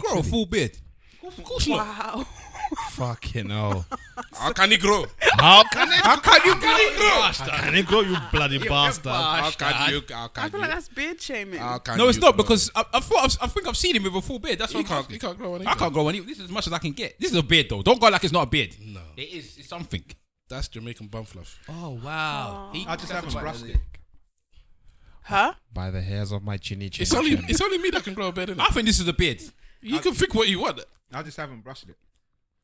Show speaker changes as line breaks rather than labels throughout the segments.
grow a full beard? Of course not.
Wow.
Fucking hell.
How can he grow?
How can it?
How can you grow?
How can it grow, you bloody bastard?
How can you? How
I
can
feel like
you?
that's beard shaming.
How can
No, it's
you
not
grow?
because I, I thought I've, I think I've seen him with a full beard. That's
He
what I'm
can't,
asking.
he can't grow one.
I can't grow any. This is as much as I can get. This is a beard though. Don't go like it's not a beard.
No,
It is. It's something.
that's Jamaican bum fluff.
Oh wow! He,
I just haven't brushed it.
Huh?
By the hairs of my chinny chin.
It's only
chin.
it's only me that can grow a beard. Innit?
I think this is a beard.
You can think what you want.
I just haven't brushed it.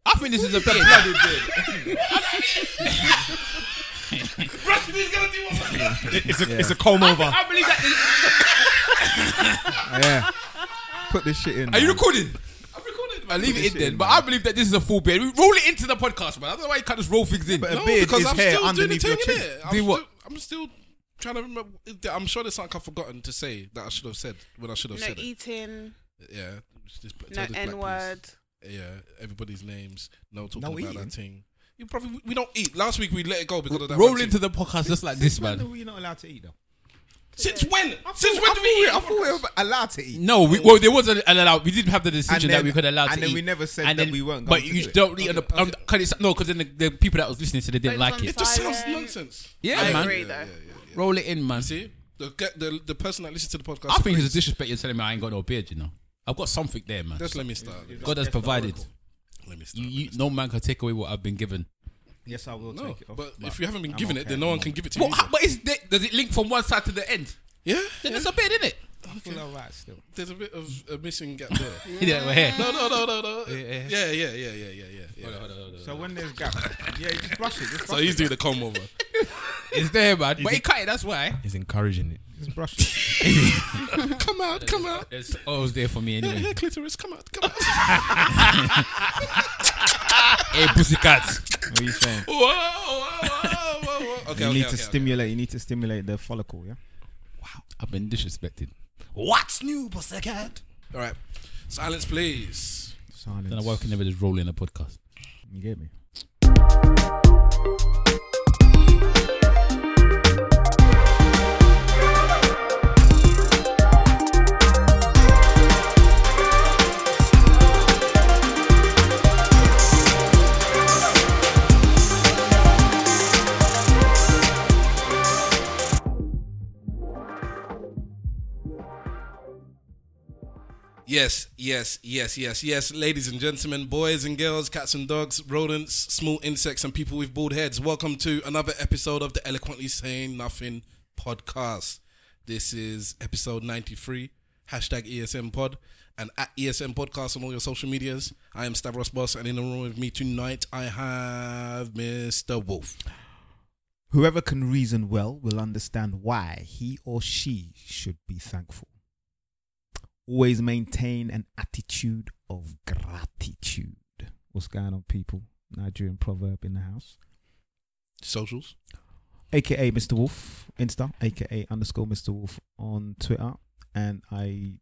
I think this is a beard. it's a it's a comb over.
I believe that.
Yeah. Put this shit in.
Are you
man.
recording? I'm recording. I leave it in
shit
then,
in,
but
man.
I believe that this is a full beard. We roll it into the podcast, man. I don't know why you can't just roll things in.
But a
No,
beard
because
is
I'm
hair
still doing the
underneath
thing,
your chin.
innit? I'm
Do what?
still- I'm still trying to remember. I'm sure there's something I've forgotten to say that I should have said when I should have
No
said it.
eating,
Yeah. just- just tell
E no
this black
N word.
piece. Yeah. Everybody's names. No talking
No
about
eating.
that thing. You probably we don't eat. Last week we let it go because of that.
roll
one
into
thing.
the podcast just like this,
When
man.
are you not allowed to eat though?
Since when?
I
Since
thought
when do we
we-
eat?
I thought we were allowed to eat.
No, we, well, there was an, an allow. We didn't have the decision
And then-
that we could allow to
and then
eat.
we never said that we weren't
But
going to
you
do it.
don't eat on the um, cause it's, no, because then the, the people that was listening said they didn't
But it
like
was
it.
It just sounds
Silent.
nonsense.
Yeah,
I
man.
agree though.
Roll it in, man.
See, the, get- the the person that listens to the podcast.
I think it's a disrespect you're telling me I ain't got no beard. You know, I've got something there, man.
Just let me start.
God has provided.
Let me start.
You, you, no man can take away what I've been given.
Yes, I will
No,
take it off.
but if you haven't been given it,
okay.
then no one can give it to you.
Well,
either.
how, but is there, does it link from one side to the end?
Yeah,
Then it's a beard, isn't it?
I feel alright still.
there's a bit of a missing gap there.
Yeah, we're here.
No, no, no, no, no. Yeah, yeah, yeah, yeah, yeah, yeah. yeah.
So when there's gap, yeah, just brush it. Just brush,
So he's doing the comb over.
It's there, man. But it cut it. That's why.
He's encouraging it.
just brush it.
come out, come out.
It's always there for me
Yeah,
anyway.
yeah, clitoris, come out, come out.
hey, pussycat.
What are you saying?
whoa, whoa, whoa, whoa, whoa. Okay,
you
okay,
need
okay,
to stimulate. You need to stimulate the follicle. Yeah.
I've been disrespected.
What's new, pussycat?
Okay. All right, silence, please.
Silence.
Then I work and never just roll in a podcast.
You get me.
Yes, yes, yes, yes, yes, ladies and gentlemen, boys and girls, cats and dogs, rodents, small insects, and people with bald heads. Welcome to another episode of the Eloquently Saying Nothing podcast. This is episode 93, hashtag ESM pod, and at ESM podcast on all your social medias. I am Stavros Boss, and in the room with me tonight, I have Mr. Wolf.
Whoever can reason well will understand why he or she should be thankful. Always maintain an attitude of gratitude. What's going on, people? Nigerian proverb in the house.
Socials?
AKA Mr. Wolf, Insta, AKA underscore Mr. Wolf on Twitter. And I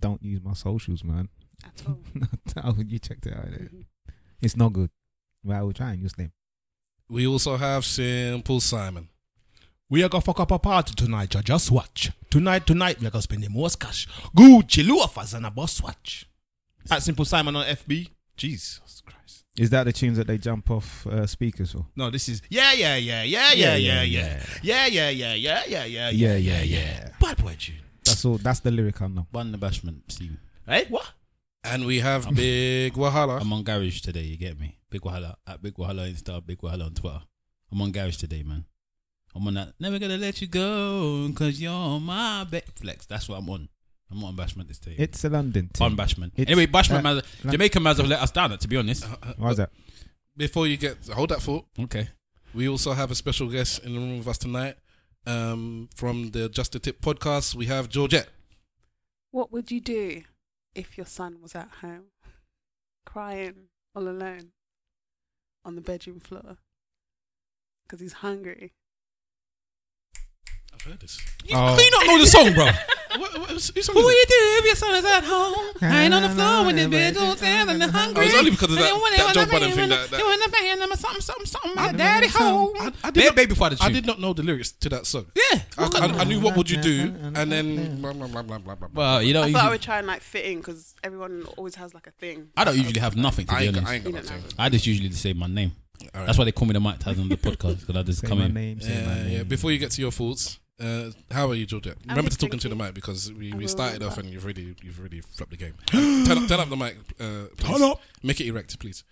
don't use my socials, man.
At all. Mm-hmm.
oh, you checked it out. innit? It's not good. But I will try and use them.
We also have Simple Simon.
We are gonna fuck up a party tonight. You just watch. Tonight, tonight we are gonna spend the most cash. Gucci, loafers, and a boss watch. At Simple Simon on FB. Jesus Christ.
Is that the tunes that they jump off uh, speakers for?
No, this is yeah, yeah, yeah, yeah, yeah, yeah, yeah, yeah, yeah, yeah, yeah, yeah, yeah, yeah, yeah, yeah. Bad boy tune.
That's all. That's the lyric I know.
One bashment, see.
Hey, what?
And we have Big Wahala.
I'm on garage today, you get me? Big Wahala at Big Wahala Insta, Big Wahala on Twitter. I'm on garage today, man. I'm on that. Never gonna let you go, cause you're my be- flex. That's what I'm on. I'm not on bashment this day.
It's a London tune.
on bashment.
it's-
Anyway, bashment,
uh,
man. Jamaica man have let us down, to be honest.
Uh,
Why is that?
Before you get, hold that thought.
Okay.
We also have a special guest in the room with us tonight um, from the Just a Tip podcast. We have Georgette.
What would you do if your son was at home, crying all alone on the bedroom floor because he's hungry?
I've heard this.
Oh.
Oh.
How you not know the song, bro?
What, what, whose song
What
is
will
it?
you do if your son is at home? Lying on the floor with the bed all sad and hungry.
Oh, it's only because of
And
that-
then when
that
they
Joe
were
Budden
in
thing
the-
that- that-
You in the band, I'm a something, something, something, my daddy home.
I, I
Baby,
did not,
baby father
I
tune.
did not know the lyrics to that song.
Yeah.
I, I, I knew what would you do, and then blah, blah, blah, blah, blah, blah.
Well, you don't
I thought I
usually,
would try and like fit in because everyone always has like a thing.
I don't usually have nothing to
I
be
ain't, got- I
honest.
ain't got
You
that
don't
thing.
know.
I just usually just say my name.
All right.
That's why they call me the Mike Tyson of the podcast because I just
Say
come
my
in.
name, say my
Yeah,
name.
yeah. Before you get to your thoughts, uh, how are you, Georgia? Remember to
just
talk into the
drinking.
mic because we,
I
we
will
started
remember.
off and you've already you've already flipped the game. turn up, turn up the mic. Uh, please.
Turn up.
Make it erect, please.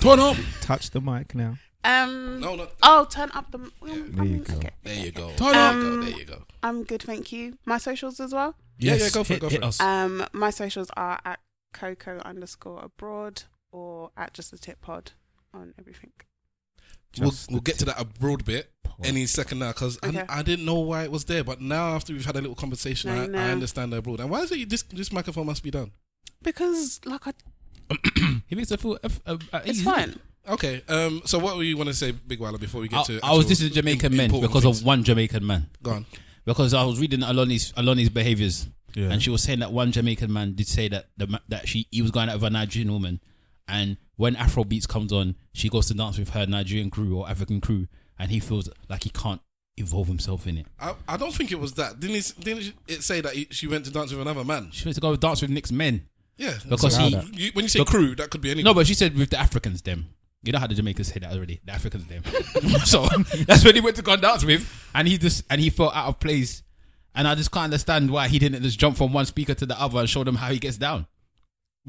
Turn up.
Touch the mic now.
Um,
No, no.
Oh, turn up the. um,
There you go.
Okay.
There you go.
Turn
there
up.
you go. There you go.
I'm good, thank you. My socials as well.
Yeah, yeah. Go for
hit-
it. Go
hit
for it.
us.
Um, my socials are at Coco underscore abroad or at just the tip pod on everything.
We'll,
Just
we'll
the
get to that abroad bit any second now because
Okay.
I, I didn't know why it was there, but now after we've had a little conversation,
No,
I,
no.
I understand the abroad. And why is it you- this this microphone must be down?
Because like I,
He makes a fool. F- uh, uh,
it's
he's-
fine.
Okay. Um. So what were you want to say, Big Walla, before we get
I,
to?
I was
actual
just in Jamaican
im-
men
important
because
things?
of one Jamaican man.
Go on.
Because I was reading Aloni's Aloni's behaviors,
Yeah.
and she was saying that one Jamaican man did say that the, ma- that she he was going out with a Nigerian woman, and when Afro beats comes on, she goes to dance with her Nigerian crew or African crew, and he feels like he can't involve himself in it.
I, I don't think it was that. Didn't it, didn't it say that he, she went to dance with another man?
She went to go dance with Nick's men.
Yeah,
Because
So
he-
you- you- when you say crew, that could be anyone.
No, but she said with the Africans them. You know how the Jamaicans say that already. The Africans them. so that's when he went to go and dance with, and he just and he felt out of place. And I just can't understand why he didn't just jump from one speaker to the other and show them how he gets down.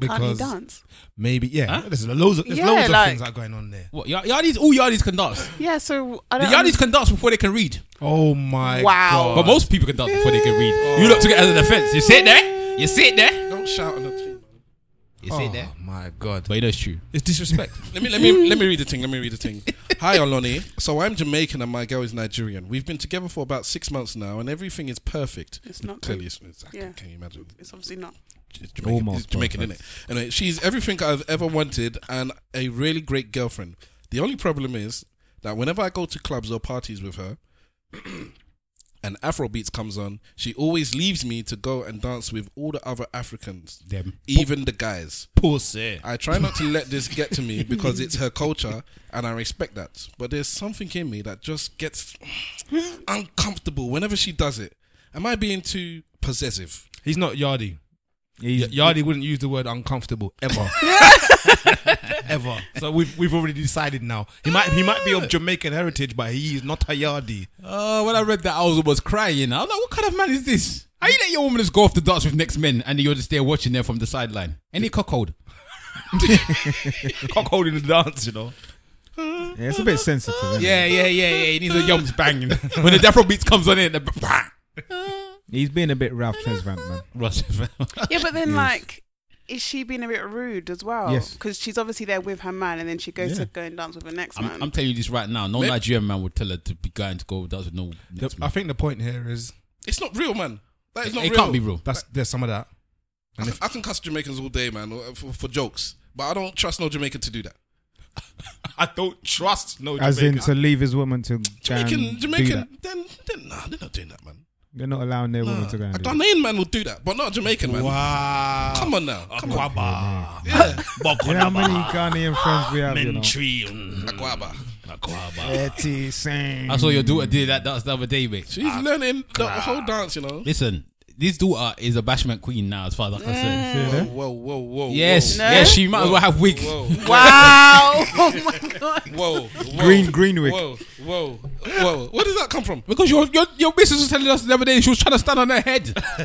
Can't you
Because
dance?
maybe, yeah.
Huh?
There's loads of, there's
Yeah,
loads of
like-
things that are going on there.
What y- yardies? All yardies can dance.
Yeah. So I
The
don't.
yardies can dance before they can read,
Oh my
Wow.
God.
but most people can dance before they can
Oh.
read. You look to it as an offense. You sit there. You sit there.
don't shout on the thing.
You
Oh
sit there.
my God.
But you know it's true.
It's disrespect.
Let me let me let me read the thing. Let me read the thing. Hi, Oloni. So I'm Jamaican and my girl is Nigerian. We've been together for about six months now, and everything is perfect.
It's not.
Clearly, it's, it's, I
Yeah.
can you imagine?
It's obviously not.
It's Jamaican,
Almost
it's Jamaican innit?
perfect.
Anyway, she's everything I've ever wanted and a really great girlfriend. The only problem is that whenever I go to clubs or parties with her, and Afrobeats comes on, she always leaves me to go and dance with all the other Africans,
Them.
even the guys.
Pussy.
I try not to let this get to me because it's her culture and I respect that. But there's something in me that just gets uncomfortable whenever she does it. Am I being too possessive?
He's not Yardi.
He's-
Y- Yardi wouldn't use the word uncomfortable ever. ever. So we've we've already decided now. He might he might be of Jamaican heritage, but he is not a Yardi.
Oh, when I read that, I was almost crying. I was like, "What kind of man is this? How you let your woman just go off to dance with next men, and you're just there watching them from the sideline? Any cuckold?
Cock holding the dance, you know.
Yeah, it's a bit sensitive. Isn't it?
Yeah, yeah, yeah, yeah. He needs a yums banging. when the Defro beats comes on in, the bang.
He's being a bit Ralph Tresvant, man.
Rush.
Yeah, but then like. Is she being a bit rude as well?
Yes.
Because she's obviously there with her man, and then she goes to go and dance with the next man.
I'm, I'm telling you this right now. No Nigerian man would tell her to be going to go dance with no next
I
man.
think the point here is
It's not real, man. That is
It,
not
it
real.
can't be real.
that's there's some of that.
I can, I can cuss Jamaicans all day, man, uh, for, for jokes. But I don't trust no Jamaican to do that.
I don't trust no
As in
Jamaican.
to leave his woman to Jamaican, do
Jamaican,
that.
Jamaican, then, then, nah, they're not doing that, man.
They're not allowing their woman
Nah.
to go and
A
do that.
Ghanaian man will do that, but not a Jamaican man.
wow.
Come on now, come on.
Aquaba.
Yeah,
You know how many Ghanaian friends we have, you know?
Aguaba.
Etty Singh.
I saw your daughter did that dance the other day, mate.
She's learning the whole dance, you know.
Listen, this daughter is a bashment queen now, as far as I'm concerned.
Whoa, whoa, whoa, whoa.
Yes,
No?
yes, she might as well have wig.
Whoa,
wow! oh my god!
whoa, whoa.
Green- Greenwick.
Whoa, whoa, whoa. Where does that come from?
Because your, your your missus was telling us the other day she was trying to stand on her head.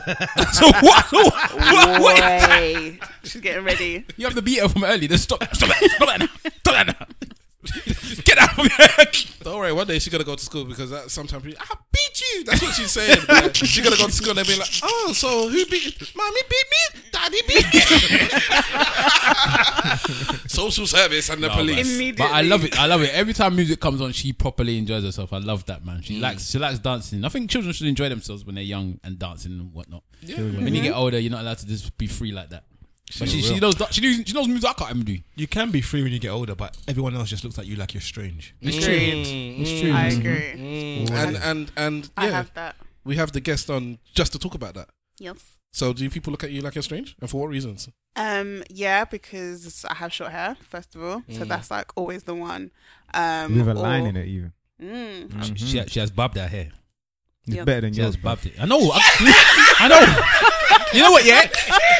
so what? So what, what is that?
Way. She's getting ready.
You have to beat her from early. Then stop. Stop that. Stop that. Stop that. Get out of here.
Don't worry, one day she's gonna go to school because that sometimes people, I beat you. That's what she's saying. man. she's gonna go to school and be like, oh, so who beat? Mommy beat me. Daddy beat me. Social service and the police.
Immediately.
But I love it. I love it. Every time music comes on, she properly enjoys herself. I love that man.
Mm.
She likes she likes dancing. I think children should enjoy themselves when they're young and dancing and whatnot. When you get older, you're not allowed to just be free like that. But she, she knows she knows she knows music I can't even do.
You can be free when you get older, but everyone else just looks at you like you're strange.
It's It's
Mm. I
man.
agree.
Mm, and and and
I
yeah,
have that.
we have the guest on just to talk about that.
Yes.
So do people look at you like you're strange? And for what reasons?
Um, yeah, because I have short hair, first of all. So
Mm.
that's like always the one. Um
With a
or-
line in it, even.
Mm,
Mhm.
She, she has bobbed her hair.
It's
Yeah.
better than
She
yours.
has
bro.
bobbed it. I know. I, I know. You know what, yeah?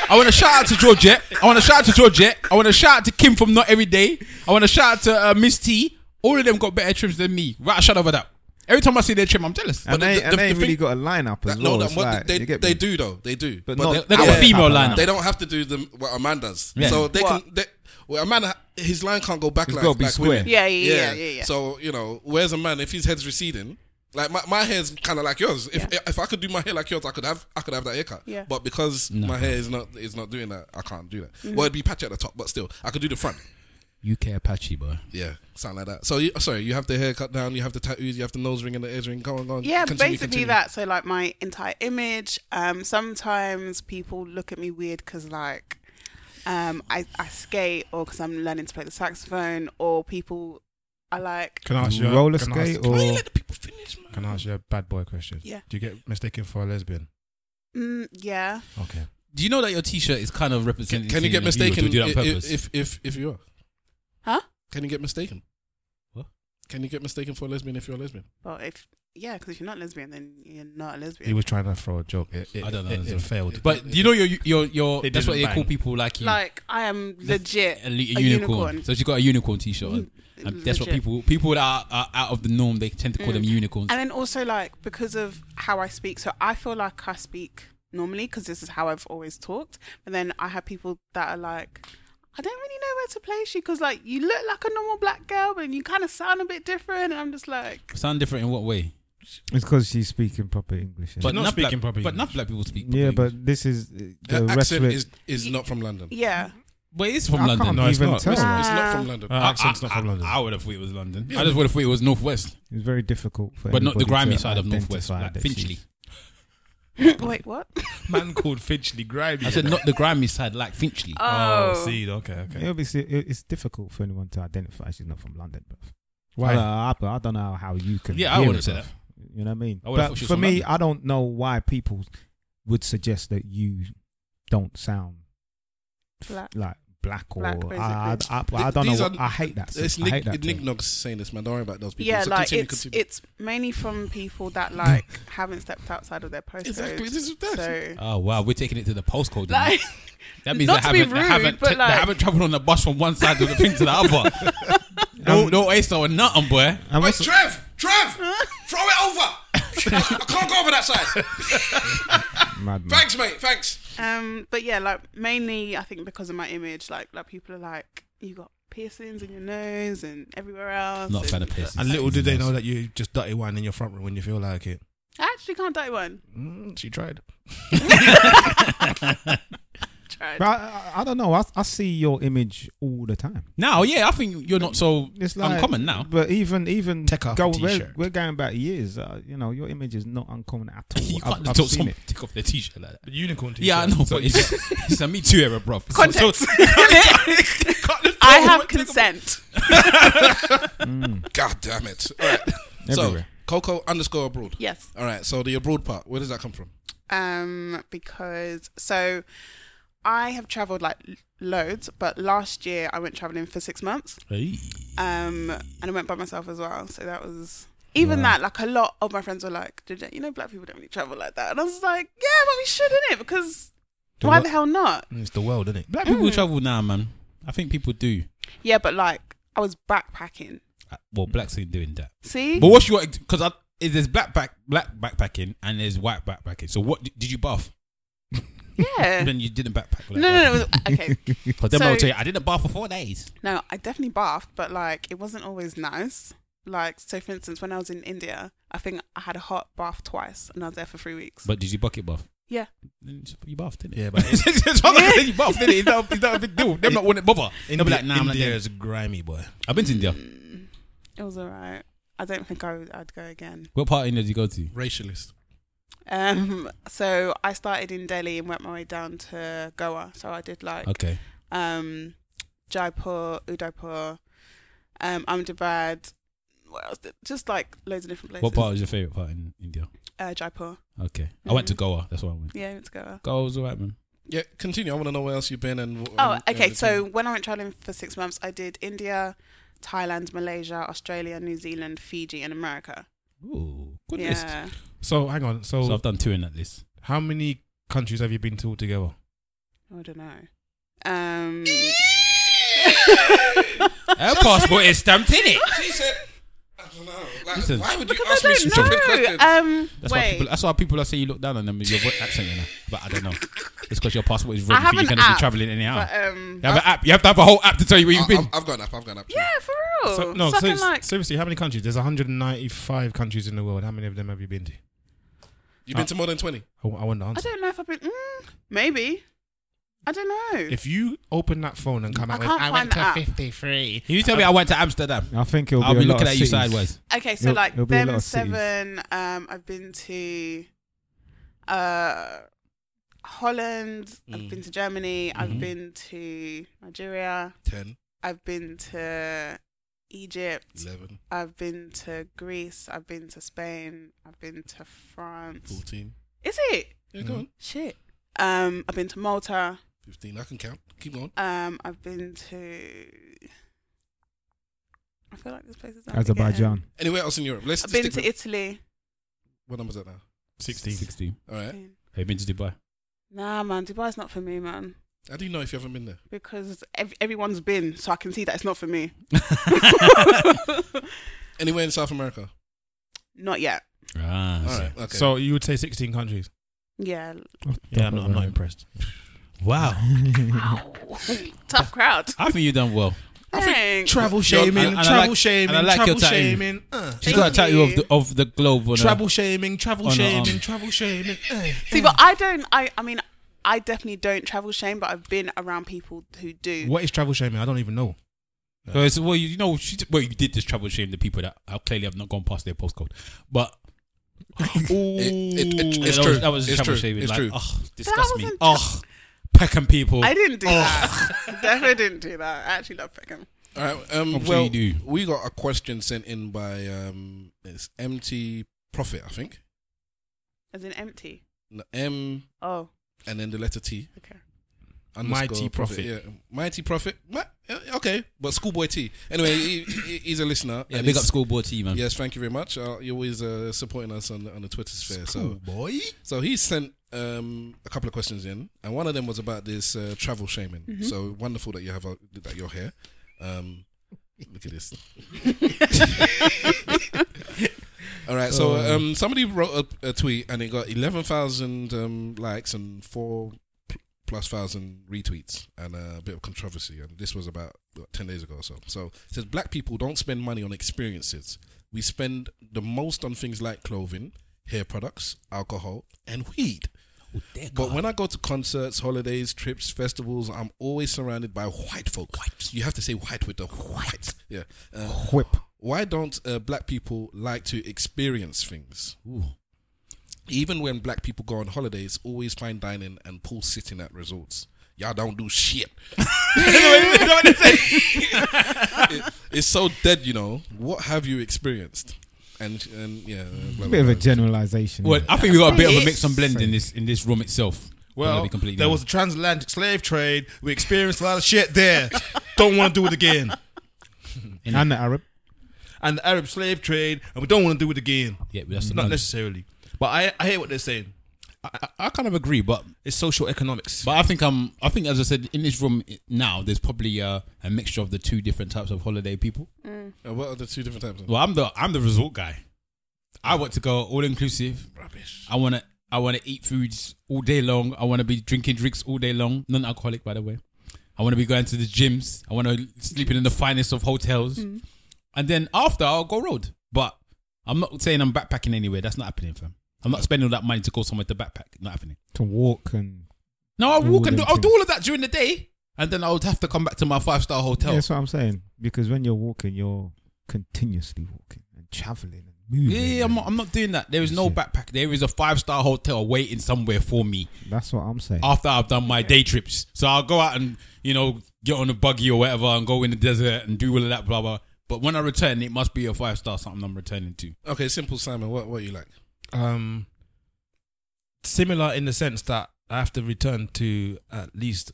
I want to shout out to Georgette. I want to shout out to Georgette. I want to shout out to Kim from Not Every Day. I want to shout out to uh, Miss T. All of them got better trims than me. Right, shout over that. Every time I see their trim, I'm jealous.
And
the-
they,
the-
and
the
they ain't
thing-
really got a lineup as
That-
well.
no,
it's
that, what
like,
they,
you
they,
get
they
me?
do though. They do.
But
But,
not
they- they got a
our
female
type of
lineup.
they don't have to do them what Amanda's.
Yeah.
So they
What?
can. They, well, Amanda, his line can't go back
It's
like,
gotta be
like
square.
women.
Yeah, yeah, yeah, yeah, yeah.
So you know, where's a man if his head's receding? Like my, my hair's kind of like yours. If
Yeah.
if I could do my hair like yours, I could have I could have that haircut.
Yeah.
But because my hair is not is not doing that, I can't do that.
Mm-hmm.
Well, it'd be patchy at the top, but still, I could do the front.
UK Apache, bro.
Yeah, sound like that. So you, sorry, you have the hair cut down, you have the tattoos, you have the nose ring and the ears ring. Go on, go on.
yeah,
Continue,
basically
continue.
that. So like my entire image. Um, sometimes people look at me weird because like, um, I I skate or because I'm learning to play the saxophone or people are like,
Can I ask you a-
Roller
can I
skate
ask-
or
Why you let the people finish, man?
Can I ask you a bad boy question?
Yeah.
Do you get mistaken for a lesbian?
mm, yeah,
Okay.
Do you know that your T-shirt is kind of representing?
Can you get
of
mistaken
to do that on
i- i-
purpose?
if if if you are?
Huh?
Can you get mistaken?
What?
Can you get mistaken for a lesbian if you're a lesbian?
well if yeah, because if you're not lesbian, then you're not a lesbian.
He was trying to throw a joke. It, it,
I don't know.
It, it failed.
but do you know your your your
It
that's what they
didn't
call
bang.
people like you.
like I am legit
a, li-
a
unicorn.
unicorn. Mm,
So she got a unicorn T-shirt on. And that's what
Legit.
people people that are, are out of the norm they tend to call
Mm.
them unicorns.
And then also like because of how I speak, so I feel like I speak normally because this is how I've always talked. But then I have people that are like, I don't really know where to place you because like you look like a normal black girl, but you kind of sound a bit different. And I'm just like,
Sound different in what way?
it's because she's speaking proper English.
But
yeah.
not
enough
speaking
black,
proper
But
English.
not black people speak.
yeah,
proper English.
but this is uh, the
Her accent
rhetoric.
is is not from London.
yeah,
but it's from
I
London.
can't
No, it's
even
not.
tell.
It's not.
It's not from
Uh,
London.
Uh, accent's not from
I-
London.
I would have thought it was London. I just would have thought it was northwest,
It's very difficult for
but not the
anybody
grimy
to
side of northwest,
identify
like
that she's-
Finchley.
wait, what?
man called Finchley Grimy.
I said not the grimy side, like Finchley.
Oh, seed. Okay, okay.
It'll be, si- it- it's difficult for anyone to identify she's not from London. Bruv. I,
Why?
don't know, I- I don't know how you can.
Yeah, I
hear
wouldn't
it,
say
bruv.
that.
You know what I mean?
I would've
but
thought she was
for
from
me,
London.
I don't know why people would suggest that you don't sound
Black.
like black or I,
Black,
I, I, I
Th-
don't know.
these
What,
are-
I hate that.
It's
sis. I hate
Nick,
that.
Nick
term.
Noggs saying this, man. Don't worry about those people.
Yeah,
so
like
continue,
it's
continue.
it's mainly from people that like haven't stepped outside of their postcode.
Exactly, this is-
so
that's-
Oh wow, we're taking it to the postcode. now.
like
that means
not
they
to be
haven't, they
rude,
haven't,
but
t-
like-
they haven't traveled on the bus from one side of the thing to the other.
Um,
no, no Acer or nothing, boy.
And
Wait,
what's-
Trev, Trev,
Hmm?
throw it over. I can't go over that side.
Madman.
Thanks, mate. Thanks.
Um, but yeah, like mainly I think because of my image, like like people are like, you got piercings in your nose and everywhere else.
Not a
and-
fan of piercings.
and little did they know that you just dotted one in your front room when you feel like it.
I actually can't date one.
Mm, she tried.
Tried.
But I, I, I don't know. I, I see your image all the time.
Now, yeah, I think you're not so
It's like
uncommon now.
But even even
Take off
go,
the
we're,
t-shirt.
we're going back years. Uh, you know, your image is not uncommon at all.
You
I've,
can't
I've
tell
seen
someone
it.
to take off their t-shirt like that.
unicorn t
Yeah, I know,
So
but
you-
it's, it's a Me Too era, bro.
Context. I have consent.
God damn it. All right. So
Mm, Everywhere.
Coco underscore abroad.
Yes.
All right. So the abroad part. Where does that come from?
Um, because so I have traveled like l- loads, but last year I went traveling for six months. Um, and I went by myself as well. So that was even that. Like a lot of my friends were like, "Did you- you know black people don't really travel like that?" And I was like, "Yeah, but we should, innit? Because
The
why
wo-
the hell not?"
Mm, It's the world, isn't it?
Black people
Mm.
travel now, man. I think people do.
Yeah, but like I was backpacking.
Uh, Well, blacks ain't doing that.
See,
But what's your because there's black back black backpacking and there's white backpacking. So what did you buff?
yeah.
Then you didn't backpack.
No, no, no. it was- Okay,
Because then I'll
So-
tell you, I didn't bath for four days.
no. I definitely bathed, but like it wasn't always nice. Like so, for instance, when I was in India, I think I had a hot bath twice, and I was there for three weeks.
But did you bucket bath?
Yeah.
Then You bathed, didn't
Yeah, but
it's, it's not like you bathed, didn't it? It's not, it's not a big deal. Them not wouldn't bother. They'll be like, nah, I'm not
India
there.
is grimy, boy.
I've been to India.
Mm, it was alright. I don't think I would, I'd go again.
What part of India did you go to?
Racialist.
Um, so I started in Delhi and worked my way down to Goa. So I did like
Okay.
um, Jaipur, Udaipur, um, Ahmedabad. What else? Did, just like loads of different places.
What part was your favorite part in India?
Uh, Jaipur.
Okay. I
Mm.
went to Goa. That's where I went.
Yeah, let's go.
Goa was alright, man.
Yeah, continue. I want to know where else you've been and. wh-
Oh,
and
okay.
everything.
So when I went traveling for six months, I did India, Thailand, Malaysia, Australia, New Zealand, Fiji, and America.
Ooh, good list.
Yeah.
So hang on. So,
So I've done two in that list.
how many countries have you been to altogether?
I don't know. Um,
Her passport is stamped in it.
She said, I don't know. Like,
Listen.
why would you
because
ask me
I
stupid
don't
questions?
know. Um,
That's why
wait.
people. That's why people are saying you look down on them with your voice accent, you know. But I don't know. It's because your passport is
I
ready
have
for you
an
can actually
app,
travel in anyhow.
but, um,
You have an app. You have to have a whole app to tell you where you've
I,
been.
I've, I've got an app. I've got an app.
yeah, for real.
So, no,
So I
so
can, Oh, like,
seriously, how many countries? There's 195 countries in the world. How many of them have you been to?
You've
Oh.
been to more than 20.
I, I want the
I
answer.
don't know if I've been. Mm, maybe. I don't know.
If you open that phone and come
I
out with,
can't
I went to
find the app.
53.
Can you tell me I went to Amsterdam?
I think it'll be
I'll
a
be
lot
looking
of
at you
cities.
sideways.
okay, so
There'll-
like
there'll be a lot
them
of cities.
seven. Um, I've been to. Uh, Holland. I've
Mm.
been to Germany. I've
Mhm.
been to Nigeria.
10,
I've been to Egypt.
11,
I've been to Greece. I've been to Spain. I've been to France.
14.
Is it?
Yeah,
Mm.
go on.
Shit. Um, I've been to Malta.
15. I can count. Keep going.
Um, I've been to. I feel like this place is.
Azerbaijan.
Anywhere else in Europe? Let's
I've been
stick
to
with,
Italy.
What number is that now?
16.
Sixteen.
All right.
Have you been to Dubai?
Nah, man, Dubai's not for me, man.
How do you know if you haven't been there?
Because ev- everyone's been, so I can see that it's not for me.
Anywhere in South America?
not yet.
Ah,
All right.
so-
Okay.
So you would say 16 countries?
Yeah.
Yeah, I'm not, I'm not impressed.
Wow.
Wow. Tough crowd.
I think you've done well.
Thanks.
Travel shaming,
and I
travel
like-
shaming,
and I like your
travel
tattoo.
shaming. uh,
She's
Thank
got a tattoo of
you.
the, of the globe on
travel shaming, travel
On um, her
shaming,
arm.
travel shaming. uh.
See, but I don't. I. I mean, I definitely don't travel shame, but I've been around people who do.
What is travel shaming? I don't even know.
Her. Uh, So it's, well, you, you know, she, well, you did just travel shame the people that uh, clearly have not gone past their postcode, but.
it- it-
Ooh,
it's
that
true.
Was, that was
It's
travel
true.
shaming.
It's
like,
true.
Oh, disgust me.
wasn't tra-
Oh, pecking people.
I didn't do that. definitely didn't do that. I actually love Peckham.
All right. Um,
I'm sure
well,
you do.
we got a question sent in by um, it's MT Profit, I think.
As in empty.
No, M
Oh,
and then the letter T.
okay.
underscore
Mighty Prophet.
Yeah. Mighty Prophet. Mi- uh, okay, but Schoolboy T. Anyway, he, he- he's a listener.
yeah,
and
big up
he's-
school board team, man.
Yes, thank you very much. Uh, you're always uh, supporting us on the, on the Twitter sphere. So,
boy.
so he sent um, a couple of questions in, and one of them was about this uh, travel shaming. So wonderful that you have uh, that you're here. Um, look at this. All right, so
Oh.
um, somebody wrote up a tweet and it got eleven thousand um, likes and four pl- plus thousand retweets and uh, a bit of controversy. And this was about what, ten days ago or so. So it says black people don't spend money on experiences. We spend the most on things like clothing, hair products, alcohol, and weed. But when I go to concerts, holidays, trips, festivals, I'm always surrounded by white folk. You have to say white with the white. Yeah. Uh,
Whip.
why don't uh, black people like to experience things?
Ooh.
Even when black people go on holidays, always fine dining and pool sitting at resorts. Y'all don't do shit. It- it's so dead, you know. What have you experienced? And and yeah, uh, blah, blah,
Bit of a
blah.
generalization.
Well,
isn't it?
I think we got a bit of a mix and
It's-
blend in this in this room itself. I'm gonna
Well,
be completely
there was a transatlantic slave trade. We experienced a lot of shit there. don't want to do it again.
and the Arab.
And the Arab slave trade, and we don't want to do it again.
honest. yeah, that's
Not necessarily. But I, I hear what they're saying.
I, I kind of agree, but
It's social economics.
but I think I'm I think as I said in this room i- now, there's probably uh, a mixture of the two different types of holiday people.
Uh, what are the two different types? Of
Well, I'm the I'm the resort guy. I want to go all inclusive.
rubbish.
I want to I want to eat foods all day long. I want to be drinking drinks all day long, non-alcoholic by the way. I want to be going to the gyms. I want to sleeping in the finest of hotels. And then after I'll go road. But I'm not saying I'm backpacking anywhere. That's not happening, fam. I'm not spending all that money to go somewhere to backpack. Not happening.
To walk and.
No, I'll
Do
walk
all
and do,
them
I'll do
things.
all of that during the day, and then I'll have to come back to my five star hotel.
Yeah, that's what I'm saying. Because when you're walking, you're continuously walking and traveling and moving.
Yeah, yeah, I'm not, I'm not doing that. There is no
Shit.
backpack. There is a five star hotel waiting somewhere for me
That's what I'm saying.
after I've done my day trips. So I'll go out and you know get on a buggy or whatever and go in the desert and do all of that blah blah. But when I return, it must be a five star something I'm returning to.
Okay, simple Simon. What what you like?
um, similar in the sense that I have to return to at least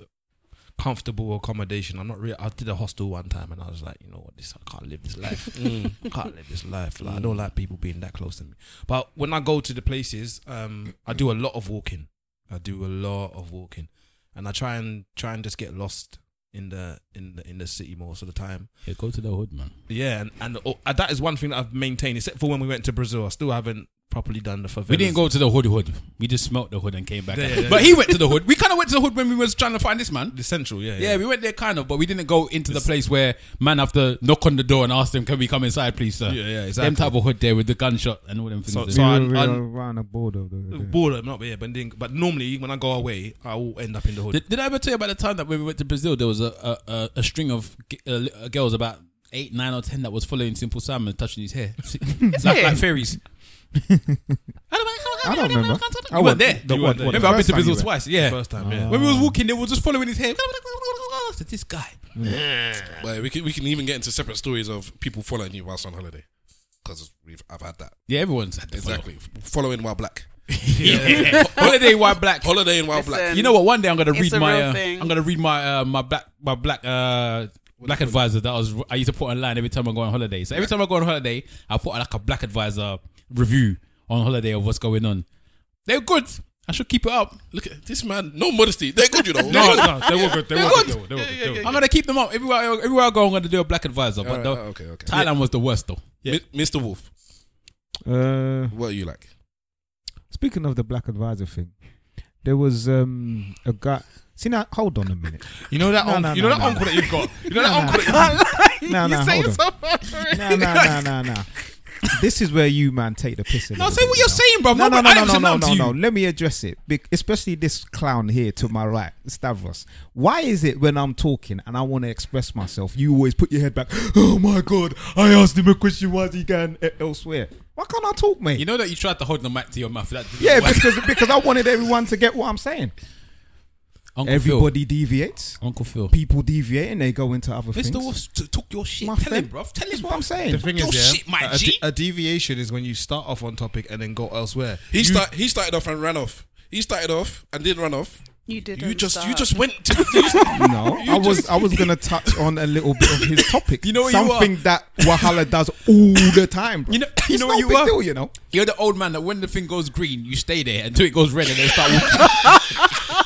comfortable accommodation. I'm not real. I did a hostel one time, and I was like, you know what, this I can't live this life.
Mm.
I can't live this life. Like, I don't like people being that close to me. But when I go to the places, um, I do a lot of walking. I do a lot of walking, and I try and try and just get lost in the in the in the city most of the time.
Yeah, go to the hood, man.
Yeah, and, and oh, uh, that is one thing that I've maintained, except for when we went to Brazil. I still haven't properly done the favelas.
We didn't go to the hood hood. We just smelt the hood and came back.
Yeah, yeah, yeah.
But he went to the hood. We kind of went to the hood when we was trying to find this man.
the central, yeah,
Yeah, we went there kind of, but we didn't go into the place where man have to knock on the door and ask them, "Can we come inside, please, sir?"
Yeah, yeah,
Them
exactly.
type of hood there with the gunshot and all them things.
So-
there.
so I-
we were, we
I-
were around the border. Of the,
Bored, I'm not yeah, but didn't, but normally when I go away, I will end up in the hood.
Did, did I ever tell you about the time that when we went to Brazil, there was a a, a, a string of g- uh, li- uh, girls about eight, nine, or ten that was following Simple Simon, touching his hair, like, like fairies.
I don't
You
remember. I
weren't
wasn't-
there.
the
You
one-
weren't there.
what,
Remember, I've been
first
to
time you
Brazil
went?
twice. Yeah,
First time, yeah.
When we was walking, they were just following his hair. I said, this guy.
But we can we can even get into separate stories of people following you whilst on holiday because we've I've had that
Yeah, everyone's had to follow.
exactly following while black,
Holiday while black.
holiday in while black.
Listen.
You know what? One day I'm gonna
It's
read
a
my
real
uh,
thing.
I'm gonna read my uh, my black my black uh, black advisor that I was I used to put online every time I go on holiday. So every time I go on holiday, I put like a black advisor review on holiday of what's going on. They're good. I should keep it up.
Look at this man, no modesty. They're good, you know.
no, no, they were good. They were good. They were good. They were
Yeah, yeah,
good. They were
I'm
good.
gonna keep them up. Everywhere I, everywhere I go, I'm gonna do a black advisor. But
Alright,
the,
okay, okay.
Thailand was the worst though.
Mi- Mr. Wolf,
Uh,
what are you like?
Speaking of the black advisor thing, there was um, a guy. See now, hold on a minute.
You know that
No,
uncle,
no,
you
no,
know that
no,
uncle
no.
that you've got. You
Oh
know that
No, no.
uncle. That
No, no, hold on. No, no, no, no, no. This is where you man take the piss. a
No,
little
say
bit,
what you're
you know.
saying, bro.
No, no, no,
I
no,
don't
no,
listen
no,
up to
no,
you.
no. Let me address it, Bec- especially this clown here to my right, Stavros. Why is it when I'm talking and I want to express myself, you always put your head back? Oh my god, I asked him a question. Why's he going e- elsewhere? Why can't I talk, mate?
You know that you tried to hold the mic to your mouth. That didn't
yeah,
work.
because because I wanted everyone to get what I'm saying.
Uncle
Everybody deviates.
Phil. Uncle Phil.
People deviate and they go into other things.
Mr. Wolf t- took your shit.
My
tell him,
friend.
bro. Tell
That's
him.
what I'm saying.
the thing
Yo,
Oh,
is, yeah,
shit, my
a,
G.
de- a deviation is when you start off on topic and then go elsewhere.
He
You-
start he started off and ran off. He started off and didn't run off.
You did.
You just you just went to you just-
No, I was I was gonna touch on a little bit of his topic.
You know what you
something
are?
that Wahala does all the time. Bro.
You know- you
It's
know
no
what you
big
are?
deal, you know.
You're the old man that when the thing goes green, you stay there until it goes red and then start walking.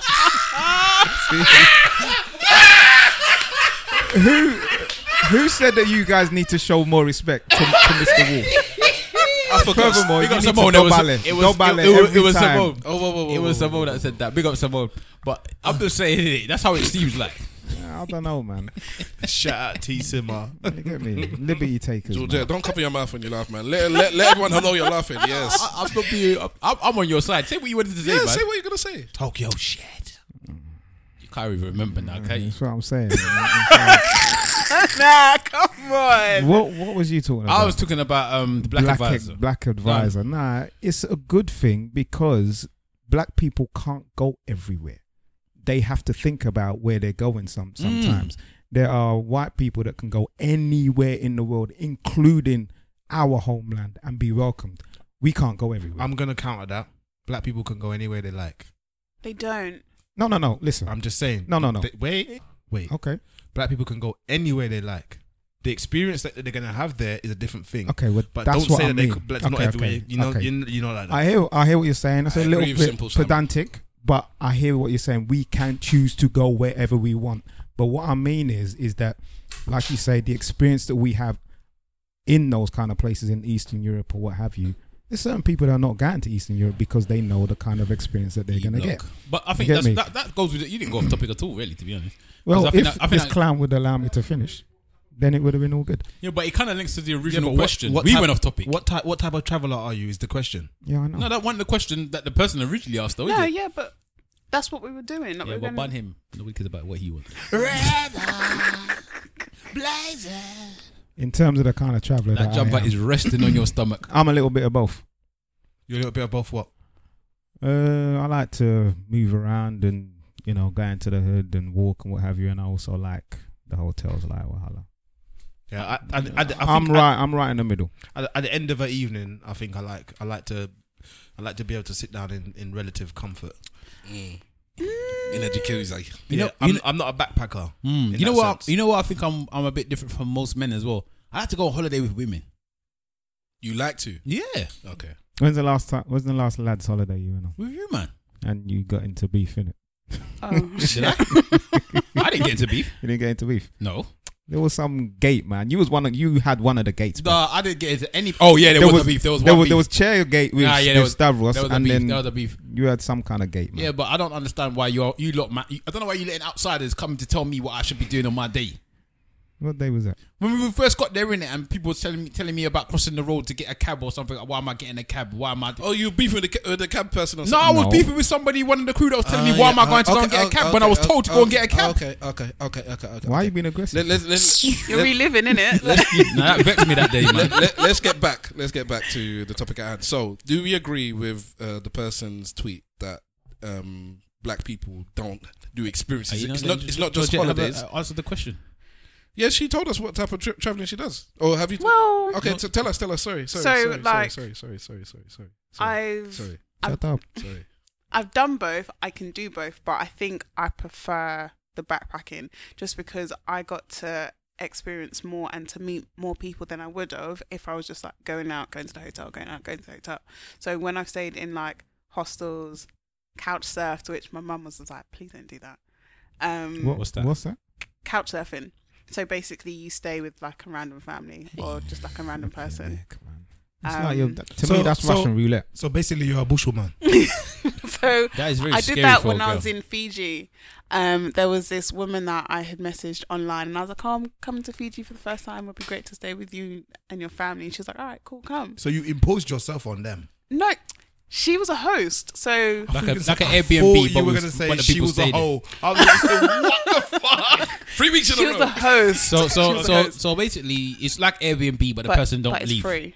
Who said that you guys need to show more respect to, to Mr. Wolf?
I forgot.
Furthermore, you
Big up
need to
Simone. It was-
double it.
it was-
Double
it-
it
it was-
every
it was
time.
Simone.
Oh, whoa, whoa, whoa,
It was
whoa,
Simone that said that. Big up Simone. But I'm just saying, it. that's how it seems like.
I don't know, man.
shout out T Simmer.
You get me? Liberty takers. man.
Georgia, don't cover your mouth when you laugh, man. Let, let, let everyone know you're laughing. Yes.
I, I'm, not being, I'm, I'm on your side. Say what you wanted to say,
Yeah,
man.
say what you're gonna say.
Talk your shit.
you can't even remember now, can you?
That's what I'm saying. man.
nah, come on.
what What was you talking about?
I was talking about um, the black, advisor.
Black advisor. Nah, it's a good thing because black people can't go everywhere. They have to think about where they're going some sometimes. There are white people that can go anywhere in the world, including our homeland, and be welcomed. We can't go everywhere.
I'm gonna counter that. Black people can go anywhere they like.
They don't.
no, no, no. Listen.
I'm just saying.
No, no, no.
They- wait, wait.
okay.
Black people can go anywhere they like. The experience that they're gonna have there is a different thing.
Okay. Well,
But
that's
don't
what
say
I
that they
mean.
could, but it's
okay,
not everywhere.
okay,
You know,
okay.
you, you know like that.
I hear, I hear what you're saying. It's
I
a little
agree with
bit
Simple Simon.
pedantic, but I hear what you're saying. We can choose to go wherever we want. But what I mean is, is that, like you say, the experience that we have in those kind of places in Eastern Europe or what have you, there's certain people that are not going to Eastern Europe because they know the kind of experience that they're going to
Look,
get.
But I think
Get
that's,
me?
that, that goes with it. You didn't go off topic at all, really, to be honest. 'Cause
Well,
I think
if
that- I think
this
that-
clown would allow me to finish, then it would have been all good.
yeah, but it kind of links to the
Yeah,
original
but what-
question.
what
we
type-
went off topic.
What type? What type of traveler are you? Is the question.
Yeah, I know.
No, that wasn't the question that the person originally asked,
Oh,
though, is
No,
it?
yeah, but that's what we were doing. Like,
Yeah,
we
but
were
ban
going
him. Nobody cares about what he wants.
in terms of the kind of traveler that,
That jumper
I am,
is resting on your stomach.
I'm a little bit of both.
You're a little bit of both. What?
Uh, I like to move around and you know go into the hood and walk and what have you, and I also like the hotels like Wahala.
Yeah, I, I, I, I think
I'm
at-
right. I'm right in the middle.
At, at the end of an evening, I think I like I like to I like to be able to sit down in, in relative comfort.
Mm. In a jacuzzi.
You
know-
know, I'm,
you know-
I'm not a backpacker.
Mm,
in
you know
that
what?
sense.
You know what? I think I'm I'm a bit different from most men as well. I like to go on holiday with women.
You like to?
Yeah,
Okay.
When's the last time? When's the last lads holiday you went on?
with you, man.
And you got into beef in it.
Oh.
Did I? I didn't get into beef.
You didn't get into beef.
No,
There was some gate, man. You was one. Of, you had one of the gates. bro.
Nah, I didn't get into any. Oh yeah, there, was, a beef. There was
there
one
was,
beef.
there was chair gate with,
Ah, yeah, there
with
was-
Stavros,
there was a
and
beef.
then
There was a beef.
you had some kind of gate, man.
Yeah, but I don't understand why you you lot. ma- I don't know why you letting outsiders come to tell me what I should be doing on my day.
What day was that?
When we first got there in it, and people was telling me telling me about crossing the road to get a cab or something. Why am I getting a cab? Why am I?
Oh, you beefing with the, ca- with the cab person or
no, Uh,
something?
I was
No.
beefing with somebody, one of the crew that was telling me
Ah,
why
yeah,
am I going to
ah,
go and
okay,
get a cab
okay,
when I was
okay,
told to go and get a
okay,
cab.
Okay, okay, okay, okay, okay.
Why are
okay.
you being aggressive?
Let, let, let,
You're reliving, innit? it?
Nah, that vexed me that day, man.
let, us get back. Let's get back to the topic at hand. So, do we agree with uh, the person's tweet that um, black people don't do experiences? it's not. It's not just holidays.
Answer the question.
yeah, she told us what type of trip traveling she does. Or have you?
well,
okay, so tell us. Tell us. Sorry. Sorry.
So,
sorry,
like-
sorry. Sorry. Sorry. Sorry. Sorry. Sorry.
I've
Sorry.
Shut up.
Sorry.
I've done both. I can do both, but I think I prefer the backpacking just because I got to experience more and to meet more people than I would have if I was just like going out, going to the hotel, going out, going to the hotel. So when I've stayed in like hostels, couch surfed, which my mum was just like, please don't do that. Um,
What,
What's that?
What's that?
couch surfing. So basically, you stay with like a random family or just like a random person.
It's
Um,
like your, to
So-
me, that's
so-
Russian roulette.
So basically, you're a bushwoman.
so
That is very
I did that when I was in Fiji. Um, there was this woman that I had messaged online, and I was like, "Oh, I'm coming to Fiji for the first time. It would be great to stay with you and your family." And she was like, "All right, cool, come."
So you imposed yourself on them.
No, she was a host, so
Like,
I
a, like an
thought
Airbnb,
you
but
were
with-
gonna say
when the
she
people
was a
stayed in.
hoe. I was gonna say, what the fuck?
Three weeks in
she
a
was
row.
a host.
So
She
so
was a
so
host.
so basically, it's like Airbnb, but the
But-
person don't
but it's
leave.
free.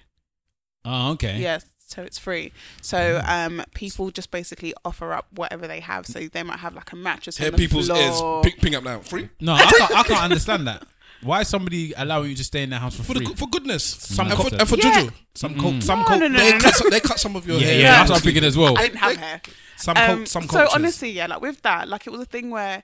Oh, okay.
Yes, so it's free. So
Mm.
um, people just basically offer up whatever they have. So they might have like a mattress.
Hair
on the
people's ears.
floor.
Ping, ping up now. Free.
No, I can't, I can't understand that. Why is somebody allowing you to stay in their house for
For,
free?
the, for goodness.
Some
and for,
culture.
and for
Yeah.
Jojo.
Some
Mm.
cult,
No,
some cult,
no, no,
They,
no, no.
cut some, they cut some of your
yeah,
hair.
yeah,
Yeah.
that's what I'm thinking as well.
I didn't have hair.
some
Um,
cult, some cultures.
So honestly, yeah, like with that, like it was a thing where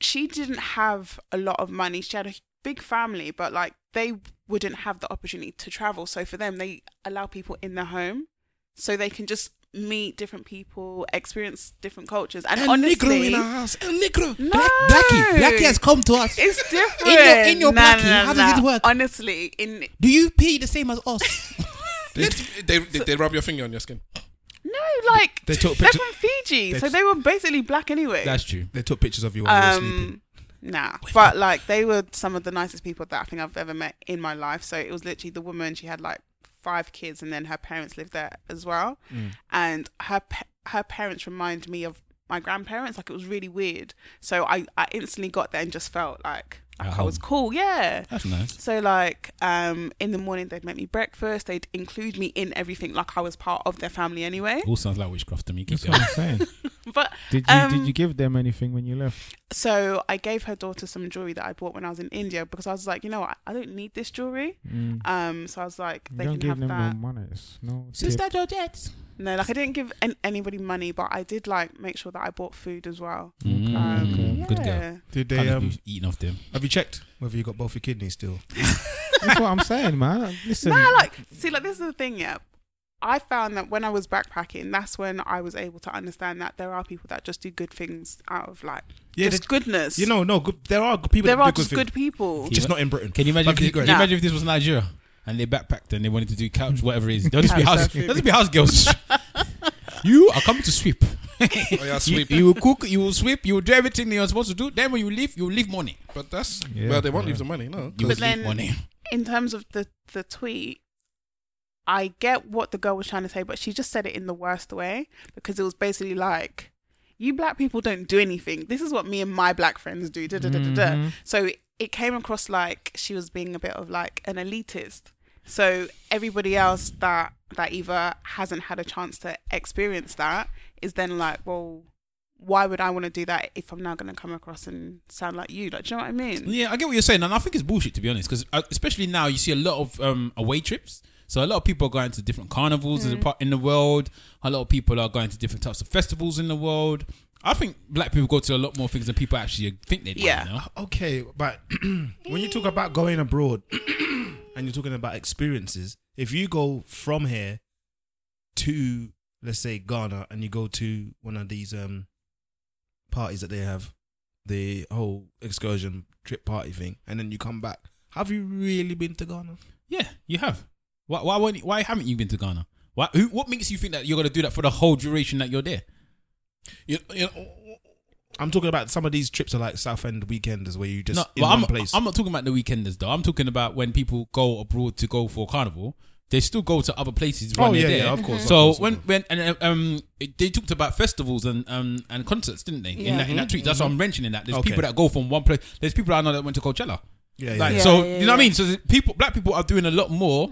she didn't have a lot of money. She had a big family, but like they wouldn't have the opportunity to travel. So for them, they allow people in their home, so they can just meet different people, experience different cultures, and,
El Negro
honestly,
in our house. El Negro.
no,
come to us.
It's different.
in your
Nah,
blackie,
nah,
how does it
nah.
work?
Honestly, in
Do you pee the same as us?
They, they, they, they rub your finger on your skin.
no, like
They took
they're
pictures-
from Fiji,
they-
so they were basically black anyway.
That's true.
they took pictures of you while you were sleeping.
Um, nah, but like they were some of the nicest people that I think I've ever met in my life. So it was literally the woman. She had like five kids, and then her parents lived there as well.
Mm.
And her pa- her parents remind me of my grandparents. Like it was really weird. So I I instantly got there and just felt like
At
like I was
home.
cool. Yeah.
That's nice.
So like um in the morning they'd make me breakfast. They'd include me in everything. Like I was part of their family anyway.
All sounds like witchcraft to me. Keep
That's
going.
what I'm saying.
But
Did you
Um,
did you give them anything when you left?
So I gave her daughter some jewelry that I bought when I was in India because I was like, you know, what, I don't need this jewelry.
Mm.
Um, so I was like,
You
they
don't
can
give
have
them
that.
no monies. No. tip.
Georgette.
No, like I didn't give an- anybody money, but I did like make sure that I bought food as well.
Mm,
Um,
okay.
Good girl.
yeah.
Did
Can't
they?
just be
Um,
eating off them.
have you checked whether you got both your kidneys still?
That's what I'm saying, man. Listen.
Nah, like see, like this is the thing. Yeah, I found that when I was backpacking, that's when I was able to understand that there are people that just do good things out of like
Yeah,
just goodness.
You know, no. Good, there are good people.
there
that
are
do
just
things,
good people.
Just not in Britain.
Can you imagine? If,
But
this-
keep going.
can you
Nah.
imagine if this was Nigeria and they backpacked and they wanted to do couch, whatever it is. They'll just be
Couch
house.
surfing.
They'll just be house girls. you are coming to sweep.
Oh, yeah, sweep.
You, you will cook. You will sweep. You will do everything you're supposed to do. Then when you leave, you will leave money.
But that's
Yeah,
well, they won't leave
yeah.
the money, no.
You will leave
But then-
money.
in terms of the the tweet i get what the girl was trying to say but she just said it in the worst way because it was basically like you black people don't do anything this is what me and my black friends do da, da, da, da, da.
Mm.
Mhm.
so it came across like she was being a bit of like an elitist so everybody else that that either hasn't had a chance to experience that is then like well why would i want to do that if i'm now going to come across and sound like you like do you know what i mean
uh, Yeah, I get what you're saying, and I think it's bullshit to be honest. Because especially now, you see a lot of um, away trips So a lot of people are going to different carnivals in the par- in the world. A lot of people are going to different types of festivals in the world. I think black people go to a lot more things than people actually think they do.
Yeah.
You know?
Okay, but when you talk about going abroad and you're talking about experiences, if you go from here to let's say Ghana and you go to one of these um parties that they have, the whole excursion trip party thing, and then you come back, have you really been to Ghana?
Yeah, you have. Why why, won't, why haven't you been to Ghana? Why, who, what makes you think that you're going to do that for the whole duration that you're there?
You, you know,
I'm talking about some of these trips are like Southend weekenders where you just in
but
one
I'm,
place.
I'm not talking about the weekenders though. I'm talking about when people go abroad to go for carnival. They still go to other places. When
Oh,
they're
yeah,
there.
yeah, of course, of
So
course, of
when
course.
when and uh, um it- they talked about festivals and um and concerts, didn't they? In,
Yeah. Mm-hmm.
that, in that tweet, that's what I'm mentioning. That there's
Mm-hmm. Okay.
people that go from one place. There's people I know that went to Coachella.
yeah,
Like
yeah.
so,
yeah,
you know what I
yeah. Mm.
mean. So the people, black people are doing a lot more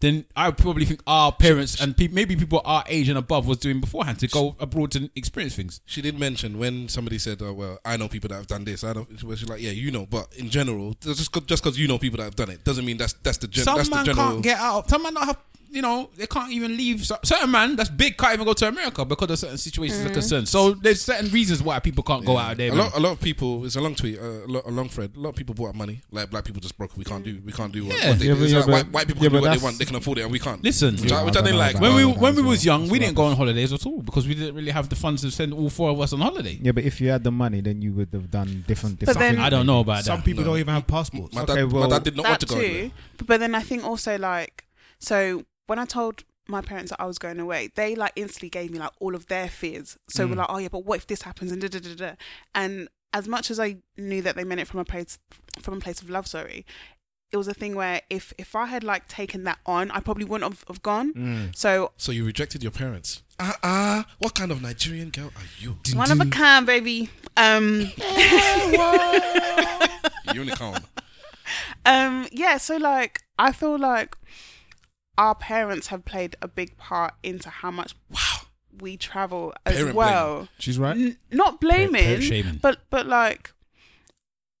than I would probably think our parents and peop maybe people our age and above was doing beforehand to go abroad and experience things.
she did mention when somebody said, "Oh well, I know people that have done this." I know. Well, she's like, "Yeah, you know," but in general, just 'cause- just because you know people that have done it doesn't mean that's that's the gen-
Some
that's the
man
general.
can't get out. Some man not have. You know, they can't even leave. So- Certain man that's big can't even go to America because of certain situations of concern. So there's certain reasons why people can't go out there.
a
man.
lot, a lot of people. It's a long tweet, uh, a, lot, a long thread. A lot of people bought up money. Like black people just broke. We can't do. We can't do. What,
Yeah.
what they
Yeah,
do.
but-
It's
yeah,
like white,
but-
white people
yeah,
can
but
do what they
that's-
want. They can afford it, and we can't.
Listen,
which I, which I
I
didn't
don't
like.
know
when
about
we
that
when we
as
was
well.
young, we didn't go on holidays at all because we didn't really have the funds to send all four of us on holiday.
Yeah, but if you had the money, then you would have done different.
But
different
then-
I don't know about
Some
that.
people
No.
don't even have passports.
my,
Okay,
dad,
well-
my dad did not want
that
to go. anywhere.
too. But then I think also like so when I told my parents that I was going away, they like instantly gave me like all of their fears. So
Mm.
we're like, oh yeah, but what if this happens and da da da da. And as much as I knew that they meant it from a place from a place of love, sorry, it was a thing where if if I had like taken that on, I probably wouldn't have, have gone.
Mm.
So
So you rejected your parents. Ah ah, what kind of Nigerian girl are you?
one of a kind, baby. Um,
Unicorn.
um, yeah. So like, I feel like our parents have played a big part into how much
Wow.
we travel as
Parent
well.
She's
Uh,
right.
N- not blaming,
parent shaming.
but but like,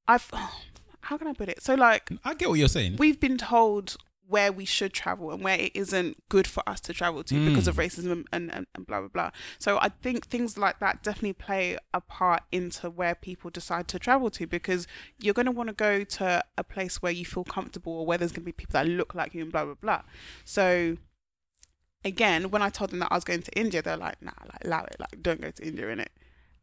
I've how can I put it? So like,
I get what you're saying.
we've been told where we should travel and where it isn't good for us to travel to because
Mm.
of racism and, and, and blah blah blah. So I think things like that definitely play a part into where people decide to travel to because you're going to want to go to a place where you feel comfortable or where there's going to be people that look like you and blah blah blah. So again, when I told them that I was going to India, they're like, "Nah, like allow it, like don't go to India in it."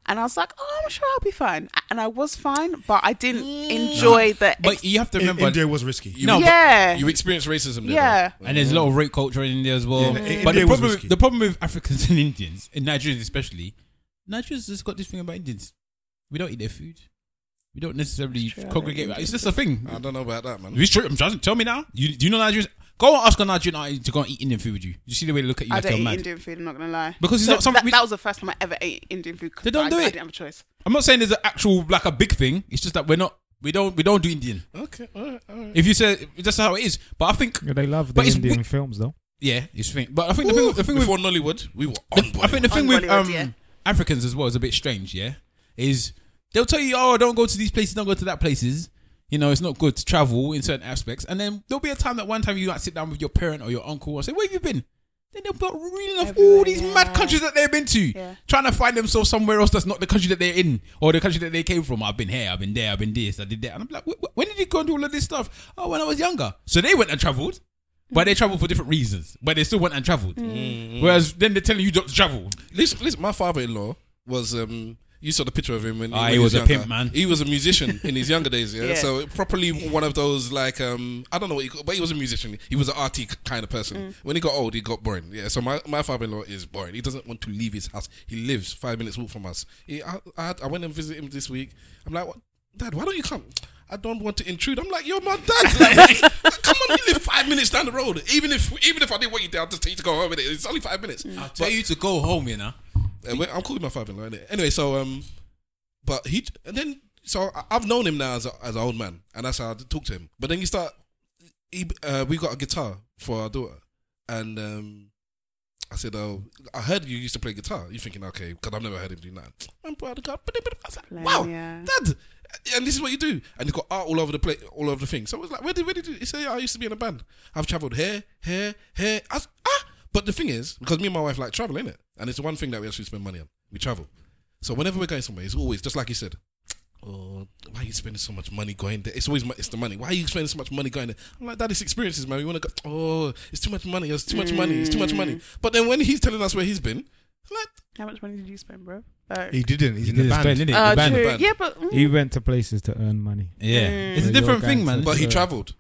And I was like, "Oh, I'm sure I'll be fine," and I was fine, but I didn't enjoy the.
Mm. But you have to
In-
remember,
India was risky.
You,
No, but-
yeah,
you experienced racism. There,
Yeah.
though.
and there's a lot of rape culture in India as well.
Yeah, in- in
but the
India was
problem,
risky.
the problem with Africans and Indians, and Nigerians especially, Nigerians just got this thing about Indians. We don't eat their food. We don't necessarily
true, I don't
congregate.
eat
It's just a thing.
I don't know about that, man.
It's true. I'm trying to tell me now. You, do you know Nigerians? Go and ask a Nigerian to go and eat Indian food with you. You see the way they look at you
I
like
don't
you're
eat
mad.
Indian food. I'm not gonna lie.
Because it's
So
not something
that,
we-
that was the first time I ever ate Indian food. 'cause
They don't
I,
do
I
it.
didn't have a choice.
I'm not saying there's an actual like a big thing. It's just that we're not. We don't. We don't do Indian.
Okay, all right, all right.
If you say that's how it is, but I think
Yeah, they love
But
the
it's
Indian
wi-
films, though.
yeah, it's thing. But I think the thing. The thing with
before Nollywood, we were on.
the, I think the thing with
Bollywood,
um,
yeah.
Africans as well is a bit strange. Yeah, is they'll tell you, oh, don't go to these places, don't go to that places. You know, it's not good to travel in certain aspects. And then there'll be a time that one time you might sit down with your parent or your uncle and say, where have you been? Then they'll start reeling off all
Everywhere,
these mad
yeah.
countries that they've been to,
Yeah.
trying to find themselves somewhere else that's not the country that they're in or the country that they came from. I've been here, I've been there, I've been this, I did that. And I'm like, "Wh- wh- when did you go and do all of this stuff? Oh, when I was younger. So they went and traveled, but they traveled for different reasons, but they still went and traveled.
Mm.
Whereas then they're telling you not to travel.
Listen, listen, my father-in-law was. Um, you saw the picture of him when
Ah,
when
he was a
younger.
pimp, man.
He was a musician in his younger days, yeah?
Yeah.
So properly one of those like um, I don't know what he called, but he was a musician. He was an arty kind of person. When he got old, he got boring. Yeah. So my, my father-in-law is boring. He doesn't want to leave his house. He lives five minutes walk from us. He, I, I, had- I went and visited him this week. I'm like, what? Dad, why don't you come? I don't want to intrude. I'm like, you're my dad. Like, come on, you live five minutes down the road. Even if even if I didn't want you there, I'll just tell you to go home. with it. It's only five minutes.
I'll tell you to go home, you know.
Uh, well, I'm calling my father-in-law. innit? Anyway, so um, but he and then so I- I've known him now as a, as an old man, and that's how I talk to him. But then you start, he, uh, we got a guitar for our daughter, and um, I said, "Oh, I heard you used to play guitar." You thinking, okay, because I've never heard him do that. And bro, I got- I was like,
Playing,
wow,
yeah.
dad. and this is what you do. And you got art all over the place, all over the thing. So I was like, where did where did you? He said, yeah, I used to be in a band. I've travelled here, here, here. I was, ah, but the thing is, because me and my wife like travel, innit? And it's the one thing that we actually spend money on. We travel. So whenever we're going somewhere, it's always just like you said. Oh, why are you spending so much money going there? It's always mo- it's the money. Why are you spending so much money going there? I'm like, that is experiences, man. We want to go. Oh, it's too much money. It's too much money. It's too much money. But then when he's telling us where he's been, like
How much money did you spend, bro? Oh.
He didn't. He's
He
in the
didn't
band.
spend, did he?
Uh,
The band-
true.
band.
Yeah, but mm,
He went to places to earn money.
Yeah,
Mm.
it's a
Yeah,
different
you're
thing, man.
gangster.
but he
So-
travelled.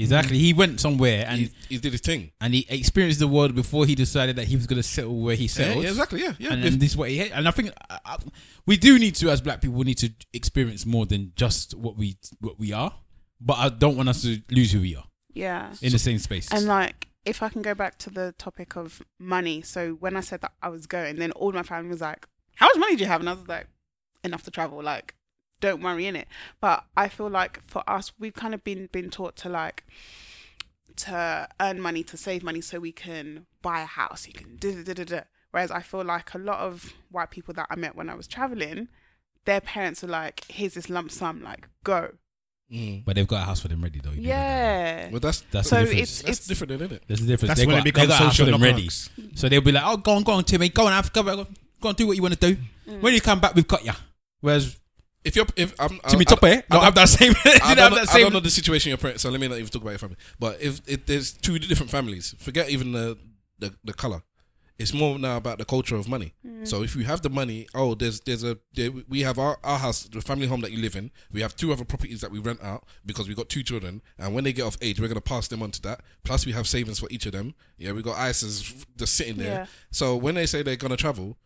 Exactly, he went somewhere and
He, he did his thing.
and he experienced the world before he decided that he was going to settle where he
Yeah,
settled.
yeah, exactly. Yeah, yeah.
And,
If-
and this is what he had. And I think I, I, we do need to, as black people, we need to experience more than just what we what we are. But I don't want us to lose who we are
yeah.
in the same space.
And like, if I can go back to the topic of money, so when I said that I was going, then all my family was like, "How much money do you have?" And I was like, "Enough to travel." Like, don't worry in it. But I feel like for us, we've kind of been been taught to like to earn money to save money so we can buy a house. You can da da da da. Whereas I feel like a lot of white people that I met when I was traveling, their parents are like, "Here's this lump sum, like go."
Mm.
but they've got a house for them ready, though. you know that.
Yeah.
Well, that's
that's
So
the difference.
it's
that's
it's
different, isn't it?
That's the difference.
That's
They've
when
got,
it becomes
they've got a house for
social
them ready.
knockoffs.
So they'll be like, "Oh, go on, go on, Timmy, go on, Africa, go on, go on, do what you want to do.
Mm.
When you come back, we've got ya." Whereas
If you're if I'm I-
Timmy
I-
Tope don't have that same.
I
don't
don't,
have
know,
that
I don't know
same.
the situation your parents. So let me not even talk about your family. But if, if there's two different families, forget even the, the the color. It's more now about the culture of money.
Mm.
So if you have the money, oh, there's there's a there, we have our, our house, the family home that you live in. We have two other properties that we rent out because we got two children, and when they get off age, we're gonna pass them on to that. Plus, we have savings for each of them. Yeah, we got ISIS just sitting there.
Yeah.
So when they say they're gonna travel,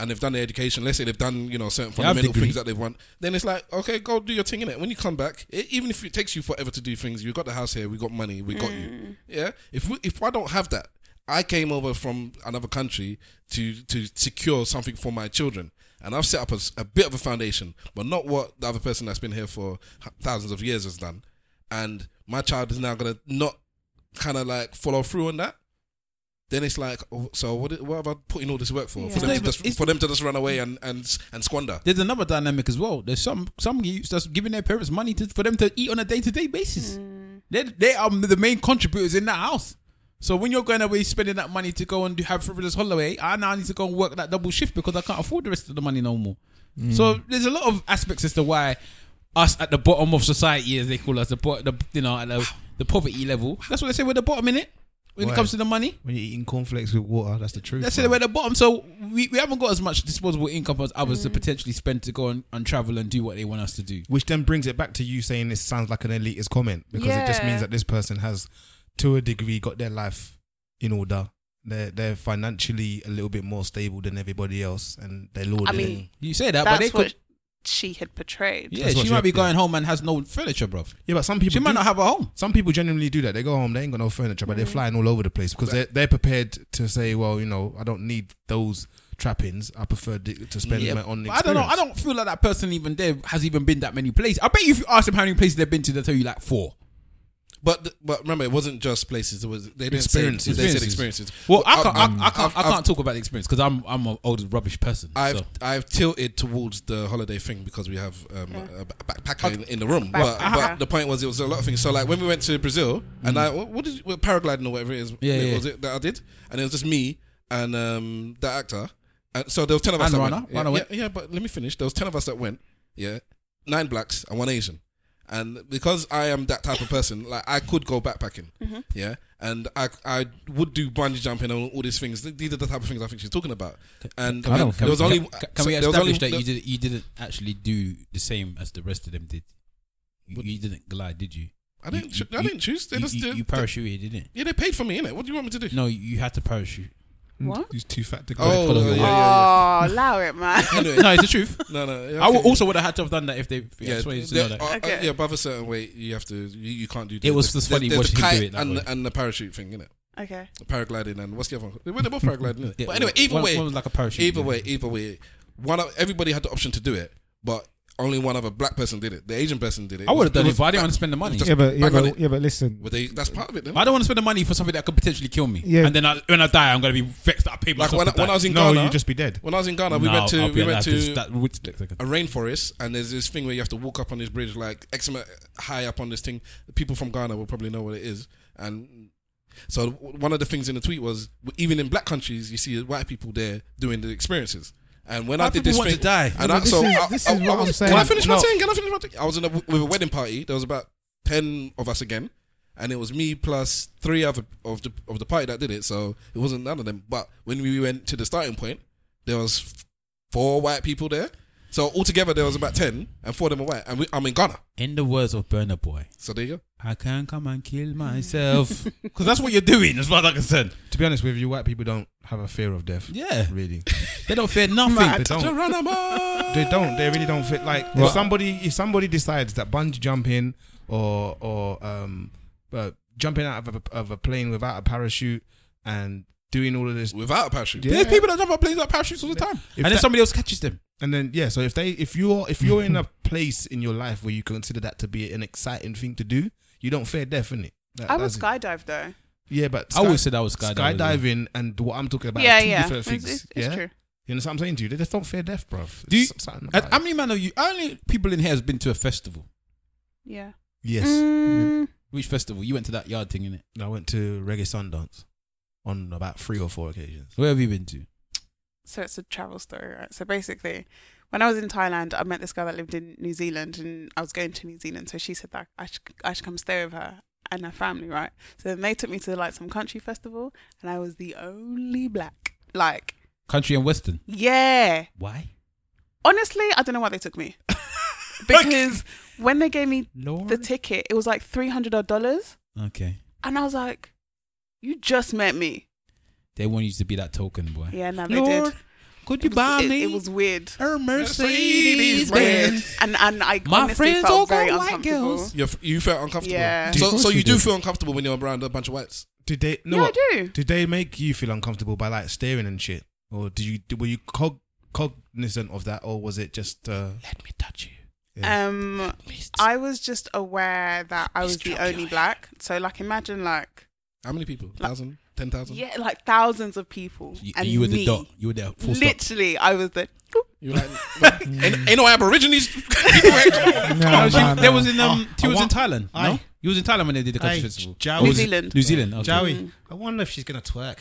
and they've done their education, let's say they've done, you know, certain
They have
fundamental
degree.
things that they've won, then it's like, okay, go do your thing in it. When you come back, i even if it takes you forever to do things, you got the house here, we got money, we got you. Yeah. If we, if I don't have that, I came over from another country to to secure something for my children. And I've set up a, s- a bit of a foundation, but not what the other person that's been here for h- thousands of years has done. And my child is now gonna not kind of like follow through on that then it's like, oh, so what? What have I put in all this work for?
Yeah.
It's
For, them to
not even-
just,
it's-
for them to just run away and and and squander.
There's another dynamic as well. There's some some youths that's giving their parents money to, for them to eat on a day to day basis. They they are the main contributors in that house. So when you're going away spending that money to go and do, have frivolous holiday, I now need to go and work that double shift because I can't afford the rest of the money no more. So there's a lot of aspects as to why us at the bottom of society, as they call us, the, po- the you know at the, the poverty level. That's what they say we're the bottom in it when
Why?
it comes to the money.
When you're eating cornflakes with water, that's the truth.
That's
man.
it, we're at the bottom. So we, we haven't got as much disposable income as others
Mm.
to potentially spend to go and, and travel and do what they want us to do.
Which then brings it back to you saying this sounds like an elitist comment because it just
Yeah.
means that this person has, to a degree, got their life in order. They're they're financially a little bit more stable than everybody else, and they're lauded.
I mean,
You say that, but they
that's
could.
what she had portrayed.
Yeah,
That's what
she
she-
might be
yeah.
going home and has no furniture, bro.
yeah, but some people
She might
do-
not have a home.
some people genuinely do that. They go home, they ain't got no furniture, but they're
Mm.
flying all over the place because they're they're prepared to say, well, you know, I don't need those trappings. I prefer di- to spend
Yeah,
my on.
but I don't know. I
experience."
don't feel like that person even there has even been that many places. I bet you if you ask them how many places they've been to, they'll tell you like four.
But th- but remember, it wasn't just places. It was they didn't say-
Experiences.
they said experiences.
Well, I can't. I, I can't.
I've-
I
I've-
can't talk about the experience because I'm I'm an old rubbish person.
I've
so.
I've tilted towards the holiday thing because we have um, a ba- backpacker in, in the room. But,
Backpacker.
but the point was, it was a lot of things. So like when we went to Brazil, and I what what did you, well, paragliding or whatever it is,
Mm. Yeah, yeah,
was
yeah.
it that I did, and it was just me and um, that actor. And so there was ten of us
And
that
Rana.
went.
Rana
yeah,
went.
yeah, yeah, but let me finish. There was ten of us that went. Yeah, nine blacks and one Asian. And because I am that type of person, like I could go backpacking,
Mm-hmm.
yeah, and I I would do bungee jumping and all these things. These are the type of things I think she's talking about. And
I don't
there was
can,
only
can, can we
so there was
establish
only-
that
there-
you did you didn't actually do the same as the rest of them did? You, you didn't glide, did you?
I didn't.
You-
choo- I
you-
didn't choose. They
you,
just
you-
did-
you parachuted, didn't
Yeah, they paid for me, innit? What do you want me to do?
it? No, you had to parachute.
What?
He's too fat to go.
Oh, yeah, yeah, yeah.
Oh, allow it, man.
Anyway,
no, it's the truth.
no, no. Yeah,
I would
okay.
also would have had to have done that if they. Yeah, I
Yeah,
just wanted you to
there-
know that.
uh, uh,
Okay.
yeah, above a certain weight, you have to. You, you can't do.
It was just funny
there's
watching
the
him do
kite
it that
and,
way.
the- and the parachute thing, innit?
Okay.
The Paragliding and what's the other one? Well, they're both paragliding, innit?
Yeah,
but anyway,
one-
either
one-
way,
one was like a parachute.
either
yeah.
way, either way, one of- everybody had the option to do it, but only one other black person did it. The Asian person did it.
I would have
It
done it,
was
if I didn't
black-
want to spend the money.
just-
Yeah, but yeah,
Bang on it.
but, yeah, but listen.
Were they, that's part of it. Then.
I don't want to spend the money for something that could potentially kill me.
Yeah.
And then I, when I die, I'm going to be vexed that I paid
Like
myself
when, I-
to
when I
die.
was in
No,
Ghana,
you'd just be dead.
when I was in Ghana, we
No,
went to
I'll be
we went
alive,
to
'cause that would- like,
a rainforest, and there's this thing where you have to walk up on this bridge, like X amount high up on this thing. People from Ghana will probably know what it is. And so one of the things in the tweet was, even in black countries, you see white people there doing the experiences. And when I
White
did
people
this
want
thing,
to die.
and
Yeah,
I,
but this
so
is-
I-
this
I-
is
I
what
was-
I'm saying.
Can I finish my
No.
thing? Can I finish my thing? I was in a, with a wedding party. There was about ten of us again, and it was me plus three other of the of the party that did it. So it wasn't none of them. But when we went to the starting point, there was four white people there. So altogether, there was about ten, and four of them were white. And we, I'm in Ghana,
in the words of Burner Boy,
so there you go.
I can come and kill myself. Because that's what you're doing, as far as I'm concerned.
To be honest with you, white people don't have a fear of death.
Yeah.
Really,
They don't fear nothing.
they don't. They don't. They really don't fit. Like
Well-
if somebody, if somebody decides that bungee jumping or or um, uh, jumping out of a, of a plane without a parachute and doing all of this,
Without a parachute,
There's people that jump out planes like parachutes all the time.
if
and then
that-
somebody else catches them.
and then yeah. So if they, if you're, if you're in a place in your life where you consider that to be an exciting thing to do, you don't fear death, innit? That,
I would
that's it.
skydive though.
Yeah, but
I
sky-
always said I was skydiving.
skydiving and what I'm talking about.
yeah,
is two
yeah.
different
It's,
things.
it's- it's
yeah?
true.
You know what I'm saying to you? They just don't fear death, bro.
Do you- And How many man are you? How many people in here has been to a festival?
Yeah.
yes,
Mm,
Which festival? You went to that yard thing, innit?
I went to Reggae Sundance on about three or four occasions.
Where have you been to?
so it's a travel story, right? So basically, when I was in Thailand, I met this girl that lived in New Zealand, and I was going to New Zealand. So she said that I should, I should come stay with her and her family, right? So then they took me to like some country festival, and I was the only black. Like,
Country and Western.
yeah.
Why?
Honestly, I don't know why they took me because when they gave me
Lord.
the ticket, it was like three hundred odd dollars,
okay.
and I was like, "You just met me."
They want you to be that token boy.
Yeah, no, they
Lord,
did.
could
It
you
was-
buy
it-
me
It was weird.
a Mercedes
Mercedes Benz?
Benz?
and and I
My
honestly
friends
felt
all got
very
white
uncomfortable.
girls.
You're, you felt uncomfortable.
Yeah.
Of
So,
course
so you
you
do
do.
feel uncomfortable when you're around a bunch of whites.
Did they? No,
yeah,
what?
I do.
Did they make you feel uncomfortable by like staring and shit, or did you? Were you cog- cognizant of that, or was it just? Uh,
Let me touch you.
Um, I was just aware that I was the
Stroke your
only
hair.
black. So like, imagine like
How many people? Thousand, ten thousand.
yeah, like thousands of people,
You,
and
you were
me.
the dot. You were there. Full stop.
Literally, I was the.
You're like,
Mm.
ain't, ain't no Aborigines.
No,
Oh, she,
no,
there
no.
was in um.
Oh,
she
I
was in
want-
Thailand. No,
I-
you was in Thailand when they did the country
Aye,
festival.
Jowie.
Or was
New
it-
Zealand.
New Zealand. Okay.
Joey,
Mm.
I wonder if she's gonna twerk.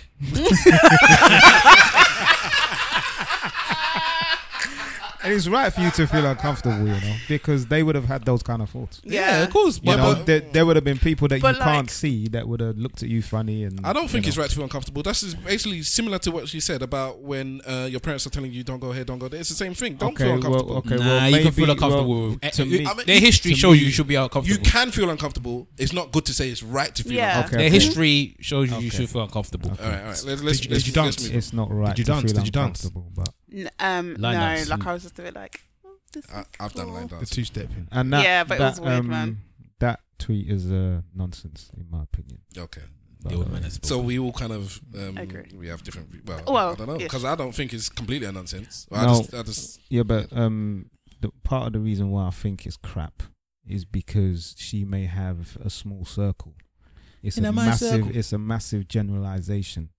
And it's right for you to feel uncomfortable, you know, because they would have had those kind of thoughts.
Yeah,
Yeah,
of course.
You
But,
Yeah,
know,
but-
there, there would have been people that you
But, like-
can't see that would have looked at you funny, and
I don't think
you
it's
know.
right to feel uncomfortable. That's just basically similar to what she said about when uh, your parents are telling you don't go here, don't go there. It's the same thing. Don't
Okay,
feel
well,
uncomfortable.
okay,
nah,
well,
you can
maybe-
feel uncomfortable.
well,
with-
to
eh,
me-
eh, Their history
to
shows
me-
you should be
You
uncomfortable.
can feel uncomfortable. It's not good to say it's right to feel.
Yeah.
uncomfortable.
Okay.
Their
okay.
history shows you you
Okay.
should feel uncomfortable.
All right, all right. Let's let's,
Did you-
let's,
did you
let's
dance?
move.
It's not right.
you
to
dance?
feel
Did you dance?
uncomfortable, But
N- um,
Line
no,
dance.
like I was just a bit like. oh, this is
I, I've done
cool.
line
The
dance.
two stepping.
and that,
Yeah, but it was
that, um,
weird, man.
That tweet is uh, nonsense, in my opinion. uh,
Okay.
The old man has
So
spoken.
we all kind of um,
Agree.
we have different. Well,
Well,
I don't know
yes.
because I don't think it's completely a nonsense. I
No.
just, I just
Yeah, but um, the part of the reason why I think it's crap is because she may have a small circle. It's
In
a
a my
massive.
circle.
It's a massive generalization.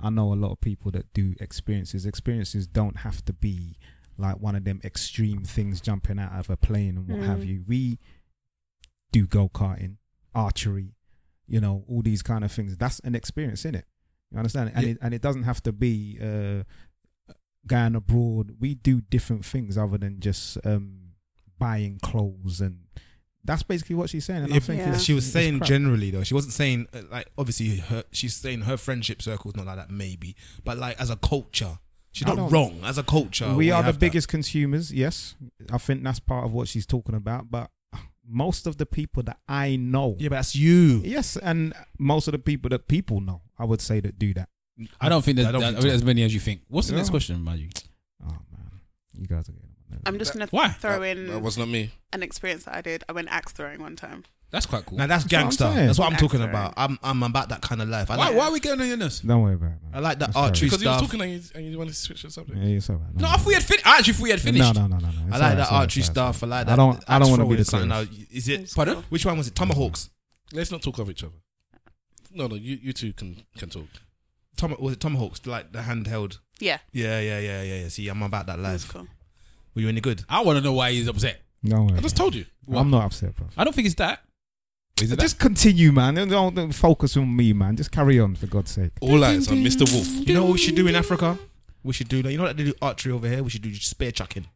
I know a lot of people that do experiences. Experiences don't have to be like one of them extreme things, jumping out of a plane and what have
Mm.
you. We do go karting, archery, you know, all these kind of things. That's an experience, in it. You understand? And
Yeah.
it and it doesn't have to be. Uh, going abroad, we do different things other than just um, buying clothes, and that's basically what she's saying. And I
If-
think
Yeah.
it's-
She was
it's
saying
crap.
generally though. She wasn't saying uh, like obviously her. She's saying her friendship circle is not like that maybe, but like as a culture, she's
I
not
don't-
wrong. As a culture,
we are the
have that.
biggest consumers. Yes, I think that's part of what she's talking about. But most of the people that I know,
Yeah, but that's you.
yes, and most of the people that people know, I would say that do that.
I don't think there's,
I don't
that-
think
there's
so.
as many as you think. What's the
No.
next question, Magic?
Oh man, you guys are getting.
I'm just gonna
Why?
throw
That-
in
That was not me.
an experience that I did. I went axe throwing one time.
That's quite cool.
Now that's
That's what I'm
gangster.
saying.
That's what I'm talking
Gangster.
about. I'm I'm about that kind of life. I
why,
like
why are we getting on your nose?
Don't worry about it. Man.
I like that
That's
archery
Because he was
stuff.
talking and you, and you wanted to switch the subject.
Yeah, it's all right.
No, I thought we had finished. I actually thought we had finished.
No, no, no, no. no. It's
I
all right,
like
it's
that
all right,
archery
it's all right.
stuff. I like
I
that.
don't- I
axe
don't wanna be
throwing
the
something out. Is it?
Pardon?
Which one was it? Tomahawks.
Let's not talk over each other. No, no, you, you two can, can talk.
Tom was it Tomahawks? Like the handheld.
Yeah,
Yeah, yeah, yeah, yeah, yeah. See, I'm about that
that was
life.
cool.
Were you any good?
I want to know why he's upset.
Don't worry.
I just told you.
I'm not upset, bro.
I don't think it's that. Is it
Just continue, man. Don't, don't- don't focus on me, man. Just carry on, for God's sake.
All eyes on Mr. Wolf.
You know what we should do in Africa? We should do that. You know that they do archery over here. We should do spear chucking.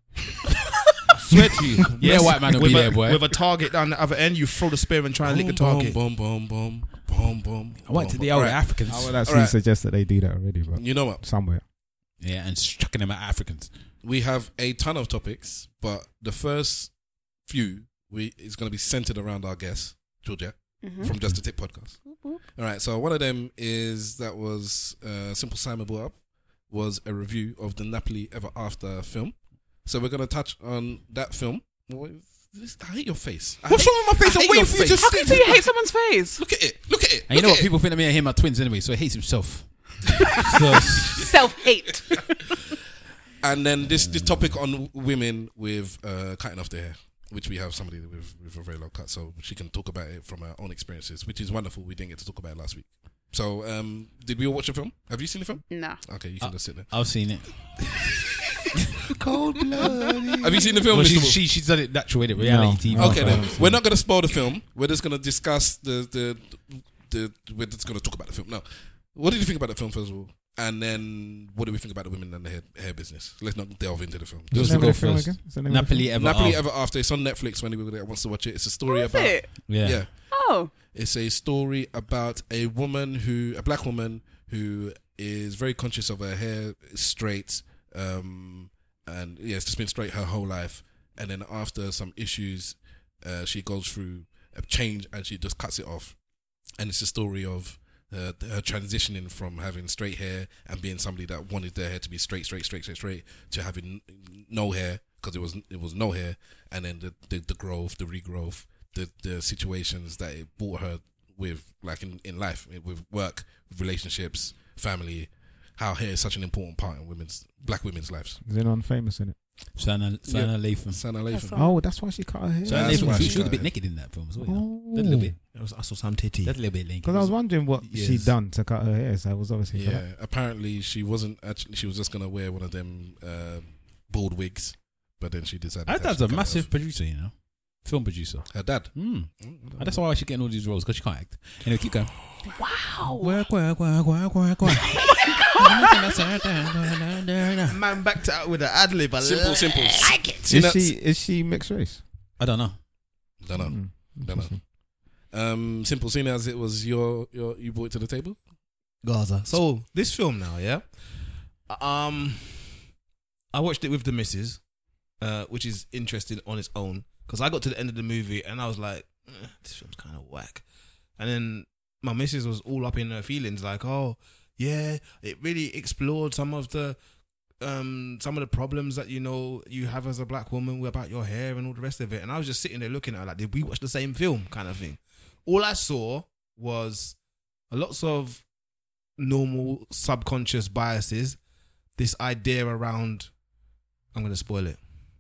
that? Swear to you. Yeah,
Yes.
white man will
with
be
a,
there, boy.
With a target down the other end, you throw the spear and try and lick the target.
Boom, boom, boom, boom, boom, boom.
I went to
boom,
the
boom.
old
Right.
Africans.
I would actually
right.
suggest that they do that already, bro.
You know what?
Somewhere.
Yeah, and chucking them at Africans.
We have a ton of topics, but the first few we is going to be centered around our guest, Georgia,
Mm-hmm.
from Just a Tip podcast. All right, so one of them is that was uh, Simple Simon brought up was a review of the Napoli Ever After film. So we're going to touch on that film. What is this? I hate your face. I
What's
hate-
wrong with my face?
I
I'm
hate
waiting
your
for you to
face.
How can
say
you hate someone's face?
Look at it. Look at it.
And you know
Look
what?
at it.
People think that me and him are twins anyway, so he hates himself. so,
Self hate.
And then this this topic on women with uh, cutting off their hair, which we have somebody with, with a very low cut, so she can talk about it from her own experiences, which is wonderful. We didn't get to talk about it last week. So, um, did we all watch the film? Have you seen the film?
no.
Okay, you can
Uh,
just sit there.
I've seen it.
Cold blooded. Have you seen the film?
Well,
Mr.
she,
Wolf?
she, she's done it natural way, the reality TV.
No.
okay,
I
then
haven't seen
we're not going to spoil the film. We're just going to discuss the the the. We're just going to talk about the film. Now, what did you think about the film first of all? And then, what do we think about the women and the hair, hair business? Let's not delve into the film.
Who's
What's
the
the name of
go
the film
first?
again? What's the name of the
Napoli ever.
Napoli
After.
Ever After. It's on Netflix. When anybody that wants to watch it, it's a story
What is
about.
it?
Yeah.
Yeah.
Oh,
it's a story about a woman who, a black woman who is very conscious of her hair is straight, um, and yeah, it's just been straight her whole life. And then after some issues, uh, she goes through a change and she just cuts it off. And it's a story of. Uh, her transitioning from having straight hair and being somebody that wanted their hair to be straight, straight, straight, straight, straight, to having no hair because it was it was no hair, and then the the, the growth, the regrowth, the the situations that it brought her with, like in in life, with work, relationships, family, how hair is such an important part in women's black women's lives.
Is it on famous in it?
Sana, Sana Latham.
Sana Lathan.
That's
Oh, that's why she cut her hair.
Sana
That's
Latham,
why
she,
she
she was a
got
bit
it.
naked in that film as well. You know? That little bit.
Because
I was- I saw some titty.
That little bit linky.
I was wondering what she
Yes.
done to cut her hair, so I was obviously. for
Yeah,
that.
apparently she wasn't actually. She was just gonna wear one of them uh, bald wigs, but then she decided.
Her
to
dad's
actually
a
cut it
massive producer, you know, film producer.
off. Her dad.
Hmm. And that's why she's getting all these roles because she can't act. Anyway, keep going.
wow.
Work, work, work, work, work, work.
Oh
I
Man backed out with an ad lib. I
Simple,
like
simple.
it.
Like it.
Is she is she mixed race?
don't know.
Don't know.
Mm,
Dunno.
interesting.
Um, simple. Seeing as it was your, your, you brought it to the table.
Gaza. So this film now, yeah. Um, I watched it with the missus, uh, which is interesting on its own because I got to the end of the movie and I was like, "Eh, this film's kind of whack, and then my missus was all up in her feelings, like, oh yeah, it really explored some of the um some of the problems that you know you have as a black woman about your hair and all the rest of it and i was just sitting there looking at her like did we watch the same film kind of thing all i saw was lots of normal subconscious biases this idea around i'm gonna spoil it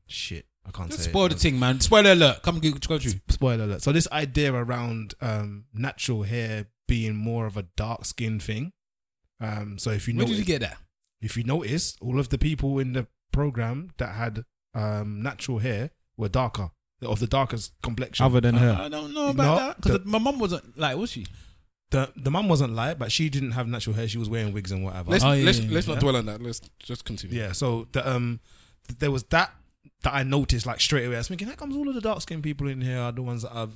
shit i can't say it.
Spoil the thing, man. Spoiler alert. Come, go, go through.
spoiler alert so this idea around um natural hair being more of a dark skin thing um so if you know
Where did you get that?
if you notice, all of the people in the program that had um, natural hair were darker, of the darkest complexion.
Other than her,
I don't know
No,
about that. 'Cause that
the-
because my mum wasn't like, was she?
the the mum wasn't light, but she didn't have natural hair. She was wearing wigs and whatever.
Let's
Oh, yeah,
let's,
yeah,
let's
yeah.
not dwell on that. Let's just continue.
yeah. So the, um, th- there was that that I noticed like straight away. I was thinking, how comes all of the dark skinned people in here are the ones that are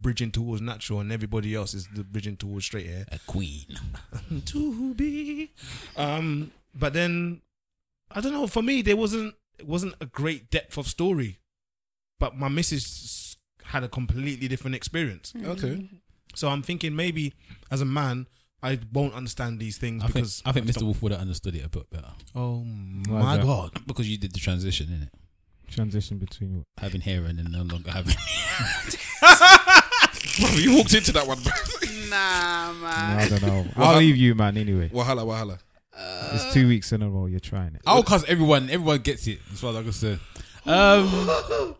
bridging towards natural, and everybody else is the bridging towards straight hair?
A queen.
to be. Um, but then I don't know. For me, there wasn't it wasn't a great depth of story. But my missus had a completely different experience.
Okay.
So I'm thinking maybe as a man, I won't understand these things
I think,
because
I think
just
Mr. Wolf would have understood it a bit better
don't- Oh
Why
my
is that?
god!
because you did the transition, innit?
Transition between what?
having hair and then no longer having.
Bro, you walked into that one, bro.
Nah,
No,
man.
I don't know.
Well, I-
I'll leave you, man. Anyway,
Wahala, wahala.
it's two weeks in a row. You're trying it.
I'll cuss Oh, everyone. Everyone gets it. As far as I'm concerned. Um,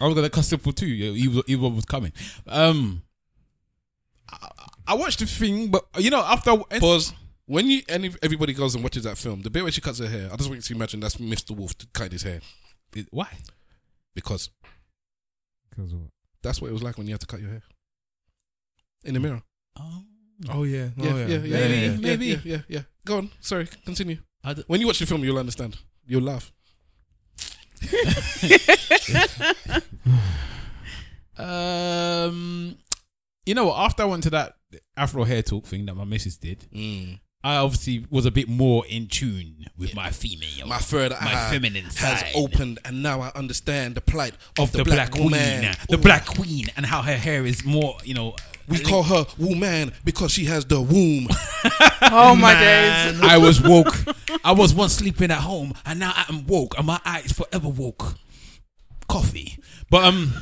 I was gonna cuss simple too. yeah, He was, he was coming. Um, I, I watched the thing, but you know, after
Pause. When you any everybody goes and watches that film, the bit where she cuts her hair, I just want you to imagine that's Mr. Wolf to cut his hair
why?
because
'Cause what?
that's what it was like when you had to cut your hair in the mirror.
Oh,
Oh yeah,
Yeah, yeah, yeah, yeah,
Maybe,
yeah, yeah,
maybe.
yeah, yeah, yeah. Go on. Sorry, continue.
I d-
When you watch the film, you'll understand. You'll laugh.
um, you know what? After I went to that Afro hair talk thing that my missus did,
Mm.
I obviously was a bit more in tune with my female,
My third
my
eye
feminine
has
side.
opened, and now I understand the plight of the,
the black, queen,
woman.
the
Ooh.
black queen, and how her hair is more, you know.
We call her woman because she has the womb.
Oh my
Man,
days.
I was woke. I was once sleeping at home, and now I am woke, and my eye is forever woke. Coffee, but um.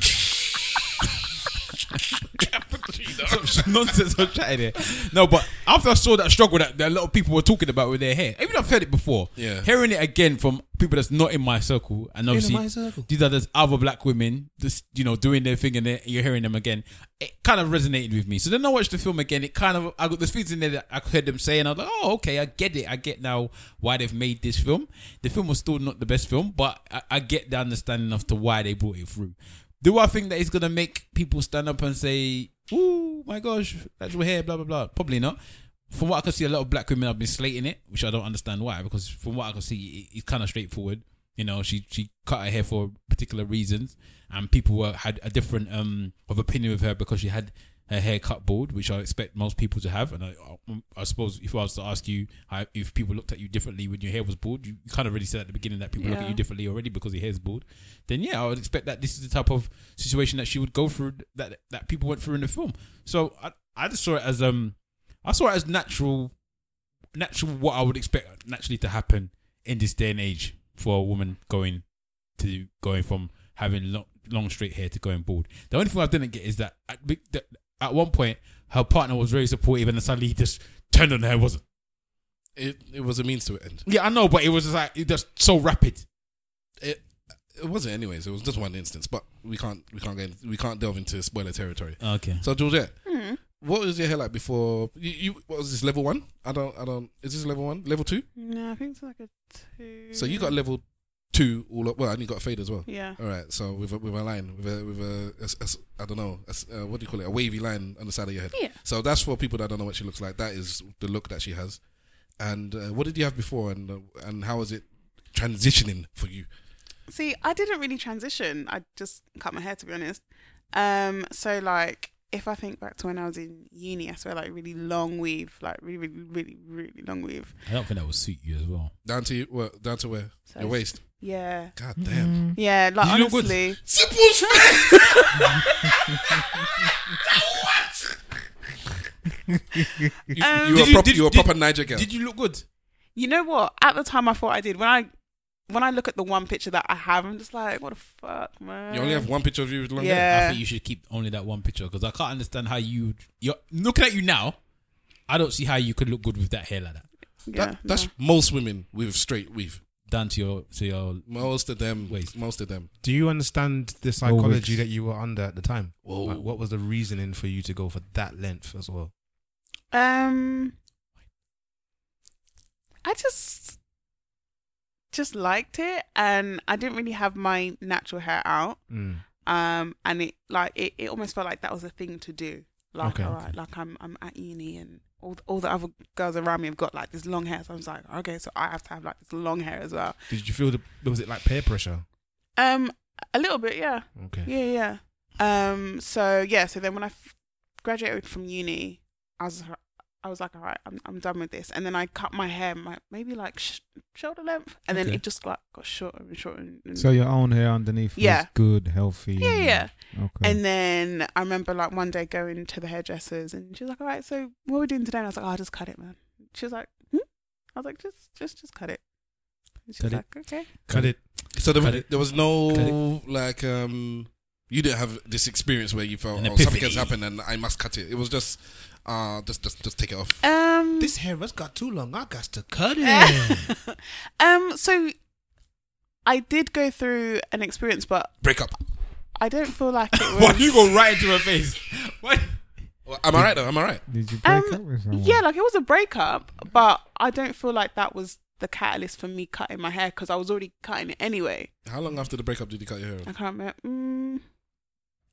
Some nonsense I'm chatting here. No, but after I saw that struggle that, that a lot of people were talking about with their hair, even I've heard it before.
Yeah.
hearing it again from people that's not in my circle, and obviously
my circle.
these are the other black women, just you know, doing their thing, and they- you're hearing them again. It kind of resonated with me. So then I watched the film again. It kind of I got the things in there that I heard them saying. I was like, oh, okay, I get it. I get now why they've made this film. The film was still not the best film, but I, I get the understanding of to why they brought it through. Do I think that it's gonna make people stand up and say, "Ooh, my gosh, natural hair," blah blah blah? Probably not. From what I can see, a lot of black women have been slating it, which I don't understand why. Because from what I can see, it, it's kind of straightforward. You know, she she cut her hair for particular reasons, and people were had a different um of opinion with her because she had her hair cut bald, which I expect most people to have. And I, I, I suppose if I was to ask you how, if people looked at you differently when your hair was bald, you, you kind of already said at the beginning that people look at
Yeah.
you differently already because your hair's bald. Then yeah, I would expect that this is the type of situation that she would go through that that people went through in the film. So I I just saw it as um I saw it as natural natural what I would expect naturally to happen in this day and age for a woman going to going from having long, long straight hair to going bald. The only thing I didn't get is that at, be- that at one point her partner was very supportive and then suddenly he just turned on her. It wasn't
It, it was a means to an end.
yeah I know, but it was just like it just so rapid.
It, it wasn't, anyways. It was just one instance, but we can't we can't get we can't delve into spoiler territory.
Okay,
So Georgette,
Hmm.
what was your hair like before? You, you what was this level one? I don't I don't. Is this level one? Level two?
No, I think it's like a two.
So you got level two all up. Well, and you got a fade as well.
Yeah.
All right. So with a, with a line with a with a, a s- a s- I don't know a s- uh, what do you call it a wavy line on the side of your head.
Yeah.
So that's for people that don't know what she looks like. That is the look that she has. And uh, what did you have before? And uh, and how is it transitioning for you?
See, I didn't really transition. I just cut my hair to be honest. Um, so like if I think back to when I was in uni, I swear like really long weave, like really, really, really, really long weave.
I don't think that would suit you as well.
Down to you, well, down to where
So
your waist.
Yeah.
God damn.
Yeah, like
Did you look good?
honestly.
Simple face. You,
Um,
you
Did
were
you-
prop-
did-
you were
did-
proper Niger girl.
Did you look good?
You know what? At the time I thought I did. When I when I look at the one picture that I have, I'm just like, what the fuck, man.
You only have one picture of you with long hair.
I
Yeah.
think you should keep only that one picture because I can't understand how you you're looking at you now. I don't see how you could look good with that hair like that.
yeah,
That, that's
no.
most women with straight weave.
Down to your to your
Most of them.
Waist.
Most of them.
Do you understand the
wigs.
psychology that you were under at the time?
Whoa.
Like, what was the reasoning for you to go for that length as well?
Um, I just just liked it, and I didn't really have my natural hair out.
Mm.
Um, and it like it, it almost felt like that was a thing to do. Like,
Okay,
all right, like I'm I'm at uni, and all the, all the other girls around me have got like this long hair. So I was like, okay, so I have to have like this long hair as well.
Did you feel the was it like peer pressure?
Um, a little bit, yeah.
Okay.
Yeah, yeah. Um. So yeah. So then when I f- graduated from uni, I was I was like, all right, I'm I'm done with this. And then I cut my hair, my maybe like sh- shoulder length, and then
Okay.
it just like got shorter and shorter. And, and-
So your own hair underneath yeah.
Yeah.
was good, healthy.
yeah,
and-
yeah.
Okay.
And then I remember like one day going to the hairdressers, and she was like, all right, so what are we doing today? And I was like, oh, I'll just cut it, man. She was like, hmm? I was like, just just just cut it. And she's
Cut it.
like, okay.
Cut it.
So there,
Cut
was,
it.
there was no like um, you didn't have this experience where you felt
An
oh, something
epiphany.
has happened and I must cut it. It was just uh just just just take it off.
Um,
This hair has got too long. I got to cut it.
um, so I did go through an experience, but
Break up.
I don't feel like it was.
What you go right into her face? What?
Well, am I right though? Am I right?
Did you break
Um,
up with someone?
Yeah, like it was a breakup, but I don't feel like that was the catalyst for me cutting my hair because I was already cutting it anyway.
How long after the breakup did you cut your hair?
I can't remember. Mm,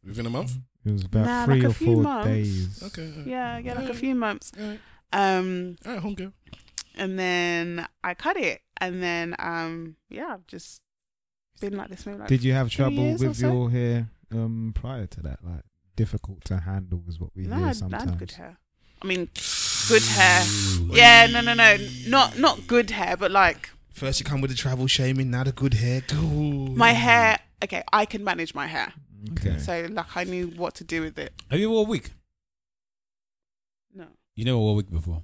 Within a month.
It was about
Nah,
three
like a
or
few
four
months.
days.
Okay. all right.
yeah, yeah, like a
Alright,
few months.
alright,
Um,
All right, homegirl.
and then I cut it, and then um, yeah, I've just been like this maybe like
Did you have trouble
years or
with
so?
your hair um, prior to that? Like difficult to handle is what we
no, I
hear
had- I
sometimes.
had good hair. I mean, good hair. Yeah, no, no, no, not not good hair, but like
First you come with the travel shaming, now the good hair. Ooh.
my hair. Okay, I can manage my hair,
Okay.
so like I knew what to do with it.
Have you ever wore a wig?
No,
You never wore a wig before.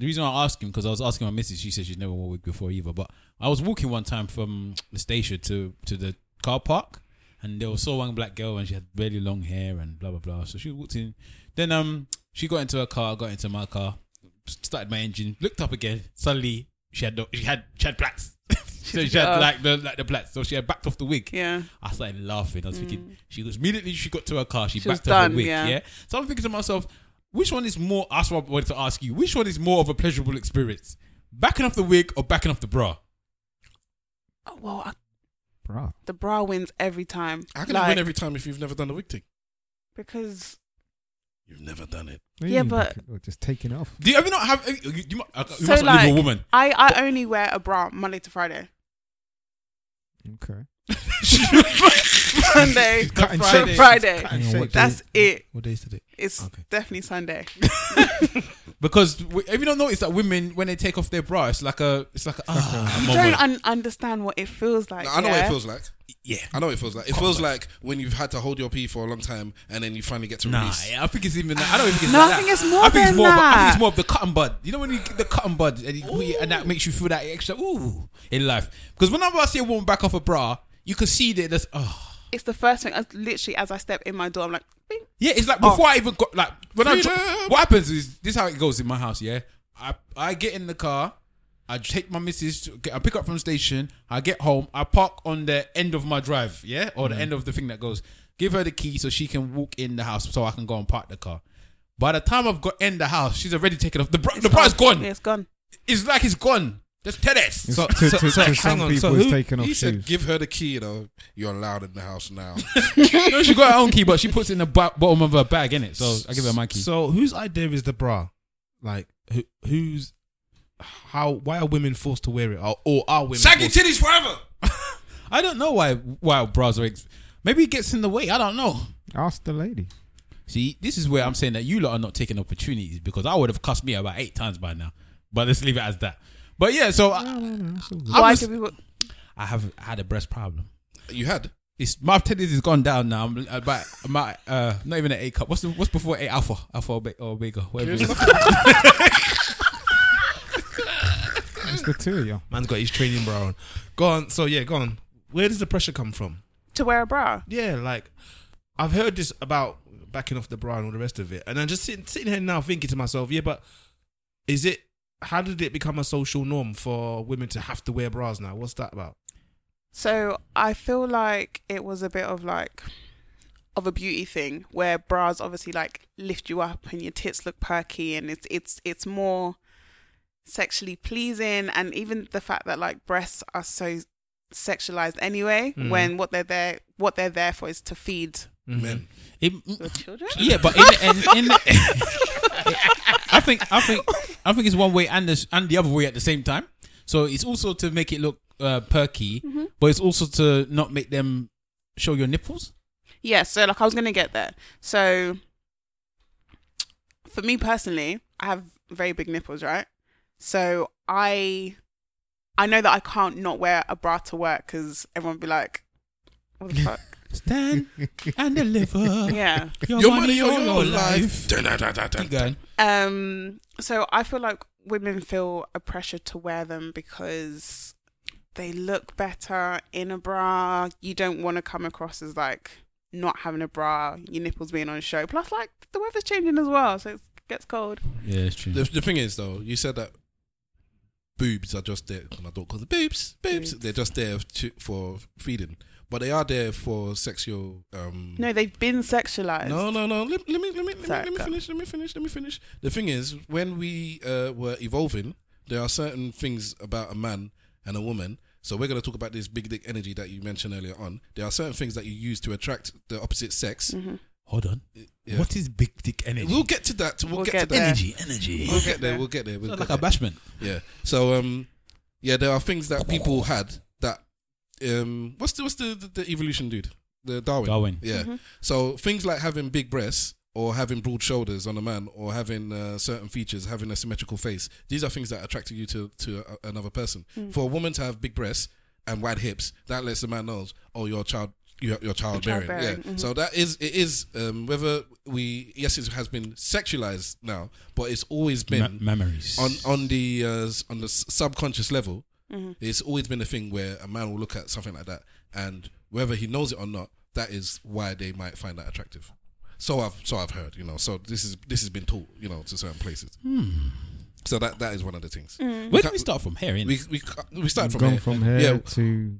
The reason I asked him because I was asking my missus. She said she's never wore a wig before either. But I was walking one time from the station to to the car park, and there was so one black girl, and she had really long hair and blah blah blah. So she walked in. Then um, she got into her car. I got into my car. Started my engine. Looked up again. Suddenly she had no, she had she had plaits. so she had
Oh.
like the like the plaits. So she had backed off the wig.
yeah.
I started laughing. I was thinking she was immediately she got to her car, she,
She was
backed off her
done,
wig. Yeah.
yeah.
So I'm thinking to myself, which one is more that's what I wanted to ask you, which one is more of a pleasurable experience? Backing off the wig or backing off the bra?
Oh, well, I,
Bruh.
the bra wins every time.
How can
Like,
you win every time if you've never done the wig thing?
because
You've never done it.
What do you
Yeah,
mean
but-
back- oh, just taking it off.
Do you ever not have you, you, mu- uh, you
So,
must not live
like-
with a woman?
I I only wear a bra Monday to Friday.
Okay.
Sunday to
Cut and
Friday.
shade.
Friday.
Cut and
Yeah,
shade.
what
That's it.
What day is today?
It's
Okay.
definitely Sunday.
Because w- have you not noticed that women when they take off their bra, it's like a it's like a, ah,
You
moment.
don't un- understand what it feels like.
No, I know what
yeah?
it feels like.
yeah.
I know what it feels like. It feels like when you've had to hold your pee for a long time and then you finally get to
Nah,
release.
I think it's even. I don't even think it's
No,
like
I think
that.
it's more
I think it's
than
more. Of, I think
that.
it's more of the cotton bud. You know when you get the cotton bud and, you, and that makes you feel that extra ooh in life. Because whenever I see a woman back off a bra, you can see that. That's oh
It's the first thing. I, literally, as I step in my door, I'm like, bing.
yeah. It's like before I even got like when I dro-
Freedom.
what happens is this is how it goes in my house. Yeah, I I get in the car. I take my missus. To get, I pick up from station. I get home. I park on the end of my drive. Yeah, or the end of the thing that goes. Give her the key so she can walk in the house, so I can go and park the car. By the time I've got in the house, she's already taken off. The bra, the bra's gone.
Yeah, it's gone.
It's like it's gone. Just tell us.
It's-
So,
to,
so,
to-
so,
to
hang
some
on.
people,
So
it's
who?
taking off
Oh,
He said,
shoes.
"Give her the key, though. You're allowed in the house now."
No, she got her own key, but she puts it in the ba- bottom of her bag, innit? So I give her my key.
So whose idea is the bra? Like who, who's how? Why are women forced to wear it? Or, or are women?
Saggy
forced-
titties forever.
I don't know why why bras are. Ex- Maybe it gets in the way. I don't know.
Ask the lady.
See, this is where I'm saying that you lot are not taking opportunities because I would have cussed me about eight times by now. But let's leave it as that. But yeah, so I,
No, no, no, that's all good.
I
Mm-hmm. Why
was-
do people?
I have had a breast problem.
You had.
It's my tennis is gone down now. I'm about my uh not even an A cup. What's the, what's before A alpha alpha or omega, or omega whatever. It is.
It's the two of you.
Man's got his training bra on. Go on. So yeah, go on. Where does the pressure come from?
To wear a bra.
Yeah, like I've heard this about backing off the bra and all the rest of it, and I'm just sitting sitting here now thinking to myself, yeah, but is it? How did it become a social norm for women to have to wear bras now? What's that about?
So I feel like it was a bit of like of a beauty thing where bras obviously like lift you up and your tits look perky and it's it's it's more sexually pleasing and even the fact that like breasts are so sexualized anyway
Mm.
when what they're there what they're there for is to feed
Mm-hmm.
Men.
It- mm,
your children.
Yeah, but in the, end in the, I think I think I think it's one way and the, and the other way at the same time. So it's also to make it look uh, perky, but it's also to not make them show your nipples.
Yeah, so like I was gonna get there. So for me personally, I have very big nipples, right? So I I know that I can't not wear a bra to work because everyone would be like, "What the fuck?"
Stand and deliver
yeah.
your,
Your
money,
money
or
or
your,
your
life.
Dun, dun, dun, dun, dun.
Keep going.
Um. So I feel like women feel a pressure to wear them because they look better in a bra. You don't want to come across as like not having a bra, your nipples being on show. Plus, like the weather's changing as well, so it gets cold.
Yeah, it's true.
The, the thing is, though, you said that boobs are just there, and I don't call them boobs, boobs.
Boobs.
They're just there to, for feeding, but they are there for sexual. Um,
No, they've been sexualized.
no, no, no. Let, let me, let me, let me,
Sorry,
let me
go.
finish. Let me finish. Let me finish. The thing is, when we uh, were evolving, there are certain things about a man and a woman. So we're going to talk about this big dick energy that you mentioned earlier on. There are certain things that you use to attract the opposite sex.
Mm-hmm.
Hold on.
Yeah.
What is big dick energy?
We'll get to that. We'll,
Mm. We'll
get,
get
to that.
energy, energy.
We'll get there. We'll get there. We'll
Sound
get
like a
there.
bashment.
Yeah. So um, yeah, there are things that people had that um, what's the what's the the, the evolution dude? The Darwin.
Darwin.
Yeah.
Mm-hmm.
So things like having big breasts or having broad shoulders on a man or having uh, certain features, having a symmetrical face. These are things that attract you to to a, another person. For a woman to have big breasts and wide hips, that lets the man know, oh, your child. Your, your childbearing,
Childbearing,
yeah. So that is it is um, whether we yes it has been sexualized now, but it's always been
Ma- memories.
on on the uh, s- on the s- subconscious level, it's always been a thing where a man will look at something like that, and whether he knows it or not, that is why they might find that attractive. So I've so I've heard, you know. So this is this has been taught, you know, to certain places.
Hmm.
So that that is one of the things.
Mm-hmm.
Where
ca-
did we start from? Here, innit?
We we ca- we start from
Mm. gone
here.
from here
Yeah,
to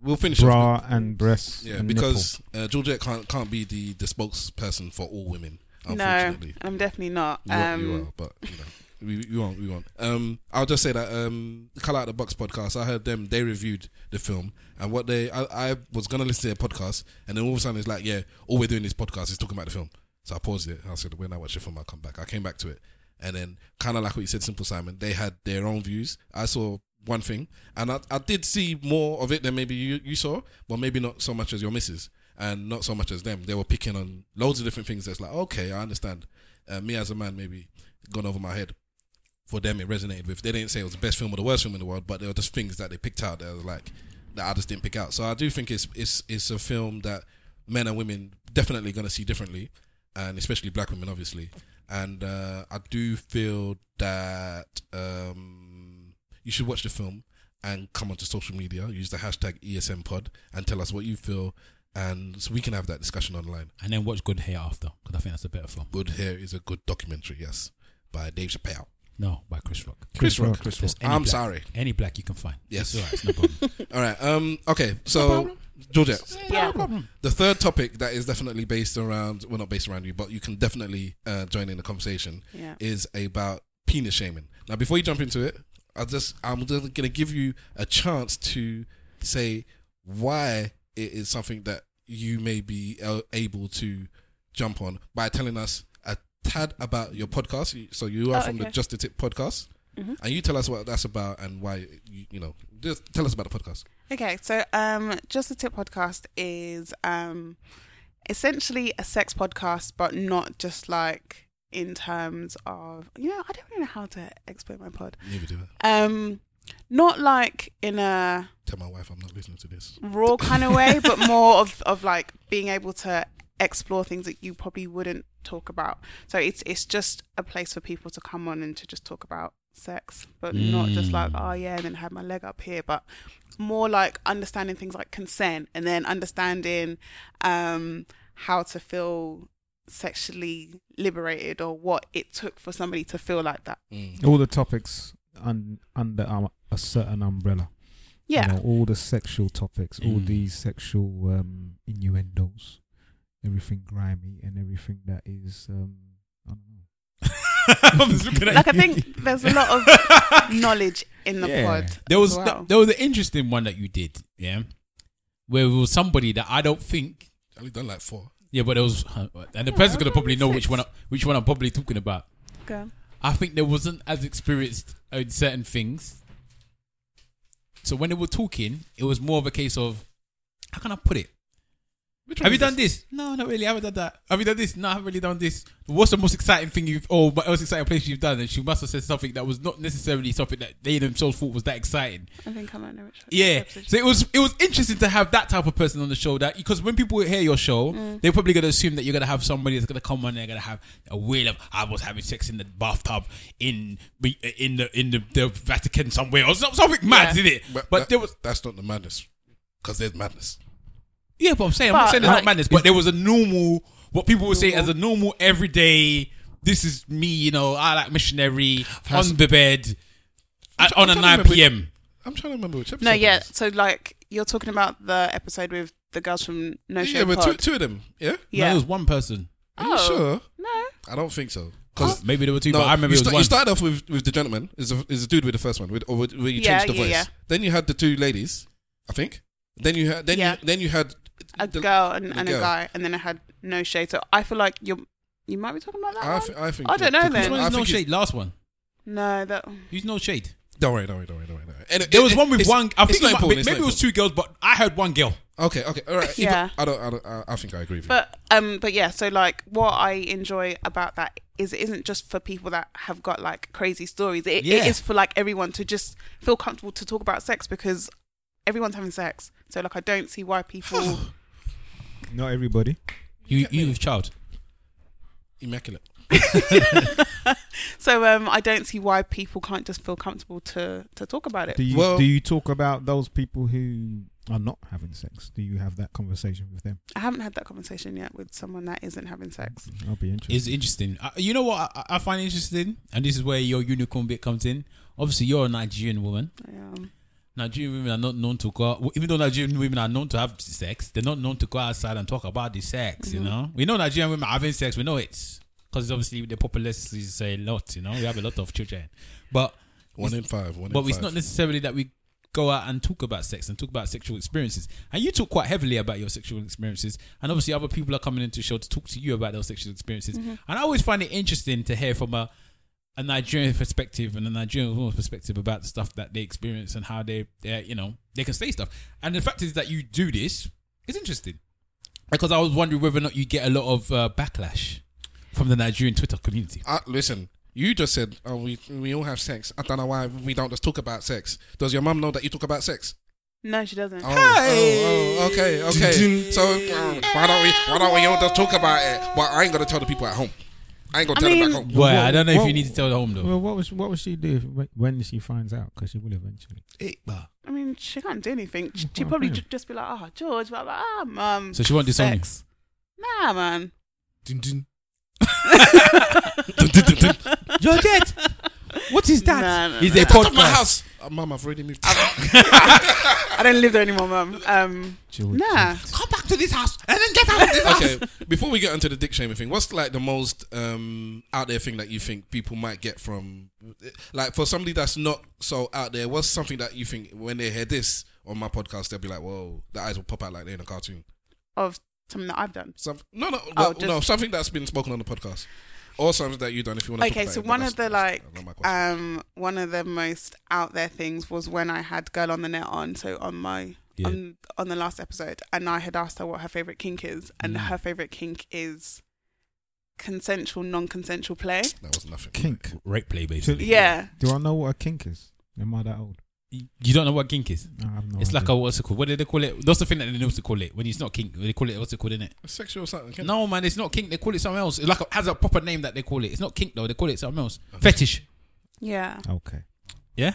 we'll finish. off
bra and breasts.
with- yeah,
and
because uh, Georgette can't can't be the the spokesperson for all women.
no,
Unfortunately,
I'm definitely not.
You, are,
Um,
you are, but you know, we, we won't, we won't. Um, I'll just say that um, Colour Out the Box podcast. I heard them; they reviewed the film, and what they, I, I was gonna listen to their podcast, and then all of a sudden it's like, yeah, all we're doing is podcast is talking about the film. So I paused it. I said, when I watch the film, I'll come back. I came back to it, and then kind of like what you said, Simple Simon, they had their own views. I saw one thing, and I, I did see more of it than maybe you, you saw, but maybe not so much as your missus. And not so much as them. They were picking on loads of different things. That's like, okay, I understand uh, me as a man maybe gone over my head. For them, it resonated with. They didn't say it was the best film or the worst film in the world, but there were just things that they picked out that was like that I just didn't pick out. So I do think it's it's it's a film that men and women definitely going to see differently, and especially black women, obviously. And uh, I do feel that um, you should watch the film and come onto social media, use the hashtag ESM Pod, and tell us what you feel, and so we can have that discussion online.
and then watch Good Hair after, because I think that's a better film.
Good Hair is a good documentary, yes, by Dave Chappelle.
No, by Chris Rock.
Chris, Rock.
Chris Rock. Any
I'm
black-
sorry.
Any black you can find.
Yes.
It's all right, it's no problem.
All right. Um. Okay. So, Georgette,
Oh. yeah.
the third topic that is definitely based around, well, not based around you, but you can definitely uh, join in the conversation
Yeah.
is about penis shaming. Now, before you jump into it, I just I'm just gonna give you a chance to say why it is something that you may be uh, able to jump on by telling us a tad about your podcast. So you are
Oh,
from the
okay.
Just a Tip podcast,
Mm-hmm.
and you tell us what that's about and why you, you know just tell us about the podcast.
Okay, so um, just a tip podcast is um, essentially a sex podcast, but not just like in terms of you know I don't really know how to explain my pod.
Neither do I.
Um, not like in a
Tell my wife I'm not listening to this.
raw kind of way, but more of, of like being able to explore things that you probably wouldn't talk about. So it's it's just a place for people to come on and to just talk about sex, but not just like oh yeah, and then have my leg up here, but more like understanding things like consent and then understanding um, how to feel sexually liberated or what it took for somebody to feel like that.
all the topics un, under um, a certain umbrella. You
Yeah.
know, all the sexual topics, all
Mm.
these sexual um, innuendos, everything grimy and everything that is. Um, I don't know.
I'm just looking at
Like I
you.
think there's a lot of knowledge in the
Yeah.
pod.
There was
as well.
there was an interesting one that you did, yeah, where it was somebody that I don't think,
I only done like four.
yeah, but there was, and the person's gonna probably know which one I, which one I'm probably talking about.
Go.
I think there wasn't as experienced in certain things. So when they were talking, it was more of a case of how can I put it?
Which
Have
one
you
is
done this? No, not really. I haven't done that. Have you done this? No, I haven't really done this. What's the most exciting thing you've, or what most exciting place you've done? And she must have said something that was not necessarily something that they themselves thought was that exciting.
I think I might know which one.
Yeah.
episode.
So it was it was interesting to have that type of person on the show that because when people hear your show,
Mm.
they're probably gonna assume that you're gonna have somebody that's gonna come on. They're gonna have a wheel of I was having sex in the bathtub in in the in the, the Vatican somewhere or some- something mad,
Yeah.
did it? But,
But, but
there was
that's not the madness, because there's madness.
yeah. But I'm saying I'm not
But,
saying there's not
like-
madness, but there was a normal what people would say as a normal everyday. This is me, you know. I like missionary
That's-
on the bed at, Uh, on a
I'm trying to
nine
remember-
p.m.
I'm trying to remember which episode.
No,
it
yeah.
was.
So like you're talking about the episode with the girls from No
Yeah,
Show
but two,
Pod.
two of them. Yeah.
Yeah, no,
yeah.
it was one person.
Are you
Oh.
sure?
no.
I don't think so. Because
Maybe there were two, but I remember it was
you, sta-
one.
you started off with, with the gentleman, is the, is the dude with the first one, with, or with, where you
Yeah,
changed the
yeah,
voice.
yeah.
Then you had the two ladies, I think. Then you had then
Yeah.
you, then you had
A
the-
girl and,
the
and
girl.
a guy, and then I had No Shade. So I feel like you you might be talking about that
I,
one.
th- I think
I don't
the-
know
the-
Which
then.
one
I
is no
think it's-
shade? Last one.
no, that
Who's no shade?
Don't worry, don't worry, don't worry, don't worry. Don't worry. And it-
There
it-
was one with
it's-
one. I
it's
think
not
it might-
important, it's
maybe
not
it was two girls, but I heard one girl.
Okay, okay, all right. Either-
Yeah.
I don't, I don't, I, I think I agree with you.
But um, but yeah. So like, what I enjoy about that is it isn't just for people that have got like crazy stories. It,
Yeah.
it is for like everyone to just feel comfortable to talk about sex because everyone's having sex. So like, I don't see why people.
Not everybody.
You, you with child.
Immaculate.
so um, I don't see why people can't just feel comfortable to to talk about it.
Do you
Well-
do you talk about those people who are not having sex? Do you have that conversation with them?
I haven't had that conversation yet with someone that isn't having sex.
I'll be interested.
It's interesting. Uh, you know what I, I find interesting, and this is where your unicorn bit comes in. Obviously, you're a Nigerian woman.
Um,
Nigerian women are not known to go. out- well, Even though Nigerian women are known to have sex, they're not known to go outside and talk about the sex. You know, we know Nigerian women are having sex. We know it because obviously the populace is a lot. You know, we have a lot of children, but
One in five. One in
But it's
five.
not necessarily that we go out and talk about sex and talk about sexual experiences. And you talk quite heavily about your sexual experiences. And obviously, other people are coming into the show to talk to you about those sexual experiences. And I always find it interesting to hear from a, a Nigerian perspective and a Nigerian woman's perspective about the stuff that they experience and how they, they, you know, they can say stuff. And the fact is that you do this is interesting. Because I was wondering whether or not you get a lot of uh, backlash from the Nigerian Twitter community.
Uh, listen, you just said oh, we we all have sex. I don't know why we don't just talk about sex. Does your mum know that you talk about sex?
no, she doesn't.
Oh, oh, oh, okay, okay. so uh, why don't we why don't we all just talk about it? But I ain't gonna tell the people at home. I ain't gonna
I
tell them
mean-
back home.
Well, I don't know if
Well-
you need to tell the home though.
well, what was what would she do if, when- when she finds out? Because she will eventually.
I mean, she can't do anything. She- She'd
Oh,
probably
yeah.
ju- just be like, "Oh, George," blah blah. Ah, mum.
So she won't disown you.
sex. Nah, man.
Dun, dun.
Georgette, what is that?
No, no,
Is
no.
a
Out of my
podcast.
house, uh, mum. I've already moved.
I don't live there anymore, mum. Um,
George,
nah.
Come back to this house and then get out of this
okay, before we get into the dick shaming thing, what's like the most um, out there thing that you think people might get from, like, for somebody that's not so out there? What's something that you think when they hear this on my podcast, they'll be like, "Whoa!" The eyes will pop out like they're in a cartoon.
Of something that I've done.
Some, no, no,
Oh,
well,
just-
no, something that's been spoken on the podcast, or something that you've done. If you want to.
Okay, so one of the like, um, one of the most out there things was when I had girl on the net on. So on my
Yeah.
on on the last episode, and I had asked her what her favorite kink is, and
Mm.
her favorite kink is consensual, non-consensual play.
that was nothing.
kink.
Rape play, basically.
Yeah.
Do I know what a kink is? Am I that old?
You don't know what kink is.
I have no
It's like a
idea.
what's it called? What did they call it? That's the thing that they know to call it when it's not kink. They call it what's it called, innit?
sexual something. kink.
No, man, it's not kink. They call it something else. It's like a, has a proper name that they call it. It's not kink though. They call it something else. Fetish.
Yeah.
okay.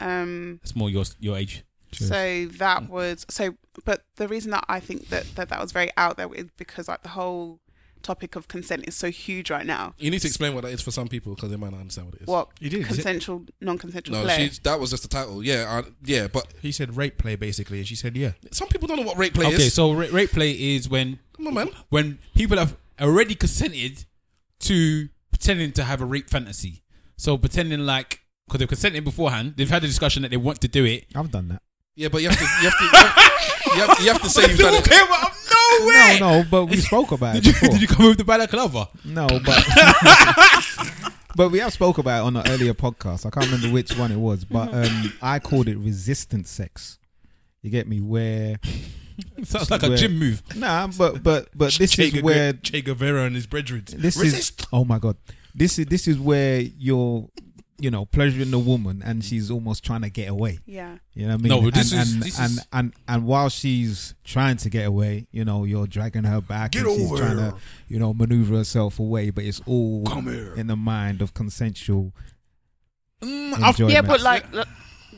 Um.
That's more your your age.
Cheers.
So that was so, but the reason that I think that that, that was very out there is because like the whole topic of consent is so huge right now.
You need to explain what that is for some people because they might not understand what it is.
What
He did.
consensual, non-consensual
No,
play?
she's, that was just the title. Yeah, I, yeah, but
He said rape play basically, and she said yeah.
some people don't know what rape play
okay,
is.
so ra- rape play is when
Come on, man.
when people have already consented to pretending to have a rape fantasy. So pretending like because they've consented beforehand, they've had a discussion that they want to do it,
I've done that.
Yeah, but you have to, you have to, you have, you have to say you've done it.
no way.
No, no, but we spoke about it
Did you,
before.
did you come with the balaclava?
No, but but we have spoke about it on an earlier podcast. I can't remember which one it was, but um, I called it resistance sex. You get me? Where
Sounds like a gym move.
Nah, but but but this
Che
is
Guevara-
where
Che Guevara and his brethren.
this is oh my god this is this is where you're you know pleasuring the woman and she's almost trying to get away
Yeah.
you know what i mean
No, but
and,
this is-
and,
this
and,
is-
and and while she's trying to get away you know you're dragging her back
Get
and she's
over
trying
here.
to you know maneuver herself away but it's all
Come here.
in the mind of consensual
Mm,
I've-
enjoyment.
yeah, but like, l-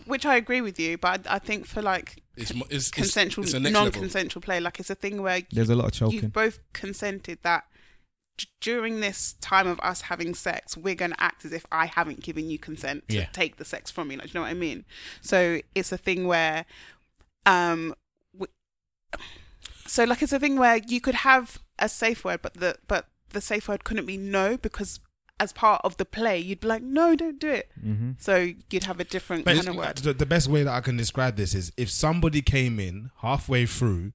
which I agree with you, but I, I think for like
It's, mo- it's, it's,
consensual,
it's a next level.
non-consensual play, like it's a thing where
there's a lot of
you've
choking
both consented that d- during this time of us having sex, we're going to act as if I haven't given you consent to
Yeah.
take the sex from you. Like, do you know what I mean? So it's a thing where, um, w- so like it's a thing where you could have a safe word, but the but the safe word couldn't be no because as part of the play, you'd be like, no, don't do it.
hmm
So you'd have a different
Mm-hmm. But
kind of word.
the, the best way that I can describe this is if somebody came in halfway through,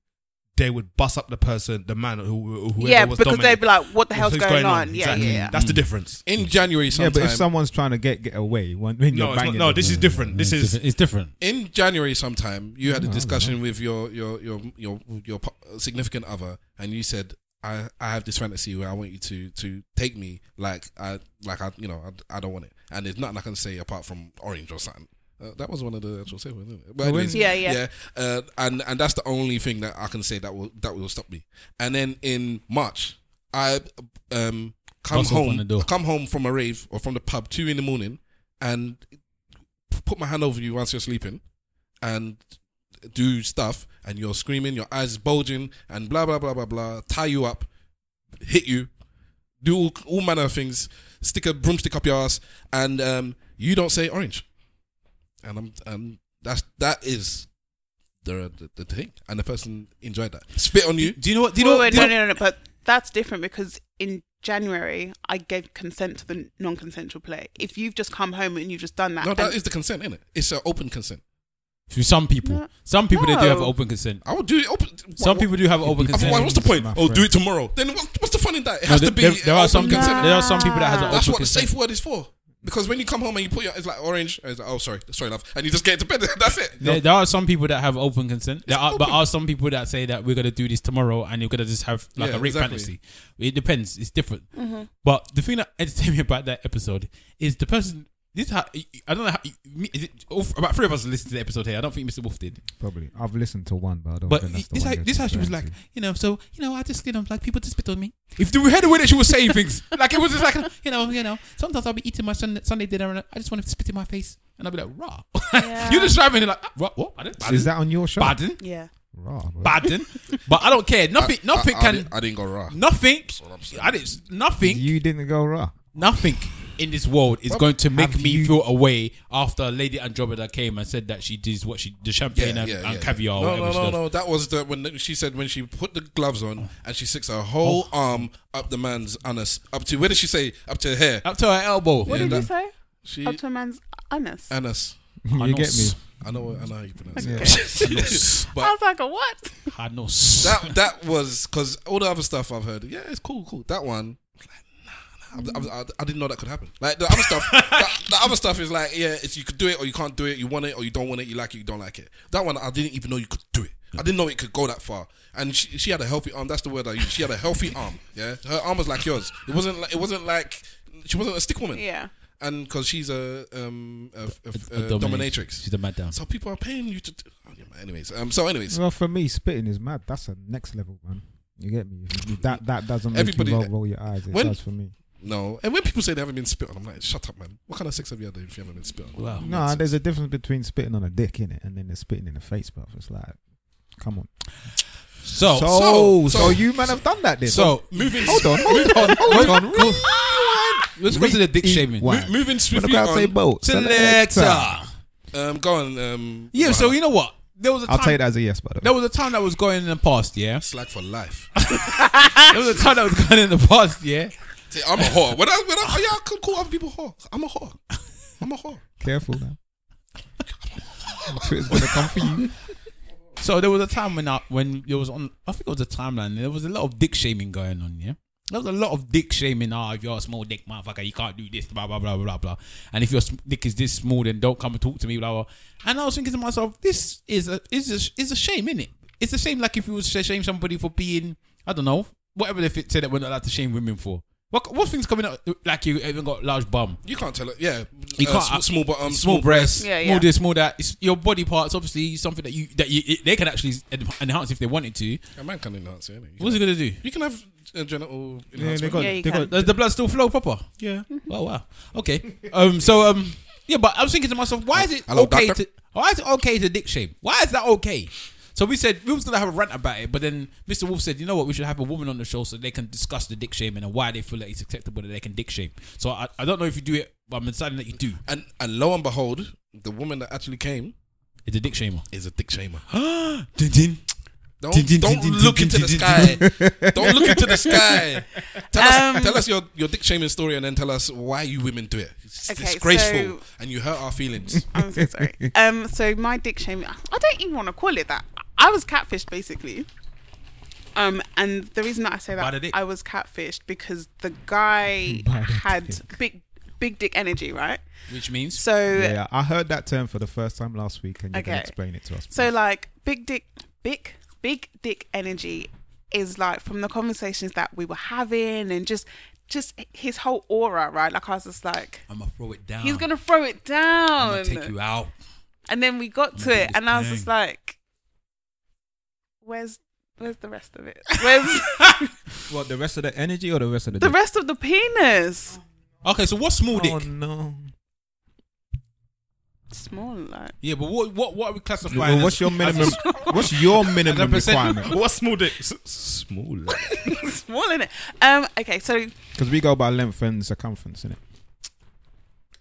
they would bust up the person, the man who whoever
yeah,
was
because they'd
dominating.
be like, what the hell's
Who's
going, on? Yeah,
Exactly.
yeah, yeah. Mm.
That's the difference.
In January,
yeah
sometime.
but if someone's trying to get get away when, when
No,
you're
it's not,
banging Mm.
no,
them,
this is different. This
It's
is
different. It's different.
in January sometime, you had a
Oh, I
discussion with your your your your your p- significant other, and you said, "I I have this fantasy where I want you to to take me like I like I you know I, I don't want it, and there's nothing I can say apart from orange or something." Uh, that was one of the actual savers, isn't it? But anyways,
Yeah, yeah.
Uh, and and that's the only thing that I can say that will that will stop me. And then in March, I um come
Bust open the
home
door.
come home from a rave or from the pub two in the morning, and put my hand over you whilst you're sleeping and do stuff and you're screaming, your eyes bulging and blah blah blah blah blah, tie you up, hit you, do all, all manner of things, stick a broomstick up your ass, and um, you don't say orange. And I'm and that's that is the, the the thing. And the person enjoyed that. Spit on you.
Do you know what? Do you
Wait,
know?
wait,
do you
no,
know-
no, no, no, but that's different because in January I gave consent to the non-consensual play. If you've just come home and you've just done that,
No, that
and-
is the consent, isn't it? It's an open consent.
For some people,
No.
some people they do have
No.
open consent.
I would do it open.
Some people do have open
Otherwise,
consent.
what's the point?
My
Oh, do
friend.
it tomorrow. Then what, what's the fun in that? It
No,
has
there,
to be.
there- there are
open
some people.
consent.
There are some people that has an
Nah.
open
That's what the
consent.
safe word is for. Because when you come home and you put your, it's like orange. and It's like, oh, sorry, sorry, love, and you just get to bed. That's it.
There, there are some people that have open consent. There are, but
open.
are some people that say that we're gonna do this tomorrow and you're gonna just have like
Yeah,
a rape
exactly. Mm-hmm.
fantasy. It depends. It's different. But the thing that entertained me about that episode is the person. This how I don't know. How, me- is it, all, about three of us listened to the episode here. I don't think Mr. Wolf did.
probably i've listened to one but i don't
But
think that's the
this
one
how
you're
this how she was
referring
like,
to.
you know, so you know, I just you know, like people just spit on me. If you heard the way that she was saying things, like it was just like you know, you know, sometimes I'll be eating my Sunday, Sunday dinner and I just want to spit in my face and I'll be like, rah.
Yeah.
You're just driving like "Ah, what? What? Pardon?
is that on your show
Pardon?
yeah,
Raw, bro.
Pardon? But I don't care. Nothing. Nothing
I, I,
can.
didn't- I didn't go raw.
nothing.
what I'm saying.
I didn't. Nothing.
you didn't go raw
nothing in this world is going to make
have
me
you-
feel away after Lady Andromeda came and said that she did what she the champagne and, and caviar. or
No,
whatever
no,
she
no,
does.
no. That was the when she said when she put the gloves
Oh.
on and she sticks her whole arm up the man's anus up to where did she say up to her hair?
Up to her elbow.
what did
Yeah,
you
that- Uh,
say?
She
Up to a man's anus.
anus.
you get me
I know. I know how you pronounce
Okay.
it.
I
but
was like, a what?
Hanos.
that that was because all the other stuff I've heard. Yeah, it's cool, cool. That one. I, I, I- I didn't know that could happen. Like the other stuff, the, the other stuff is like, yeah, it's, you could do it or you can't do it. You want it or you don't want it. You like it, you don't like it. That one, I didn't even know you could do it. I didn't know it could go that far. And she, she had a healthy arm. That's the word I use. She had a healthy arm. Yeah, her arm was like yours. It wasn't. Like, it wasn't like she wasn't a stick woman.
Yeah,
And because she's a um a, a,
A
a
dominat-
dominatrix,
She's a mad down.
so people are paying you to. Do, oh, yeah, man, anyways, um. So anyways,
Well, for me, spitting is mad. That's a next level, man. You get me? That that doesn't make
Everybody-
you roll, roll your eyes. It
When-
does for me.
No. And when people say they haven't been spit on, I'm like, shut up, man. What kind of sex have you had if you haven't been spit on?
Wow.
No, there's a difference between spitting on a dick in it and then there's spitting in the face, bruv. It's like, come on.
So,
so,
so-
so, you man have done that then.
so
Moving,
hold on, hold on, hold on.
Go- let's go to the dick
Rewind.
shaming.
mo-
What?
moving
When the
swiftly
crowd say
on.
boat,
Selector.
Um, go on. Um,
Yeah. So
Rahana.
you know what? There was a
I'll
time.
take that as a yes, by the
There
way.
was a time that was going in the past. Yeah.
slag for life.
There was a time that was going in the past. Yeah.
See, I'm a whore. When I, when I, yeah, I could call other people whore. I'm a whore. I'm a whore.
Careful now. Twitter's gonna come for you.
So there was a time when I, when there was on I think it was a timeline there was a lot of dick shaming going on, yeah. There was a lot of dick shaming. Ah, if you're a small dick motherfucker, you can't do this, blah blah blah blah blah. And if your sm- dick is this small, then don't come and talk to me, blah blah. And I was thinking to myself, this is a is a, is a shame, isn't it? It's the same like if you was to shame somebody for being, I don't know, whatever they fit- say that we're not allowed to shame women for. What, what things coming out like you even got large bum,
You can't tell it. Yeah,
You can't- uh,
sm- Uh, small bottom,
small breasts,
Yeah, yeah.
small this, small that. It's your body parts, obviously, something that you that you, it- they can actually en- enhance if they wanted to.
A man can enhance it. innit? You,
What's it gonna do?
you can have a genital
Yeah,
enhancement.
they got,
Yeah, you
they
can.
got,
Does the blood still flow proper?
yeah.
Oh wow. Okay. Um. So um. Yeah, but I was thinking to myself, why is it
Hello,
okay
doctor?
to why is it okay to dick shame? Why is that okay? So we said we was gonna have a rant about it, but then Mr. Wolf said, you know what, we should have a woman on the show so they can discuss the dick shaming and why they feel that it's acceptable that they can dick shame. So I, I don't know if you do it, but I'm deciding that you do.
and and lo and behold, the woman that actually came
It's a dick shamer.
is a dick shamer.
Din din.
Don't,
Ding, ding,
don't
ding, ding,
look
ding,
into the
ding,
sky. don't look into the sky. Tell
Um,
us, tell us your, your dick shaming story and then tell us why you women do it. It's
Okay,
disgraceful
so-
and you hurt our feelings.
I'm so sorry. Um, so my dick shame. I don't even want to call it that. I was catfished basically. Um, and the reason that I say
By the
that
dick.
I was catfished because the guy
By the
had big, big dick energy, right?
Which means
So,
yeah, yeah. I heard that term for the first time last week, and you can
Okay.
explain it to us.
so like big dick, big, big dick energy is like from the conversations that we were having and just, just his whole aura, right? Like I was just like,
I'm gonna throw it down.
he's gonna throw it
I'm
down.
gonna Oh. take you out.
And then we got
gonna
to
do
it,
this
and I was just
thing.
like, "Where's where's the rest of it? Where's
what the rest of the energy or the rest of
the rest of the penis?
Okay, so what's small dick?
Oh no!
Small, like
Yeah, but what what what are we classifying?
Well,
as-
what's your
as-
minimum? what's your minimum
As a percent-
requirement?
What's small dick? S- small.
small in it. Um, okay, so
Because we go by length and circumference, innit?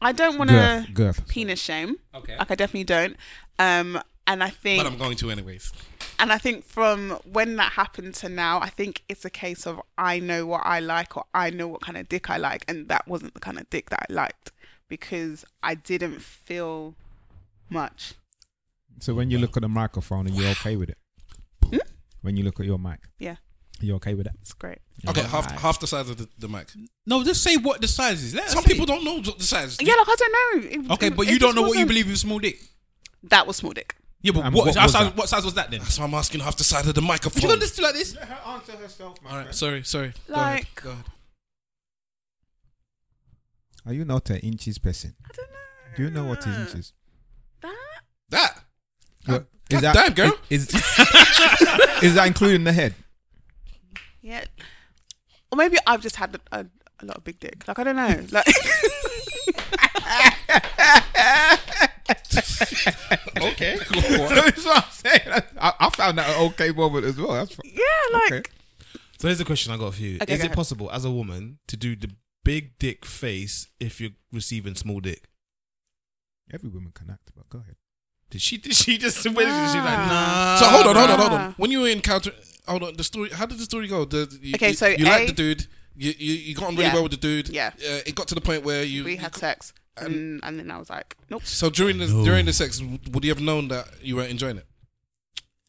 I don't want to
Girth, girth.
penis shame.
Okay.
Like I definitely don't. Um, and I think
but I'm going to anyways.
And I think from when that happened to now, I think it's a case of I know what I like or I know what kind of dick I like. And that wasn't the kind of dick that I liked because I didn't feel much.
So when you look at the microphone, are you okay with it? When you look at your mic,
Hmm? Yeah.
are you okay with that?
It's great.
Okay, half
Right.
half the size of the, the mic.
No, just say what the size is. Let us
Some
say.
people don't know the size.
Yeah, like I don't know. It-
Okay,
it-
but
it
you don't
just
know what you
wasn't-
believe is small dick.
That was small dick.
Yeah, but
And
what,
what
how
was
size,
that?
what size was that then?
That's why I'm asking half the size of the
Would
microphone.
you gonna just do like this?
Answer herself,
All right, sorry, sorry. Go ahead,
Like-
go ahead.
Are you not an inches person?
I don't know.
Do you know what is inches?
That?
that.
What-
God damn, girl.
Is, is that including the head?
Yeah. Or maybe I've just had a, a, a lot of big dick. Like I don't know. Like
Okay. That's what I'm saying. I, I found that an okay moment as well. That's fine.
yeah, like
Okay.
So here's the question I got for you:
Okay,
Is
go
it
ahead.
possible as a woman to do the big dick face if you're receiving small dick?
Every woman can act, but go ahead.
Did she? Did she just? Where did she like? Nah.
So hold on, hold on, hold
Ah.
on. When you were encountering, hold on, the story. How did the story go? The, you,
Okay,
you-
so
you
A-
liked the dude. You, you you got on really
Yeah.
well with the dude.
Yeah.
Uh, it got to the point where you.
we
you
had
got-
sex. And, and then I was like, nope.
so during the
No.
during the sex, w- would you have known that you weren't enjoying it?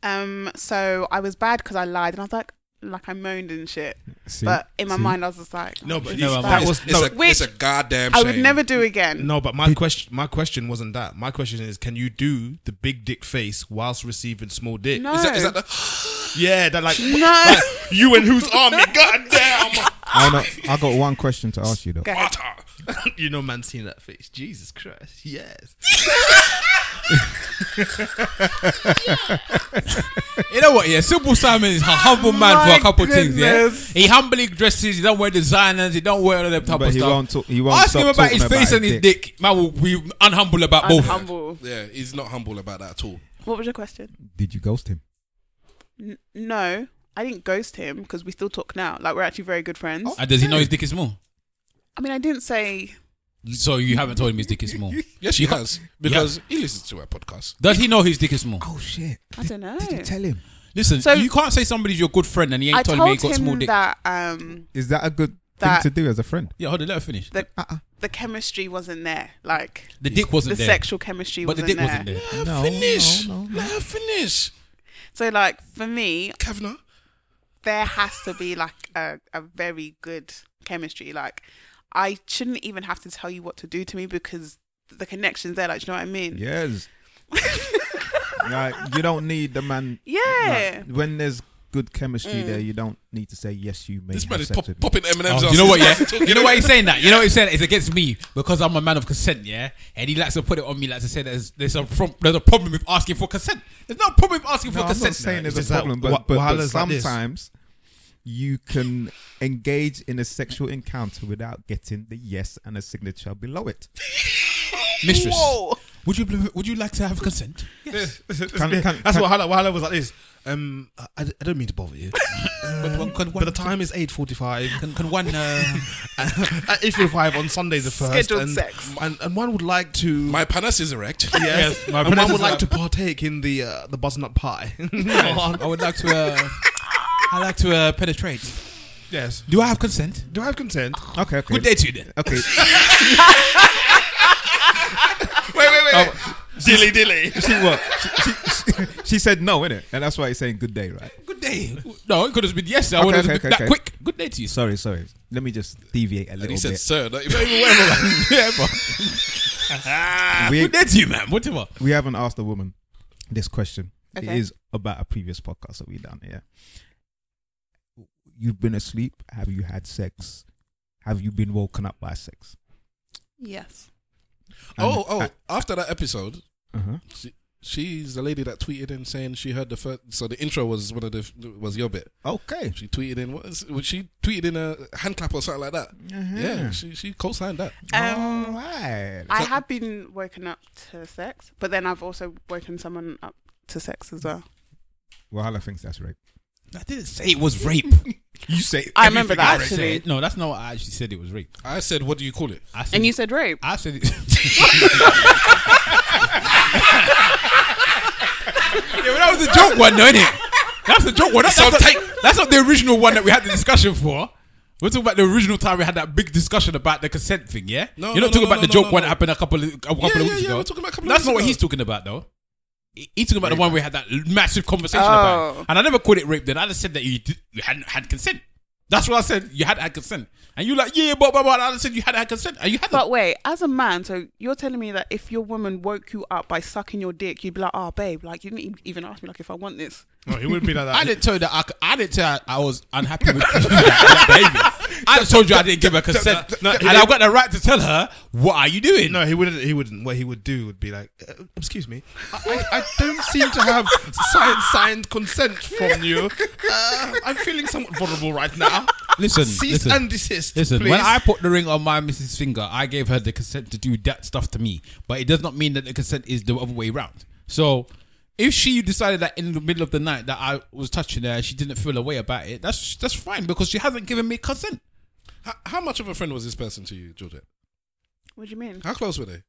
Um, so I was bad because I lied, and I was like, like I moaned and shit.
See?
But in my
See?
mind, I was just like,
No, but
No,
it's-
I'm
that
not.
was
It's,
no,
a,
Which
it's a goddamn
I
shame.
would never do again.
no. But my question, my question wasn't that. My question is, can you do the big dick face whilst receiving small dick?
No,
Is that, is that the,
Yeah, that like
no.
you and whose army? Goddamn.
I, know, I got one question to ask you though.
Go ahead.
you know, man, seen that face. Jesus Christ. Yes.
You know what? Yeah, Simple Simon is a humble man for a couple things. Yeah,
goodness.
he humbly dresses. He don't wear designers. He don't wear all of them type
But
of
he
stuff.
won't talk- he won't
Ask
stop
him about
talking
his
about
face
his
and his dick. Man will be unhumble about both.
Unhumble.
yeah, he's not humble about that at all.
What was your question?
Did you ghost him?
N- no, I didn't ghost him because we still talk now. Like we're actually very good friends.
And does he know his dick is small?
I mean, I didn't say.
So you haven't told him his dick is small.
Yes, she has because he listens to our podcast.
Does he know his dick is small?
Oh shit!
I
Did-
don't know.
Did you tell him?
Listen,
So-
you can't say somebody's your good friend and he
I
ain't told me he
told
got small
him
dick.
that um
Is that a good
That-
thing to do as a friend?
Yeah, hold on, let her finish.
the
Uh-uh.
the chemistry wasn't there. Like
The dick
the
wasn't there,
sexual chemistry
but the
wasn't,
dick
there.
wasn't there.
Let her
No,
finish.
no, no, no.
Let her finish.
So like for me,
Kavanaugh.
there has to be like a, a very good chemistry. Like I shouldn't even have to tell you what to do to me because the connection's there. Like, do you know what I mean?
Yes. Like you don't need the man.
Yeah.
like, when there's good chemistry
Mm.
there, you don't need to say yes. You may
This
have
man is
sex
pop,
with me."
popping M and
Oh,
M's.
do you know what? Yeah, you know why he's saying that. You know what he's saying. It's against me because I'm a man of consent. Yeah, and he likes to put it on me, like to say there's there's a pro- there's a problem with asking for consent. There's no problem with asking
No,
for
I'm
consent.
not saying
it's
there's
just
a
that
problem,
wa-
but, but, but
wahalas like this.
sometimes you can engage in a sexual encounter without getting the yes and a signature below it.
Mistress,
Whoa.
would you pre- would you like to have consent?
Can- can-
That's
can-
what Hala, Hala was like this. Um, I, I don't mean to bother you,
But one- can
but
one-
the time is eight forty-five.
Can, can one? Uh,
At eight forty-five on Sunday the first.
Scheduled
and,
sex.
And, and one would like to.
My penis is erect.
yes,
my
and one
penis is
would like
up.
to partake in the uh, the butternut pie.
I would like to. Uh, I like to uh, penetrate.
yes.
Do I have consent?
Do I have consent?
Okay, okay.
Good day to you then.
Okay,
Wait, wait, wait.
Dilly dilly.
Oh, she what? She, she, she, she said no, innit? And that's why he's saying good day, right?
Good day. No, it could have been yes. I
Okay,
would have
okay,
been
okay,
that
okay.
quick. Good day to you. sir.
Sorry, sorry. Let me just deviate a
and
little
he said,
bit.
"Sir, not even whatever."
yeah, bro. Ah,
We-
good day to you, man. Whatever.
We haven't asked a woman this question. It
Okay.
is about a previous podcast that we done. Yeah. You've been asleep. Have you had sex? Have you been woken up by sex?
Yes.
Oh, oh! After that episode,
Uh-huh.
she's the lady that tweeted in saying she heard the first. So the intro was one of the was your bit.
Okay.
She tweeted in what is, was she tweeted in a hand clap or something like that. Yeah, she she co-signed that.
Uh-huh. Um,
All right.
I have been woken up to sex, but then I've also woken someone up to sex as well.
Well, Hala thinks that's rape.
I didn't say it was rape.
You say
I remember
Everything I
that actually.
said- No, that's not what I actually said. It was rape.
I said, "What do you call it?"
I said
And you said rape.
I said it. yeah, but that was the joke one, though, innit? That's the joke one. That's, that's, not, that's not the original one that we had the discussion for. We're talking about the original time we had that big discussion about the consent thing, yeah?
No,
You're not
no,
talking
no,
about
no,
the
no,
joke
no,
one
no.
that happened a couple of, a couple
yeah,
of
yeah,
weeks
yeah.
ago.
We're talking about a couple of
That's
weeks
not what
ago.
he's talking about, though. He- He's talking about the one we had that massive conversation
Oh.
about. And I never called it rape then. I just said that you, did, you hadn't had consent. That's what I said. You had had consent. And you like, yeah, but, but, but. And I said you had had consent. And you had
But wait, as a man, so you're telling me that if your woman woke you up by sucking your dick, you'd be like, "Oh, babe, like you didn't even ask me like if I want this."
No, it wouldn't be like that.
I didn't tell you that I, c- I didn't tell her I was unhappy with that behavior. I just told you I didn't give her consent,
no, no,
and I've got the right to tell her what are you doing?
No, he wouldn't. He wouldn't. What he would do would be like, uh, "Excuse me, I, I, I don't seem to have signed, signed consent from you. Uh, I'm feeling somewhat vulnerable right now.
Listen,
Cease
listen,
and desist,
listen.
please."
When I put the ring on my missus' finger, I gave her the consent to do that stuff to me, but it does not mean that the consent is the other way around. So. If she decided that in the middle of the night that I was touching her, and she didn't feel a way about it. That's that's fine because she hasn't given me consent.
How, how much of a friend was this person to you, Georgette?
What do you mean?
How close were they?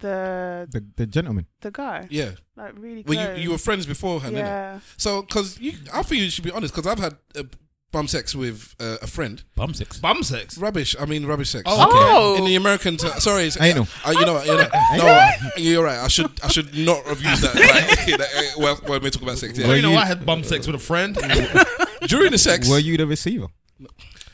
The
the, the gentleman.
the guy,
Yeah,
like really.
well,
Close.
you you were friends beforehand, innit?
yeah.
So, because I feel you should be honest, because I've had uh, bum sex with uh, a friend.
Bum six.
Bum sex.
Rubbish. I mean, rubbish sex.
Oh,
Oh.
In the American, t- sorry, it's,
Anal.
Uh, you know, what, you know, no, uh, you're right. I should, I should not have used that. Right? That, uh, well, when we talk about sex, yeah.
Well, you know,
you-
I had bum sex with a friend.
during the sex,
Were you the receiver?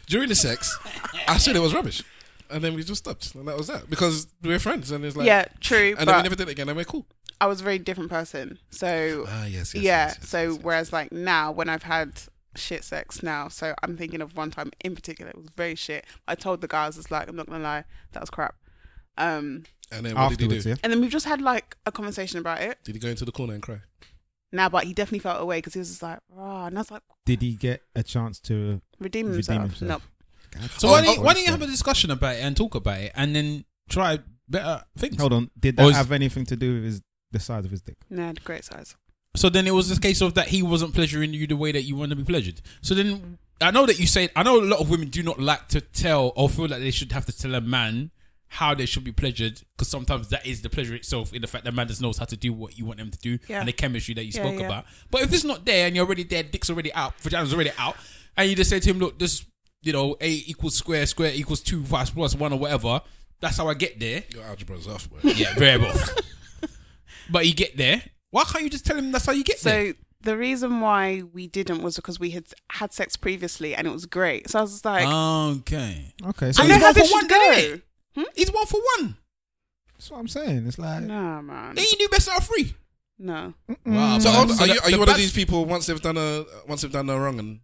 during the sex, I said it was rubbish, and then we just stopped, and that was that because we were friends, and it's like,
yeah, true. but
and then we never did it again, and we're cool.
I was a very different person. So
Ah, yes, yes,
yeah.
yes, yes,
so
yes, yes.
whereas like now, when I've had shit sex now, so I'm thinking of one time in particular, it was very shit. I told the guys, it's like I'm not gonna lie, that was crap. Um,
and then what did he
Afterwards,
do?
yeah.
and then we've just had like a conversation about it
Did he go into the corner and cry?
now, but he definitely felt away because he was just like, rah, and I was like,
Did he get a chance to
redeem
Redeem
himself.
himself.
Nope.
So why, don't you, why don't you have a discussion about it and talk about it, and then try better things?
Hold on. Did
Or
that
is-
have anything to do with his the size of his dick?
No, had great size.
So then it was this case of that he wasn't pleasuring you the way that you want to be pleasured. So then I know that you say I know a lot of women do not like to tell or feel like they should have to tell a man how they should be pleasured because sometimes that is the pleasure itself in the fact that man just knows how to do what you want them to do
Yeah.
and the chemistry that you
Yeah,
spoke
yeah.
about. But if it's not there and you're already there, dick's already out, vagina's already out, and you just say to him, look, this you know a equals square, square equals two, five plus one or whatever. That's how I get there.
Your algebra's off. Bro.
Yeah, very rough. but you get there. Why can't you just tell him that's how you get there?
So the reason why we didn't was because we had had sex previously and it was great. So I was just like,
Ah.
Okay.
Okay,
so-
so
I
it's
know how
one
this
for one,
should
didn't
go.
Hmm?
He's one for one.
that's what I'm saying. It's like
No man.
Then you do best out of three.
No.
Wow.
So,
but-
hold on, are
the-
you, are
the
you one of
bad-
these people once they've done a once they've done a wrong and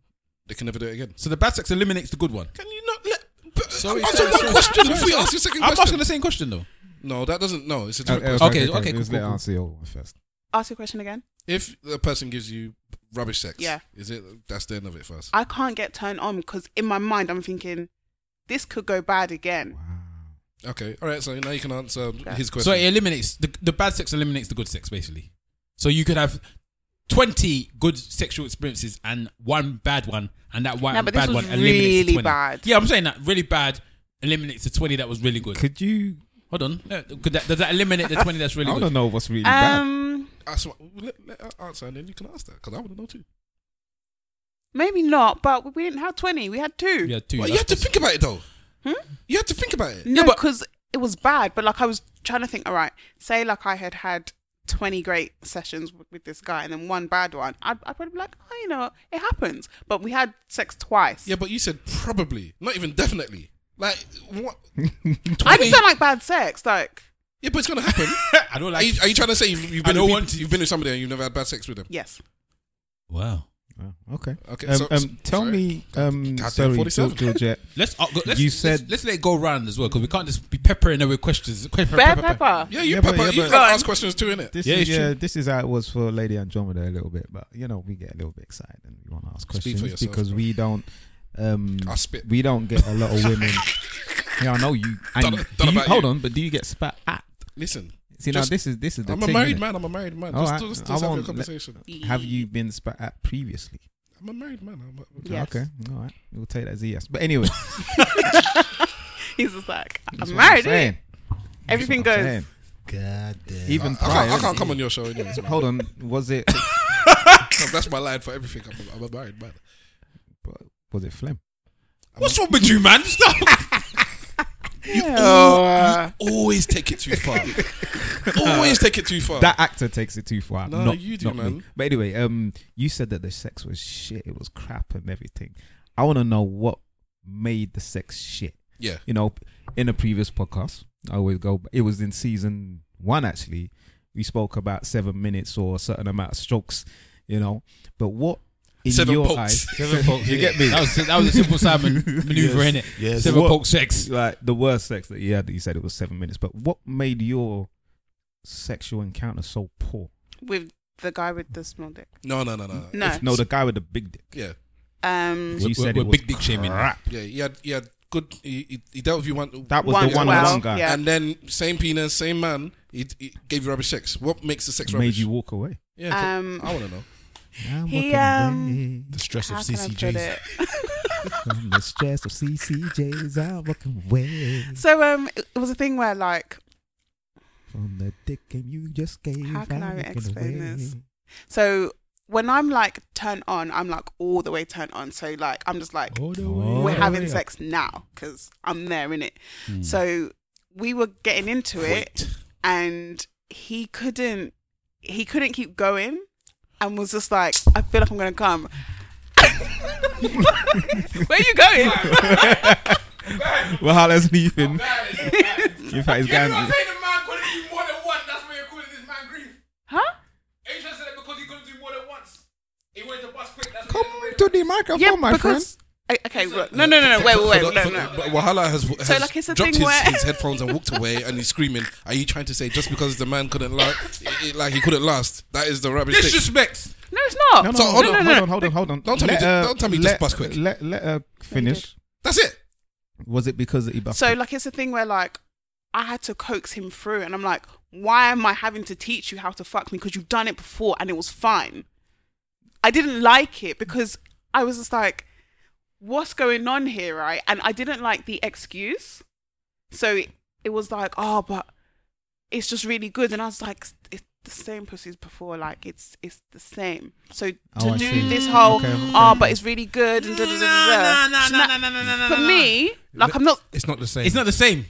they can never do it again?
So the bad sex eliminates the good one.
Can you not let? But,
Sorry,
answer
sorry,
one
sorry,
question
sorry,
before you
sorry.
ask your second
I'm
question.
asking the same question though.
No, that doesn't. No, it's a
Uh,
different question.
okay, okay,
Let's
cool,
let
cool,
answer your one first.
Ask your question again.
If the person gives you rubbish sex,
Yeah.
is it that's the end of it for us?
I can't get turned on because in my mind I'm thinking this could go bad again.
Okay, all right. So now you can answer
Yeah.
his question.
So it eliminates the, the bad sex eliminates the good sex basically. So you could have twenty good sexual experiences and one bad one, and that one
No, but this
bad
was
one eliminates the
really
20.
bad.
Yeah, I'm saying that really bad eliminates the twenty that was really good.
Could you?
Hold on, No, could that, does that eliminate the twenty that's really
I
good?
don't know what's really bad.
Um,
That's what- let, let her answer, and then you can ask that because I want to know too.
maybe not, but we didn't have twenty. We had two.
Yeah, two.
Well, you
that's
have to
possible.
think about it though.
Hmm?
You have to think about it.
No,
but-
because it was bad. But like I was trying to think. All right, say like I had had twenty great sessions with, with this guy and then one bad one. I'd, I'd probably be like, oh, you know, it happens. But we had sex twice.
Yeah, but you said probably, not even definitely. Like what?
I just
20?
don't like bad sex. Like
Yeah, but it's gonna happen.
I don't
are,
like.
you, are you trying to say you've, you've
I
been
don't
with,
want
peop- you've been with somebody and you've never had bad sex with them?
yes,
Wow.
Oh, okay.
Okay,
Um,
so,
um, tell
sorry.
me, um,
Goddamn
sorry, Bill
47.
Georgette.
let's, uh, go- let's.
You
You
said-
said let's, let's let it go round as well because we can't just be peppering away questions. Pepper,
Bear
pepper, pepper.
pepper.
Yeah, you
Yeah, but-
pepper.
yeah,
you
but-
can ask questions too, innit?
This
Yeah,
is
it's
yeah,
true.
this is how it was for Lady Andromeda a little bit, but you know we get a little bit excited and we want to ask
Speak for
questions
yourself,
because
bro.
we don't. Um,
I spit.
we don't get a lot of women. yeah, I know you. And
Don't-
do
don't
you-
about
hold
you.
on, but do you get spat at?
Listen,
See,
Just-
now this is this is the
I'm a
thing,
married
innit?
man. I'm a married man.
Oh,
All
Just,
right,
just,
I
just have your
won't let-
conversation.
Have you been spat at previously?
I'm a married man. I'm a,
Yes.
Okay, all right, we'll take that as a yes. But anyway,
He's just like
that's
I'm
what
married. innit?
saying.
Everything
That's what
goes.
I'm saying.
God damn.
Even
I can't,
prior.
I can't come on your show anyways. man.
Hold on, was it
That's my line for everything. I'm a, I'm a married man.
was it phlegm?
What's wrong with you, man? Stop.
Yeah.
Always take it too far. Always take it too far.
That actor takes it too far.
No,
not,
you do,
not me.
man.
But anyway, um, you said that the sex was shit. It was crap and everything. I want to know what made the sex shit.
yeah.
You know, in a previous podcast, I always go. It was in season one actually. We spoke about seven minutes or a certain amount of strokes. You know, but what in
Seven
your
pokes.
eyes?
Seven pokes,
you
yeah.
get me?
That was that was a simple Simon maneuver in it.
Yes.
Seven
What?
poke sex.
like the worst sex that you had. You said it was seven minutes. But what made your sexual encounter so poor?
With the guy with the small dick.
No, no, no, no.
No.
No, the guy with the big dick.
Yeah,
Um.
You
We're-
said
we're
it was
big dick shaming.
crap.
yeah. He had, he had good. He, he, he dealt with you one.
That was
Once
the one
well,
on one guy.
yeah.
And then same penis, same man. He, he gave you rubbish sex. What makes the sex
Made
rubbish?
you walk away.
yeah.
Um.
cool. I want to know.
He, um,
The stress of
How can I put
CCJs.
it?
From the stress of CCJs, I'm walking away
So um, it it was a thing where like,
from the dick and you just gave.
How can I
I'm walking
explain
away.
this? so when I'm like turned on, I'm like all the way turned on. So like, I'm just like,
Oh,
we're having
yeah. Hmm.
sex now because I'm there in it. So we were getting into it, and he couldn't, he couldn't keep going, and was just like, I feel like I'm gonna come. Where you going?
Well, how that's leaving. In fact, it's going.
Huh?
Come to the microphone, my friend.
I- okay, look, no, no, no, no, wait, wait, wait, no, no.
But Wahala has, has
like, it's a
dropped
thing
his,
where-
his headphones and walked away, and he's screaming. Are you trying to say just because the man couldn't last, like he couldn't last? That is the rubbish. thing.
Disrespect.
No, it's not.
No, no,
So,
no,
hold
no,
on,
no, hold on, hold on, hold on.
Don't tell me
Let
ju-
her-
don't tell me just
let-
bust quick.
Let let her finish.
That's it.
Was it because he busted?
So like it's a thing where like I had to coax him through, and I'm like, why am I having to teach you how to fuck me? Because you've done it before, and it was fine. I didn't like it because I was just like, what's going on here, right? And I didn't like the excuse, so it, it was like, oh, but it's just really good, and I was like, it's the same pussies before, like it's it's the same. So to
Oh, I
do
see.
this whole,
Okay, okay.
oh, but it's really good, and da da da da. da.
Nah, nah,
It's
nah,
not-
nah, nah, nah, nah, nah,
For
nah.
me, like I'm not
It's not the same. It's not the same.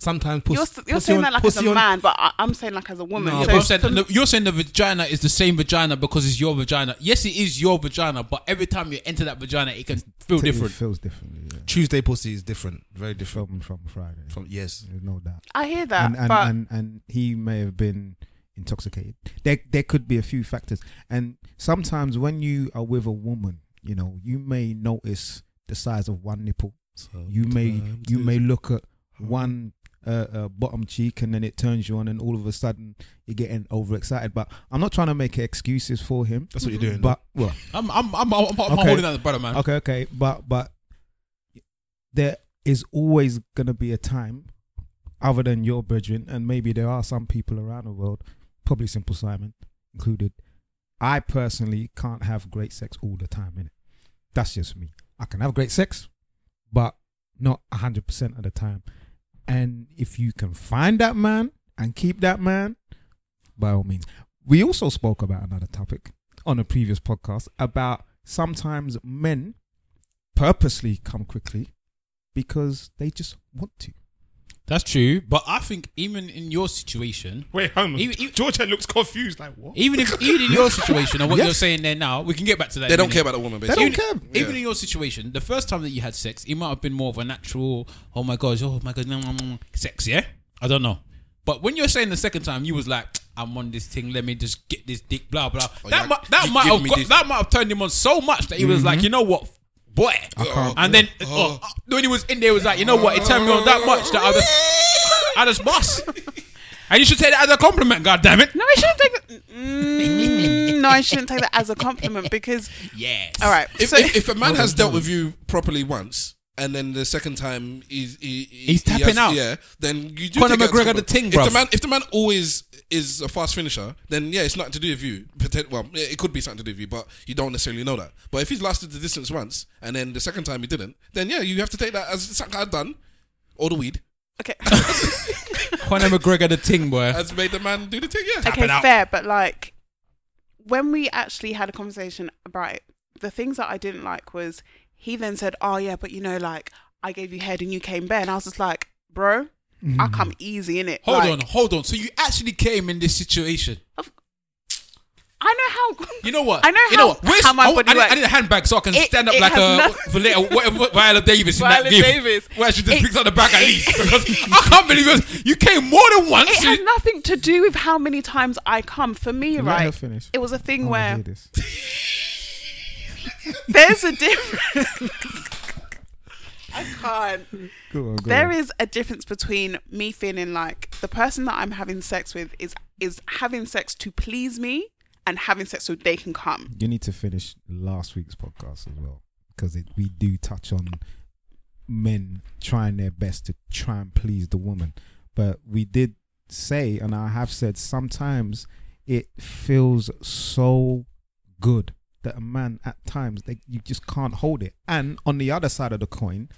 Sometimes pussy.
you're, s- you're saying that like as a man, but I, I'm saying like as a woman.
No,
so
but you
it's
said
com-
the- you're saying the vagina is the same vagina because it's your vagina. Yes, it is your vagina, but every time you enter that vagina, it can feel
It
different.
feels differently. Yeah.
Tuesday pussy is different, very
From from Friday.
From yes,
There's no doubt.
I hear that,
and and,
but
and and he may have been intoxicated. There, there could be a few factors, and sometimes when you are with a woman, you know, you may notice the size of one nipple. You may, you may look at one uh, uh, bottom cheek, and then it turns you on, and all of a sudden you're getting overexcited. But I'm not trying to make excuses for him.
That's what you're doing.
But well,
I'm, I'm, I'm, I'm, I'm
Okay.
holding out the brother, man.
Okay, okay, but but there is always gonna be a time, other than your brethren, and maybe there are some people around the world, probably Simple Simon included. I personally can't have great sex all the time, innit? That's just me. I can have great sex, but not hundred percent of the time. And if you can find that man and keep that man, by all means. We also spoke about another topic on a previous podcast about sometimes men purposely come quickly because they just want to.
That's true, but I think even in your situation,
Wait, home.
Even- even-
Georgia looks confused. Like what?
even if even in your situation and what
Yes.
you're saying there now, we can get back to that.
They
in a
don't
minute.
care about the woman,
They
basically.
don't
Even-
care.
Even in your situation, the first time that you had sex, it might have been more of a natural, oh my gosh, oh my god, mm, mm, mm, sex, yeah? I don't know. But when you're saying the second time, you was like, I'm on this thing, let me just get this dick, blah, blah.
Oh,
that
yeah,
might, that,
you
might
give
have
me
got,
this.
that might have turned him on so much that he was like, you know what, boy.
can't-
And then oh, when he was in there, he was like, you know what, it turned me on that much that I just, I just bust. And you should take that as a compliment, god damn it.
No, I shouldn't take that. Mm, no, I shouldn't take that as a compliment because.
Yes.
All right.
If,
so
if, if a man has dealt with you properly once, and then the second time he's, he, he-
He's
he
tapping out.
yeah, then you do.
Conor
take it as
McGregor
a compliment.
the thing,
if
bruv.
The man, if the man always is a fast finisher, then yeah, it's nothing to do with you. Potent- Well, yeah, it could be something to do with you, but you don't necessarily know that. But if he's lasted the distance once, and then the second time he didn't, then yeah, you have to take that as something I've done, or the weed
okay,
Conor McGregor, the ting boy.
has made the man do the thing. Yeah,
okay, fair, but like when we actually had a conversation about it, the things that I didn't like was he then said, "Oh yeah, but you know, like I gave you head and you came bare," and I was just like, "Bro, I come easy in it."
Hold on, hold on. So you actually came in this situation.
I know how.
You know what?
I know
you
how-
know what? Where's-
how
I,
my
want-
body
I, need,
works.
I need a handbag so I can
It-
stand up
it
like
has
a
nothing-
Viola, whatever, Viola Davis in
Viola
that gif.
Davis.
Where she just
It-
picks up the bag and leaves. Because I can't believe it. You came more than once.
It has nothing to do with how many times I come. For me,
Let her
right,
finish. Oh,
it was a thing
I wanna
where
hear this.
there's a difference. I can't.
Go on, go
There
on.
is a difference between me feeling like the person that I'm having sex with is is having sex to please me and having sex so they can come.
You need to finish last week's podcast as well because it, we do touch on men trying their best to try and please the woman. But we did say, and I have said, sometimes it feels so good that a man at times they, you just can't hold it. And on the other side of the coin,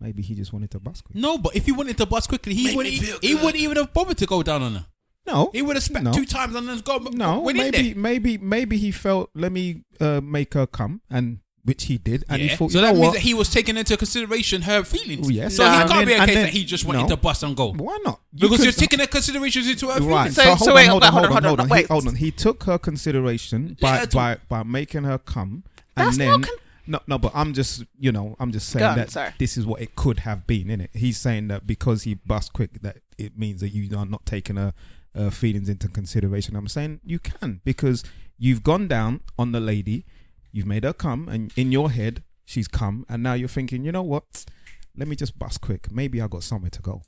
maybe he just wanted to bust quick.
No, but if he wanted to bust quickly, he
Make me
wouldn't. e-
feel
He
good.
wouldn't even have bothered to go down on her.
No,
He would have spent
No.
two times and then go.
no,
went in
maybe
there.
maybe maybe he felt let me uh, make her come, and which he did, and
Yeah.
he thought
so
you
that
know
means
what?
that he was taking into consideration her feelings.
Oh, yes.
So
No.
he
And
can't
then-
be a
and
case
then-
that he just wanted
no.
to bust and go.
Why not? You
because
could-
you're taking the considerations into her
right.
feelings.
So,
So-
hold
so
on,
wait,
hold on, hold on, hold on. He,
wait.
hold on. He took her consideration by
Yeah, to-
by by making her come, and
That's
then
not con-
no, no. But I'm just you know I'm just saying
Go on,
that
sorry.
this is what it could have been. In it, he's saying that because he bust quick, that it means that you are not taking her uh, feelings into consideration. I'm saying you can because you've gone down on the lady, you've made her come, and in your head she's come, and now you're thinking, you know what? Let me just bust quick. Maybe I got somewhere to go.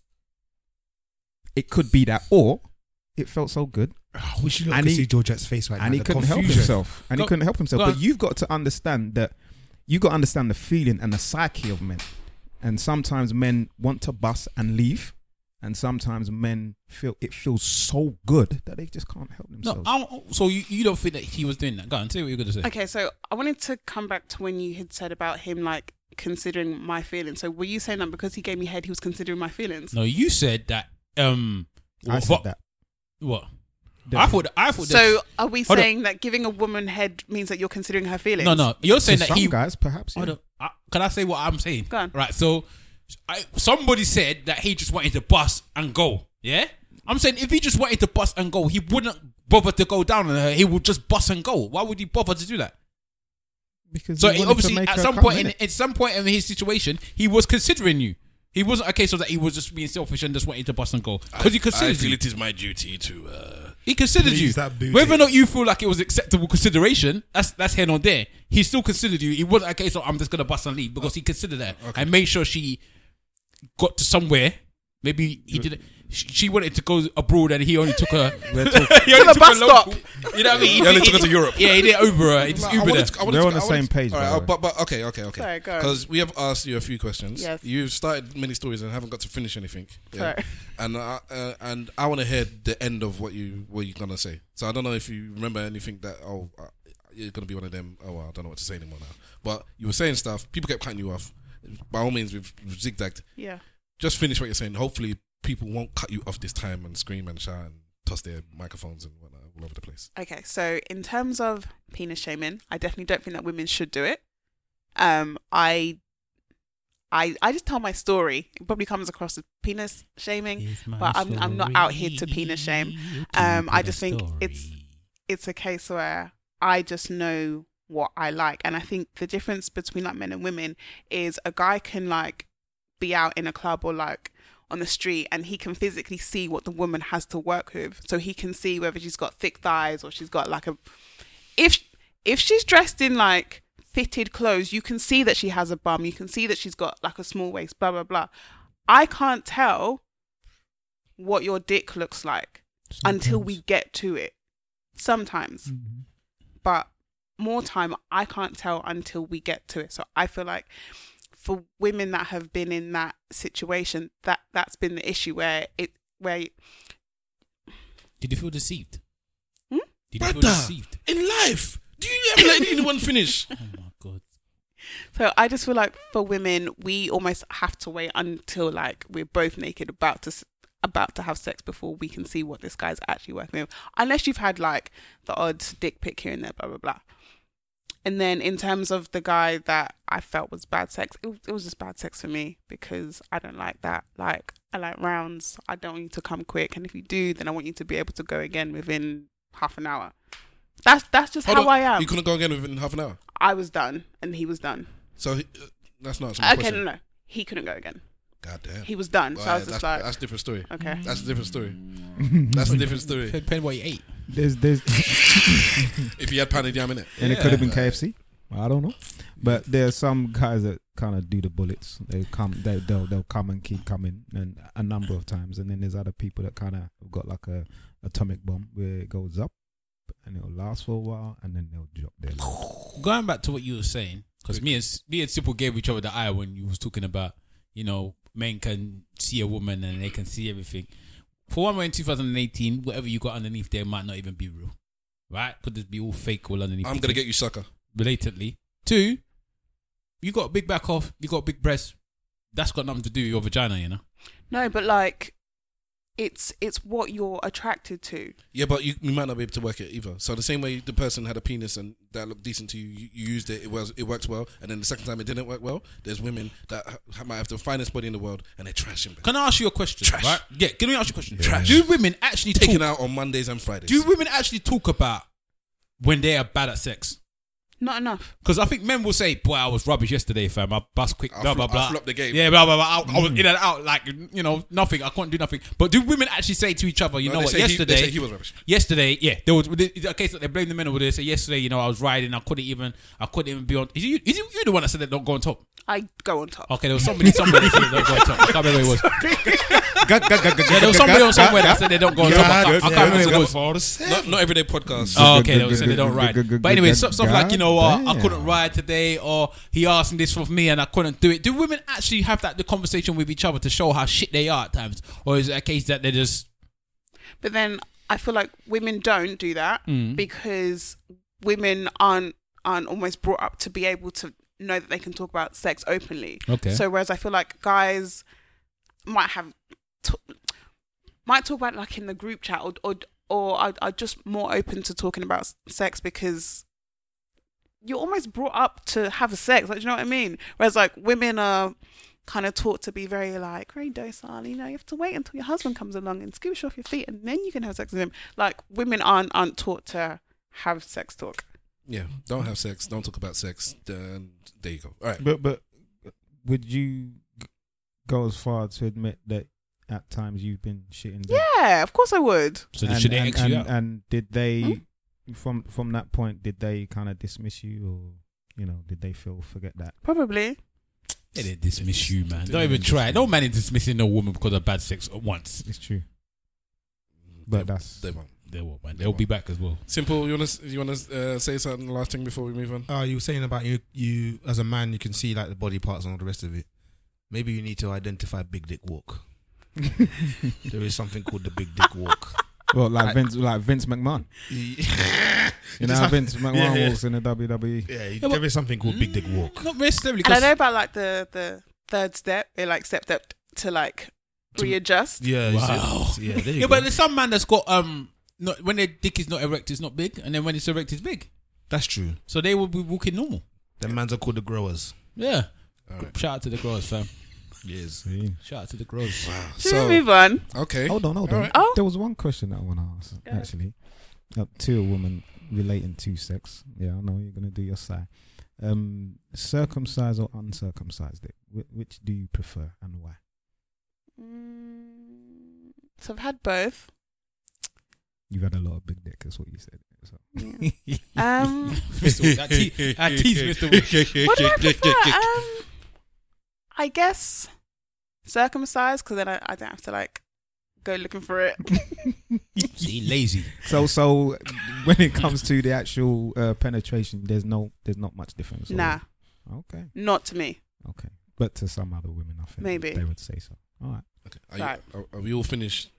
It could be that, or it felt so good,
I wish you
And
could
he-
see Georgette's face right now.
and he
the
couldn't help
confusion.
himself. And
Go-
he couldn't help himself.
go
But
on.
you've got to understand that you've got to understand the feeling and the psyche of men. And sometimes men want to bust and leave. And sometimes men feel it feels so good that they just can't help
No,
themselves.
I don't, so you, you don't think that he was doing that? Go on, say what you're gonna say.
Okay, so I wanted to come back to when you had said about him like considering my feelings. So were you saying that because he gave me head, he was considering my feelings?
No, you said that. Um,
I,
what-
said that.
What? I thought. I thought.
So are we
Hold on.
saying that giving a woman head means that you're considering her
that,
feelings?
no, no. You're
To
saying that
some
he.
guys, perhaps. yeah.
Hold on, I- can I say what I'm saying?
Go on.
Right. So, I, somebody said that he just wanted to bust and go. Yeah. I'm saying if he just wanted to bust and go, he wouldn't bother to go down on her. He would just bust and go. Why would he bother to do that?
Because
So
he wanted to
obviously,
make
at
her
some
come,
point, in,
innit?
at some point in his situation, he was considering you. He wasn't okay, so that he was just being selfish and just wanting to bust and go because he
I
considered
feel
you.
it is my duty to. Uh,
He considered
Please,
you.
that booty.
Whether or not you feel like it was acceptable consideration, that's that's here nor there. He still considered you. He wasn't okay, so I'm just gonna bust and leave because he considered that and made sure she got to somewhere. Maybe he didn't. She she wanted to go abroad, and he only took her he only
the
took
bus
her local.
stop.
You know what I mean?
He only took her to Europe.
Yeah, he didn't Uber her. He just
I
Ubered
wanted
her.
to- I wanted
They're
to-
on the
I wanted
same
to-
page,
All
by the
right,
way.
but, but okay, okay, okay.
Sorry, go on.
Because we have asked you a few questions.
Yes.
You've started many stories and haven't got to finish anything. Yeah.
Sorry.
And I, uh, and I want to hear the end of what you what you're gonna say. So I don't know if you remember anything that oh uh, you're gonna be one of them. Oh well, I don't know what to say anymore now. But you were saying stuff. People kept cutting you off. By all means, we've, we've zigzagged.
Yeah.
Just finish what you're saying. Hopefully, people won't cut you off this time and scream and shout and toss their microphones and whatnot all over the place.
Okay, so in terms of penis shaming, I definitely don't think that women should do it. Um, I, I, I just tell my story. It probably comes across as penis shaming. but I'm- I'm not out here to penis shame. Um, I just think it's- It's a case where I just know what I like, and I think the difference between like men and women is a guy can like be out in a club or like on the street and he can physically see what the woman has to work with so he can see whether she's got thick thighs or she's got like a if if she's dressed in like fitted clothes you can see that she has a bum you can see that she's got like a small waist blah blah blah i can't tell what your dick looks like until we get to it sometimes but more time i can't tell until we get to it so i feel like for women that have been in that situation that that's been the issue where it where
Did you feel deceived?
Hmm?
Did you feel
Brother.
deceived?
In life, do you ever let anyone finish?
Oh my god!
so i just feel like for women we almost have to wait until like we're both naked about to s- about to have sex before we can see what this guy's actually working with unless you've had like the odd dick pic here and there blah blah blah and then in terms of the guy that i felt was bad sex it, was- it was just bad sex for me because i don't like that like i like rounds i don't want you to come quick and if you do then i want you to be able to go again within half an hour that's that's just
Hold
how
on,
i am
You couldn't go again within half an hour.
i was done and he was done
So he, uh, that's not my
Okay,
question.
no, no. He couldn't go again.
God damn.
He was done.
Well,
so I was
that's,
just like,
that's a different story.
okay.
That's a different story. That's a different story.
Depend what you ate.
There's, there's,
if you had pounded yam in it,
and it could have been KFC. I don't know, but there are some guys that kind of do the bullets. They come, they, they'll they'll come and keep coming, and a number of times. And then there's other people that kind of have got like a atomic bomb where it goes up, and it'll last for a while, and then they'll drop their. load.
going back to what you were saying, because me and me and Simple gave each other the eye when you was talking about, you know, men can see a woman and they can see everything. For one, we're in 2018. Whatever you got underneath there might not even be real, right? Could just be all fake all underneath.
I'm
the
gonna
thing,
get you sucker.
relatedly. Two, you got a big back off. You got a big breasts. That's got nothing to do with your vagina, you know.
No, but like, it's it's what you're attracted to.
Yeah, but you, you might not be able to work it either. So the same way the person had a penis and that looked decent to you, you, you used it. It was it works well, and then the second time it didn't work well. There's women that ha- might have the finest body in the world and they're trashing back.
Can I ask you a question?
Trash.
Right? Yeah. Can we ask you a question?
Trash.
Do women actually talk,
Taken out on Mondays and Fridays.
Do women actually talk about when they are bad at sex?
Not enough.
Because I think men will say, "Boy, I was rubbish yesterday, fam. I bust quick,
I
blah blah
flop- I
blah.
flopped the game."
Yeah, blah blah blah. I, I was in and out, like you know, nothing. I couldn't do nothing. But do women actually say to each other, you
No,
know
they
what?
say he- they
Yesterday,
say he was rubbish.
Yesterday, yeah, there was it's a case that they blame the men over. They say yesterday, you know, I was riding, I couldn't even, I couldn't even be on. Is you, is you, you the one that said that don't go on top?
I go on top.
Okay, there was somebody, somebody that said they don't go on top. I can't remember who it was. Yeah,
there
there was somebody on somewhere that said they don't go on top. I can't, I can't remember who it was.
Not, not everyday podcast.
Oh, okay, they were saying they don't ride. But anyway, stuff, stuff like, you know, uh, I
Damn.
couldn't ride today, or he asked me this for me and I couldn't do it. Do women actually have that the conversation with each other to show how shit they are at times? Or is it a case that they're just.
But then I feel like women don't do that because women aren't aren't almost brought up to be able to know that they can talk about sex openly.
Okay.
So whereas I feel like guys might have t- might talk about it, like in the group chat or or, or are, are just more open to talking about s- sex because you're almost brought up to have sex. Like, do you know what I mean? Whereas like women are kind of taught to be very like very docile. You know, you have to wait until your husband comes along and scoosh off your feet, and then you can have sex with him. Like women aren't aren't taught to have sex talk.
Yeah, don't have sex. Don't talk about sex. Then there you go. All right.
But but would you go as far to admit that at times you've been shitting? down?
Yeah, of course I would.
So they
And-
should
and,
X
and,
you out. Hmm?
and did they from from that point did they kind of dismiss you or you know did they feel forget that?
Probably.
Yeah, they dismiss you, man.
They
Don't even
dismiss
try.
you.
Don't man is dismissing a woman because of bad sex at once.
It's true. But
They-
that's-
they won't.
They will, man. They'll be back as well.
simple. You want to you want to uh, say something last thing before we move on?
Oh, you were saying about you, you as a man, you can see like the body parts and all the rest of it. Maybe you need to identify big dick walk. there is something called the big dick walk.
Well, like Vince, like Vince McMahon. You know,
Just
how
have-
Vince McMahon
yeah.
walks in the E? WWE.
Yeah,
but- Mm,
there is something called big dick walk.
Not necessarily.
And I
'cause-
know about like the the third step. They like stepped up to like
To-
readjust.
Yeah, you see-
Wow.
yeah, there you
yeah,
go.
but there's some man that's got um. Not, when their dick is not erect, it's not big, and then when it's erect, it's big.
that's true.
So they will be walking normal.
The mans are called the growers.
Yeah.
All right.
Shout out to the growers, fam.
Yes.
Shout out to the growers.
Should we move on?
okay.
Hold on, hold
All
on.
right.
Oh.
There was one question that I want to ask
ahead.
actually, uh, to a woman relating to sex. Yeah, I know you're gonna do your side. Um, circumcised or uncircumcised? Dick? Wh- which do you prefer and why?
Mm, So I've had both.
You've had a lot of big dick. That's what you said. So.
Yeah. Um,
Mr. Wolf, I te- I tease Mr. Wolf.
what do I prefer? Um, I guess circumcised because then I, I don't have to like go looking for it.
See, lazy.
So so when it comes to the actual uh, penetration, there's no there's not much difference. or-
Nah,
Okay.
not to me.
Okay. But to some other women, I think
Maybe.
they would say so. All right.
Okay. Are, you,
Right.
are, are we all finished?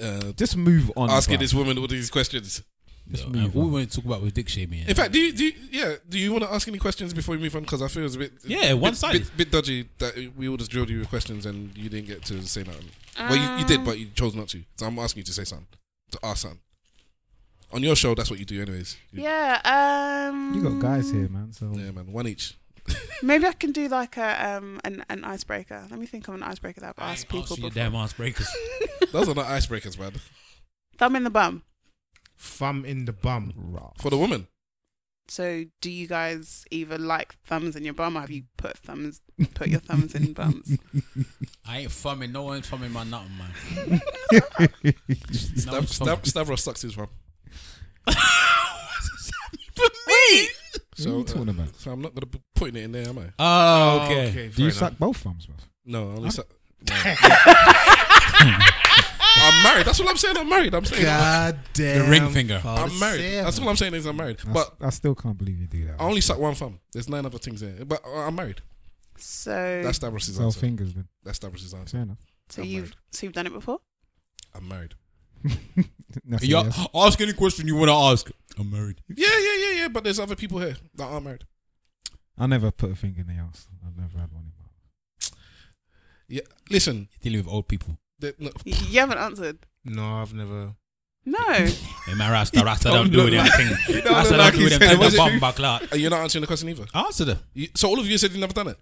Uh,
Just move on.
asking
bruv.
this woman all these questions.
No,
move
and all we
on.
want to talk about was dick shaming. yeah.
In fact, do you, do you, yeah? Do you want to ask any questions before we move on? Because I feel it's a bit
Yeah, one
bit,
sided.
bit, bit dodgy that we all just drilled you with questions and you didn't get to say nothing. well, you, you did, but you chose not to. So I'm asking you to say something, to ask something. On your show, that's what you do, anyways. You-
yeah. Um,
You got guys here, man. So
yeah, man. One each.
Maybe I can do like a um an, an icebreaker. Let me think of an icebreaker that I've asked people
Answer your
before.
damn ass breakers.
Those are not icebreakers, man.
Thumb in the bum.
Thumb in the bum.
raw.
For the woman,
So, do you guys either like thumbs in your bum, or have you put thumbs put your thumbs in bums?
I ain't thumbing. No one's thumbing my nut, man. No
Stav,
one's
Stav,
thumbing.
Stavros sucks his one.
For me.
So, what are you talking about?
So uh, I'm not gonna be putting it in there, am I?
Oh, okay.
Do
fair
you
enough.
suck both thumbs, bruv?
No, I only suck. no. I'm married. That's what I'm saying. I'm married. I'm saying.
God damn.
The ring finger.
I'm married. That's all I'm saying is I'm married.
I,
But
s- I still can't believe you do that.
I only suck one thumb. There's nine other things there. But uh, I'm married.
So,
That's Stavros'
So
answer.
fingers, then.
That's Stavros' answer.
Fair enough.
so
I'm
you've
married.
so you've done it before.
I'm married.
That's a
Yeah,
yes.
ask any question you want to ask. I'm married.
Yeah, yeah, yeah, yeah. But there's other people here that aren't married.
I never put a finger in the ass. I've never had one in my.
Yeah. Listen.
You're dealing with old people.
they- no,
You, you haven't answered.
No, I've never.
No.
Hey, my rasta, rasta
Oh,
don't do them thing. Rasta
like
don't do
he
them
said.
thing.
Was
The
it
bomb
you?
back lot.
uh, you're not answering the question either.
Answer them.
You, so all of you said you've never done it.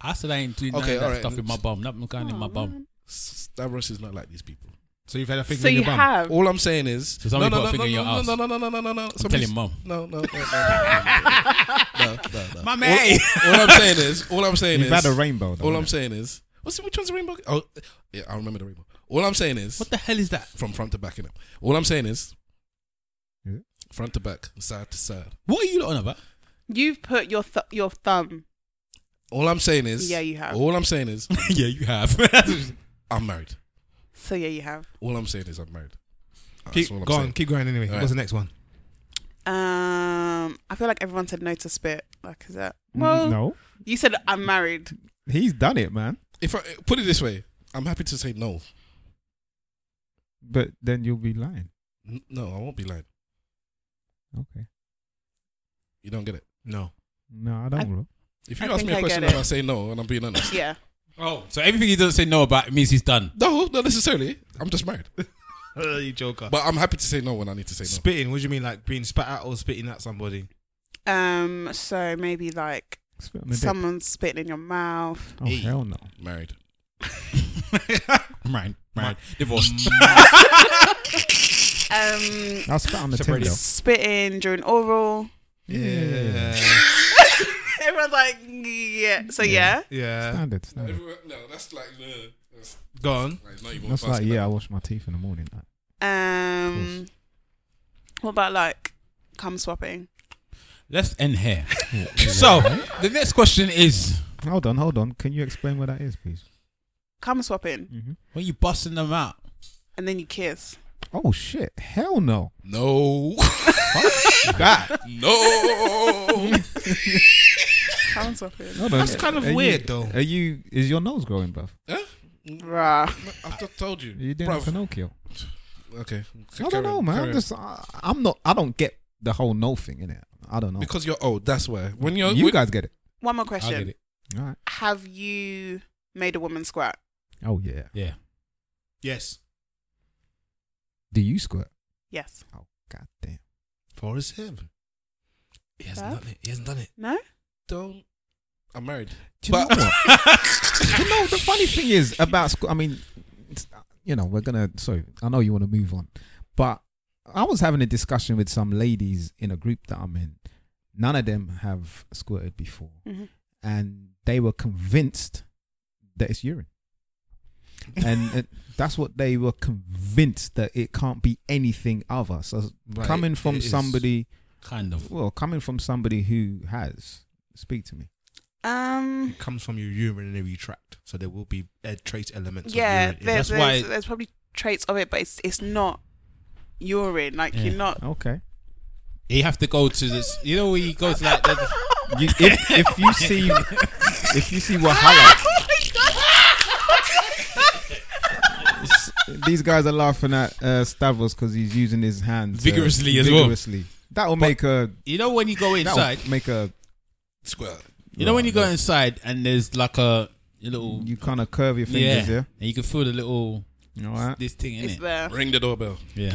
I said I ain't doing none
Okay,
of that
alright.
stuff in my bum. Nothing kind in my
Oh,
bum.
man.
Stavros is not like these people.
So you've had a finger
So
in
you
your bum.
have.
All I'm saying is.
So somebody put a finger in your
no,
ass.
no, no, no, no, no, no, no.
I'm
Somebody's-
telling mum.
No, no, no, no, no, no, no, no.
Mummy.
All, all I'm saying is, all I'm saying
You've
is,
had a rainbow. Though,
all I'm saying is, what's it, which one's the rainbow? Oh, yeah, I remember the rainbow. All I'm saying is,
What the hell is that?
from front to back, innit? All I'm saying is,
Yeah.
front to back, side to side.
What are you lot on about?
You've put your th- your thumb.
All I'm saying is,
Yeah, you have.
All I'm saying is,
yeah, you have.
I'm married.
So yeah, you have.
All I'm saying is, I'm married. That's
Keep,
all I'm
go on,
saying.
keep going anyway.
Alright.
What's the next one?
Um, I feel like everyone said no to spit. Like, is that?
Mm,
Well,
no,
you said I'm married.
he's done it, man.
If I put it this way, I'm happy to say no.
But then you'll be lying.
N- No, I won't be lying.
Okay.
You don't get it.
No.
No, I don't.
I-
bro.
If you
I
ask
think
me a
I
question
get
and
it.
I say no, and I'm being honest.
Yeah.
oh, so everything he doesn't say no about means he's done.
No, not necessarily. I'm just married.
you joker.
But I'm happy to say no when I need to say no.
Spitting, what do you mean? Like being spat at or spitting at somebody?
Um. So maybe like
Spit on the dick.
someone's spitting in your mouth.
Oh hell no.
Married.
Right, right. Divorced.
Um.
I spit on the
Separate
table.
it.
Spitting during oral.
Yeah.
Yeah.
everyone's like, yeah. So yeah,
Yeah.
Standard, standard.
Everywhere- No, that's like, uh, that's,
Go on.
like, not even
That's like,
fussing.
yeah, I wash my teeth in the morning. like,
Um, what about like cum swapping?
Let's end here. so the next question is:
Hold on, hold on. Can you explain what that is, please?
Cum swapping,
Mm-hmm.
When you busting them out,
and then you kiss.
Oh shit! Hell no.
No.
that.
no.
Cum swapping,
Hold on.
That's kind of
Are you-
weird, though.
Are you? Is your nose growing, bruv?
rah.
I've just told you.
Are you doing
Bruv.
Pinocchio?
Okay.
I don't
Carry on,
know, man.
carry
I'm
on.
just, I, I'm not. I don't get the whole no thing in it. I don't know.
Because you're old, that's why. When you're
you
when-
guys get it.
One more
I get
question:
it.
All right.
Have you made a woman squirt?
Oh yeah.
Yeah.
Yes.
Do you squirt?
Yes.
Oh god damn.
Forest Heaven. He hasn't
Huh?
done it. He hasn't done it.
No.
don't I'm married.
Do you
But-
know what? Do you know the funny thing is about school? I mean, it's- you know, we're gonna. So I know you want to move on, but I was having a discussion with some ladies in a group that I'm in. None of them have squirted before,
Mhm.
and they were convinced that it's urine, and it, that's what they were convinced that it can't be anything other. So
Right,
coming from
it is.
somebody,
Kind of.
well, coming from somebody who has, speak to me.
Um.
It comes from your urinary tract. So there will be uh, trace elements
Yeah.
of urine. in
There,
it.
that's
there's,
why-
there's probably traits of it, but it's it's not urine. Like
Yeah.
you're not.
Okay.
You have to go to this. You know where you go to like the,
You, if, if you see if you see Wahala,
Oh
s- these guys are laughing at uh, Stavros because he's using his hands uh,
Vigorously as well.
Vigorously, that will make a
You know when you go
that
inside.
will make a
Square.
You know when you go inside and there's like a, a little
you kind of curve your
yeah,
fingers, yeah.
and you can feel the little
All right.
this thing in
It's
it.
there.
Ring the doorbell.
Yeah,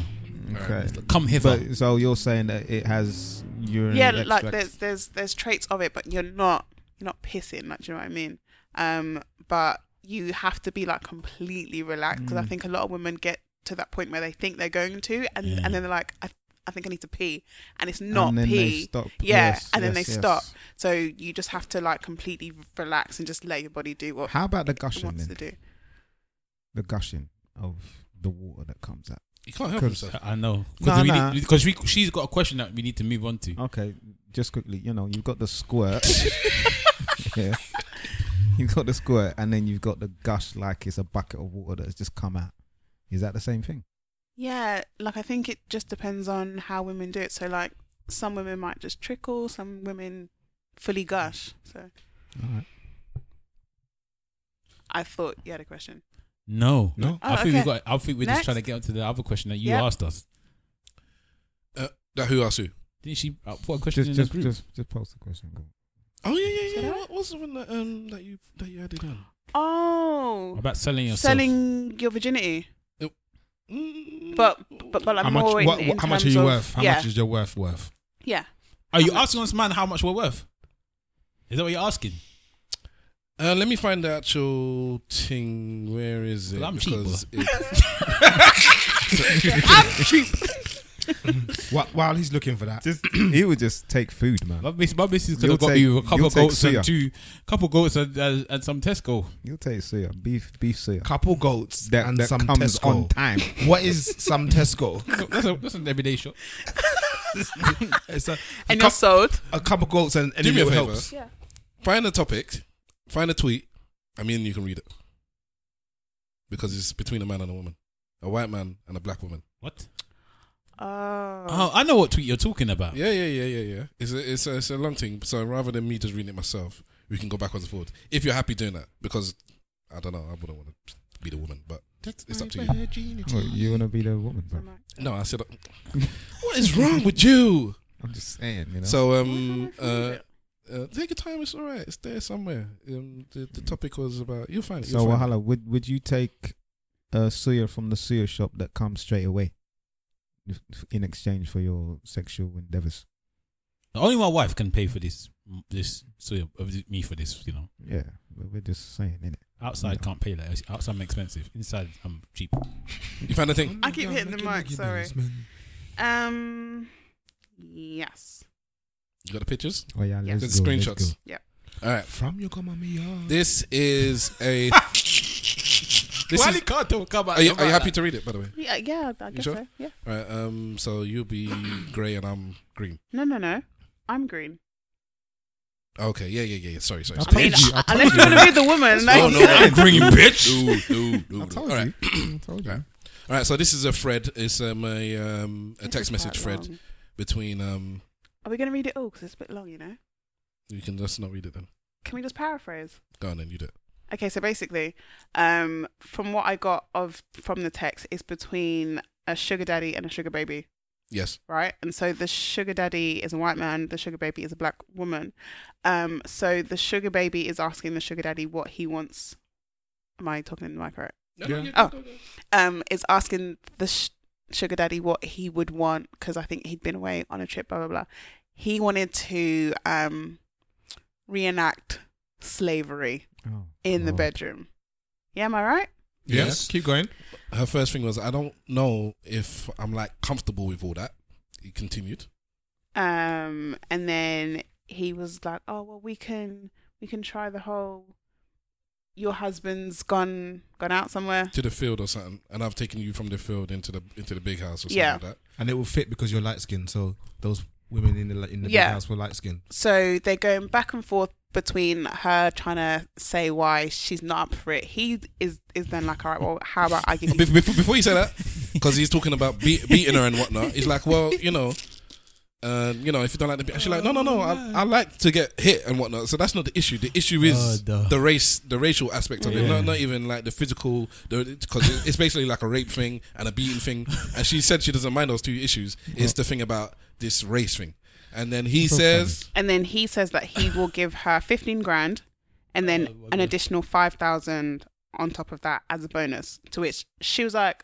Okay.
come hither.
But so you're saying that it has urine?
Yeah.
extract.
Like there's there's there's traits of it, but you're not you're not pissing. Like do you know what I mean? Um. But you have to be like completely relaxed because I
Mm.
think a lot of women get to that point where they think they're going to, and
Yeah.
and then they're like, I, I think I need to pee, and it's not
and then
pee.
They stop.
Yeah,
Yes,
and then
yes,
they
yes.
stop. So you just have to like completely relax and just let your body do what
How about the
it
gushing
wants to
then?
do.
The gushing of the water that comes out.
You can't help
'Cause-
himself.
I know
Nah,
because we
nah.
need because we she's got a question that we need to move on to.
Okay, just quickly, you know, you've got the squirt. yeah. You've got the squirt, and then you've got the gush like it's a bucket of water that's just come out. Is that the same thing?
Yeah, like I think it just depends on how women do it. So like some women might just trickle, some women fully gush. So
All right.
I thought you had a question.
No,
No.
I
Oh,
think we
okay.
got. I think we're just
Next.
trying to get on to the other question that you
Yeah.
asked us.
Uh, that who asked who?
Didn't she uh, put a question
Just,
in
just,
the group?
just, just post the question. Go.
Oh yeah, yeah,
Should
yeah.
I?
What, what's the one that um that you that you added on?
Oh,
about selling yourself.
selling your virginity,
Mm.
but but but like
How much,
more in,
what,
in
what, how much are
terms
you
of-
worth? How
yeah,
much is your worth worth?
yeah.
Are you asking this man how much we're worth? Is that what you're asking?
uh, let me find the actual thing. Where is it?
Well, I'm cheap,
While, while he's looking for that,
Just, he would just take food, man.
My miss, my missus could
You'll
have got
take-
you a couple
you'll
of
take
goats and
suya.
two, couple goats and, and, and some Tesco.
You'll take suya, beef, beef suya.
couple goats
That,
and
that
some
comes
Tesco.
on time.
What is some Tesco?
That's, a, that's an everyday shop.
It's a, a,
And you're
cup,
sold.
a couple goats and, and
Do
it
me a favor.
helps.
Yeah.
Find a topic. Find a tweet. I mean, you can read it because it's between a man and a woman, a white man and a black woman.
What?
Oh.
Oh, I know what tweet you're talking about.
Yeah, yeah, yeah, yeah, yeah. It's a, it's a, it's a long thing. So rather than me just reading it myself, we can go backwards and forward. If you're happy doing that, because I don't know, I wouldn't want to be the woman, but it's up to you.
Well, Oh, you want to be the woman, bro?
No, I said, uh, what is wrong with you?
I'm just saying, you know.
So um uh, uh take your time. It's all right. It's there somewhere. Um, the, the topic was about you'll find it.
so
You'll find
Wahala, would would you take uh, suya from the suya shop that comes straight away if- in exchange for your sexual endeavors?
Only my wife can pay for this. This so uh, me for this, you know.
Yeah, but we're just saying, innit?
Outside
Yeah.
can't pay that. It's- Outside I'm expensive. Inside I'm cheap.
it. you found the thing.
I keep hitting the mic, sorry. Um. Yes. Um,
You got the pictures.
Oh yeah,
Yeah.
let's
Good
go,
screenshots.
Oh, Let's go.
Yep.
All right.
From your come me
This is a. this is, are, you, are you happy to read it, by the way?
Yeah, yeah, I guess
sure?
so. Yeah.
All right. Um. So you'll be grey and I'm green.
No, no, no. I'm green.
Okay. Yeah. Yeah. Yeah. yeah. Sorry. Sorry.
I
sorry. Oh,
mean,
Told you, I
uh, unless you want to be the woman.
No, no, no, I'm green, bitch.
I told
All right.
you. I told you.
Alright. All right. So this is a Fred. It's um a um a
This
text
is
message
quite
Fred
long.
between um.
Are we going to read it all? Because it's a bit long, you know?
You can just not read it then.
Can we just paraphrase?
Go on then. You do it.
Okay, so basically, um, from what I got of from the text, it's between a sugar daddy and a sugar baby,
Yes.
right? And so the sugar daddy is a white man, the sugar baby is a black woman. Um, so the sugar baby is asking the sugar daddy what he wants. Am I talking in the mic right?
yeah.
Oh. um, is asking the sh- sugar daddy what he would want because I think he'd been away on a trip, blah blah blah. He wanted to um, reenact slavery
Oh,
in the
God.
bedroom. Yeah, am I right?
Yes.
Keep going.
Her first thing was, I don't know if I'm like comfortable with all that. He continued.
Um, and then he was like, "Oh well, we can we can try the whole." Your husband's gone gone out somewhere.
to the field or something, and I've taken you from the field into the into the big house or something
Yeah.
like that.
And it will fit because you're light skinned. So those women in the li- in the big
Yeah.
house were light skinned.
So they're going back and forth between her trying to say why she's not up for it. He is is then like, all right, well, how about I give
But
you?
be- before, before you say that, because he's talking about beat, beating her and whatnot, he's like, well, you know, uh, you know, if you don't like the beat, and she's like, no, no, no, I, I like to get hit and whatnot. So that's not the issue. The issue is
Oh, duh.
the race, the racial aspect of it.
Yeah.
Not not even like the physical, because it's basically like a rape thing and a beating thing. And she said she doesn't mind those two issues. It's the thing about this race thing. And then he
So
says,
And then he says that he will give her fifteen grand, and then
Oh,
an additional five thousand on top of that as a bonus. To which she was like,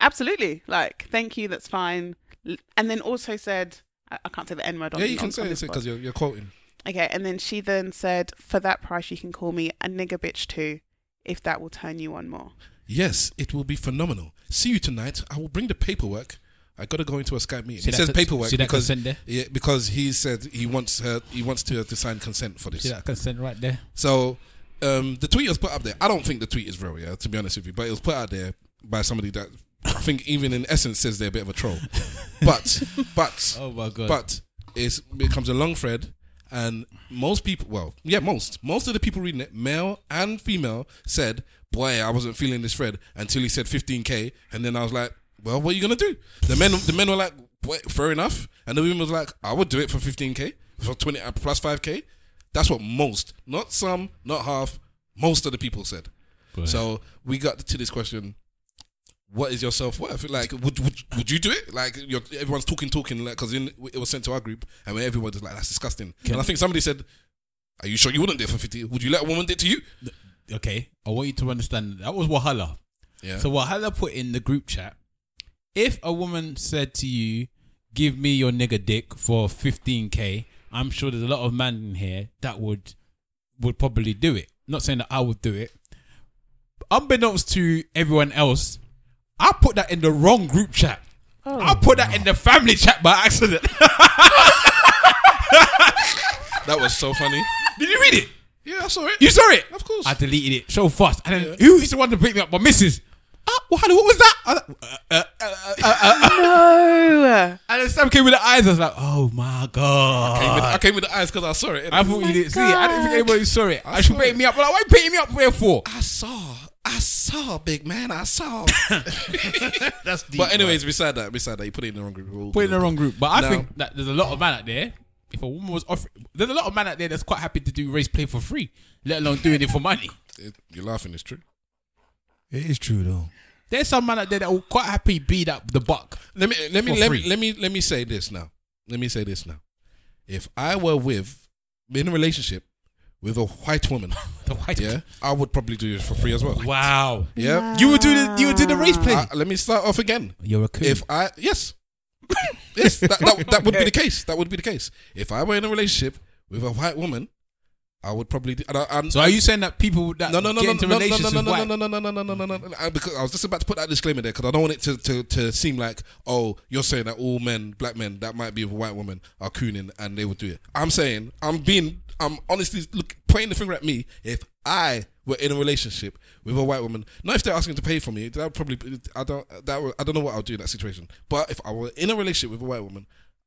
absolutely, like, thank you, that's fine. L- And then also said, I, I can't say the N word. on-
yeah, you
on-
can say
on
it
this pod.
because you're, you're quoting.
Okay, and then she then said, "For that price, you can call me a nigger bitch too, if that will turn you on more."
Yes, it will be phenomenal. See you tonight. I will bring the paperwork. I got to go into a Skype meeting.
See
he
that
says
cons-
paperwork
See that
because
consent there?
yeah, because he said he wants her he wants to to sign consent for this.
See that consent right there?
So um, the tweet was put up there. I don't think the tweet is real, yeah, to be honest with you, but it was put out there by somebody that I think even in essence says they're a bit of a troll. but but
Oh my god.
but it's, it comes a long thread, and most people, well, yeah, most most of the people reading it, male and female, said, "Boy, I wasn't feeling this thread until he said 15k," and then I was like, "Well, what are you gonna do?" The men, the men were like, Boy, "Fair enough," and the women was like, "I would do it for 15k, for 20 uh, plus 5k." That's what most, not some, not half, most of the people said.
Boy.
So we got to this question: What is your self worth? Like, would, would would you do it? Like, you're, everyone's talking, talking, like, because it was sent to our group, and when everyone was like, "That's disgusting."
Can-
and I think somebody said, "Are you sure you wouldn't do it for fifty? Would you let a woman do it to you?"
okay, I want you to understand that was Wahala.
Yeah.
So Wahala put in the group chat. If a woman said to you, "Give me your nigger dick for 15k," I'm sure there's a lot of men in here that would would probably do it. Not saying that I would do it. Unbeknownst to everyone else, I put that in the wrong group chat.
Oh.
I put that in the family chat by accident.
that was so funny.
Did you read it?
Yeah, I saw it.
You saw it?
Of course.
I deleted it so fast. And then who is the one to pick me up? My missus. Ah, what, what was that? I was like, uh, uh, uh, uh, uh, uh, uh.
No,
And then Sam came with the eyes. I was like, oh my God.
came with, I came with the eyes because I saw it. innit?
I thought you didn't see it. I didn't think
God.
anybody saw it. I,
I
should
saw
pick
it.
me up. But like, why you picking me up for? for?
I saw. I saw, big man. I saw.
That's deep.
but anyways, beside that, beside that, you put it in the wrong group. We're all
put in
good.
the wrong group. But I
No.
think that there's a lot of man out there. If a woman was offering, there's a lot of man out there that's quite happy to do race play for free, let alone doing it for money.
It- you're laughing. It's true.
It is true though.
There's some man out there that will quite happy beat up the buck.
let me let me
For
let
free.
me let me let me say this now. Let me say this now. If I were with in a relationship with a white woman,
The white
yeah, I would probably do it for free as well.
Wow.
Yeah.
You would do the you would do the race play.
I- let me start off again.
You're a coon.
If I yes, yes, that, that that would be the case. That would be the case. If I were in a relationship with a white woman, I would probably. Do, and I, I'm,
so are you saying that people that
no, no, no,
get
no,
into
no, no,
relations
no, no,
with
no,
white
no, no, no, no, no, no, no, no, no, I- Because I was just about to put that disclaimer there because I don't want it to, to, to seem like, oh, you're saying that all men, black men, that might be with a white woman are cooning and they would do it. I'm saying, I'm being, I'm honestly look, pointing the finger at me. If I were in a relationship with a white woman, not if they're asking to pay for me, that would probably I don't that would, I don't know what I would do in that situation. But if I were in a relationship with a white woman,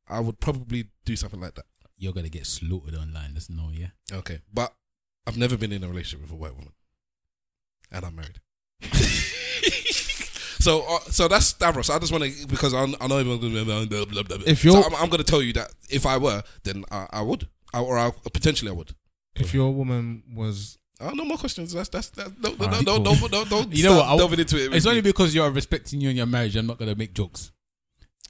I would probably do something like that.
You're gonna get slaughtered online. That's no, yeah.
Okay, but I've never been in a relationship with a white woman, and I'm married. so, uh, so that's Davros. I just want to because I, I know everyone's gonna be like, blah, blah, blah, blah.
If you're-
so I'm, I'm going to tell you that if I were, then I, I would, I, or I, potentially I would.
If your woman was
Oh, no more questions. That's that's that. No, no,
Alright,
no,
cool.
no, no, no, don't.
You know what?
start
I w-
Delving into it.
It's only because you're respecting you and your marriage. I'm not gonna make jokes,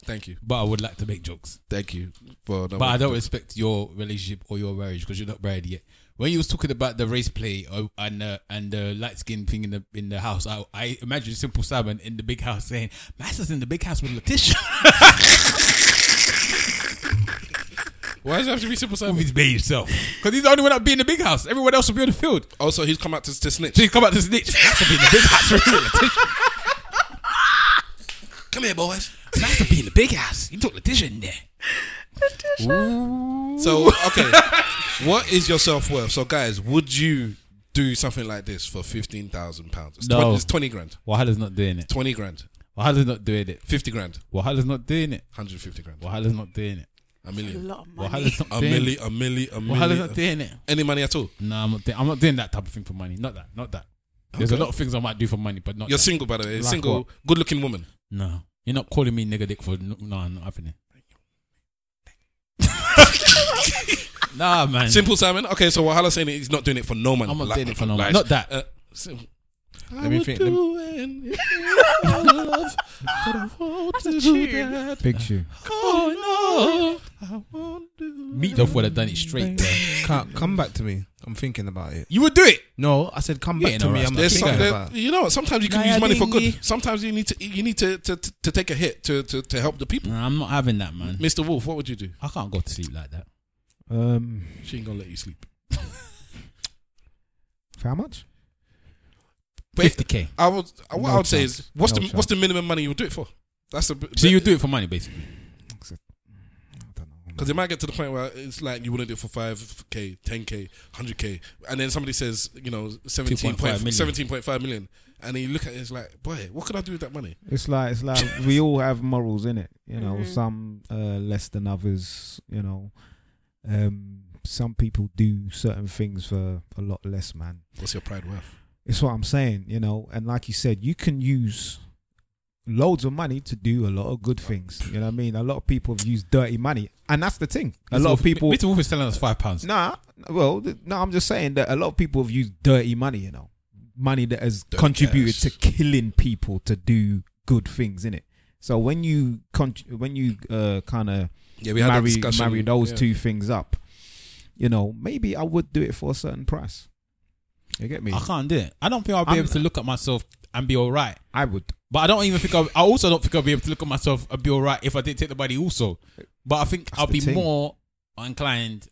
Thank you,
but I would like to make jokes.
thank you. For no
but I don't
more-
respect your relationship or your marriage because you're not married yet. When you was talking about the race play uh, and uh, and the light skin thing in the in the house, I, I imagine Simple Simon in the big house saying, "Master's in the big house with Letitia
Why does it have to be simple?
with
Simon?
his baby self," because he's the only one that be in the big house. Everyone else will be on the field.
Also, he's come out to, to snitch.
So you come out to snitch. Master be in the big house with Letitia.
Come here, boys.
Master be in the big house. You took Letitia in there.
So okay, what is your self worth? So guys, would you do something like this for fifteen thousand pounds? It's
No.
20, it's twenty grand,
Wahala's not doing it.
twenty grand,
Wahala's not doing it.
fifty grand,
Wahala's not doing it.
hundred fifty grand,
Wahala's not doing it.
a
A
million,
lot of money.
Wahala's
a
not doing it.
milli, a milli, a
Wahala's not
milli.
doing it.
Any money at all?
No, I'm not. Doing, I'm not doing that type of thing for money. Not that. Not that. There's a
Okay.
lot of things I might do for money, but not.
You're
that.
single, by the way.
Like
single, good-looking woman.
no, you're not calling me nigga dick for no. no not happening. nah, man.
Simple, Simon. Okay, so Wahala saying he's not doing it for no money.
I'm not
Like-
doing it for no.
like-
Not that.
Uh, simple.
Let me think, let me-
Big shoe.
oh no. Meat off would have done it straight. bro.
can't come back to me. I'm thinking about it.
You would do it.
No, I said come
You
back
ain't
to
no
me. I'm
rascal.
There's
thinking
some, there,
about it.
you know what? Sometimes you can use money for good.
Nayadingi.
Sometimes you need to you need to to, to, to take a hit to, to, to help the people.
Nah, I'm not having that, man.
Mr. Wolf, what would you do?
I can't go to sleep like that.
Um,
She ain't gonna let you sleep.
for how much?
Wait,
Fifty k.
I would. What
No
I would say
chance.
is, what's
No
the
chance.
what's the minimum money you would do it for? That's the. Because
So you would do it for money, basically.
I don't know.
it might get to the point where it's like you wouldn't do it for five k, ten k, hundred k, and then somebody says, you know, 17
2.5
point,
million.
17.5 million, and then you look at it, it's like, boy, what could I do with that money?
It's like it's like we all have morals in it, you know.
Mhm.
Some uh, less than others, you know. Um, some people do certain things for a lot less, man.
What's your pride worth?
It's what I'm saying, you know. And like you said, you can use loads of money to do a lot of good things. You know what I mean? A lot of people have used dirty money, and that's the thing. A lot of people.
Mr. Wolf is selling us five pounds.
Nah, well, th- no, I'm just saying that a lot of people have used dirty money, you know, money that has
Dirty
contributed
cash.
to killing people to do good things, in it. So when you con- when you uh, kind of
Yeah, we had that
marry
discussion.
marry those
yeah.
two things up, you know, maybe I would do it for a certain price. You get me?
Ah,
I can't do it. I don't think I'll be
I'm-
able to look at myself and be all right.
I would.
But I don't even think I'll, I also don't think I'll be able to look at myself and be all right if I didn't take the body also. But I think
That's
I'll
the
be
thing.
more inclined.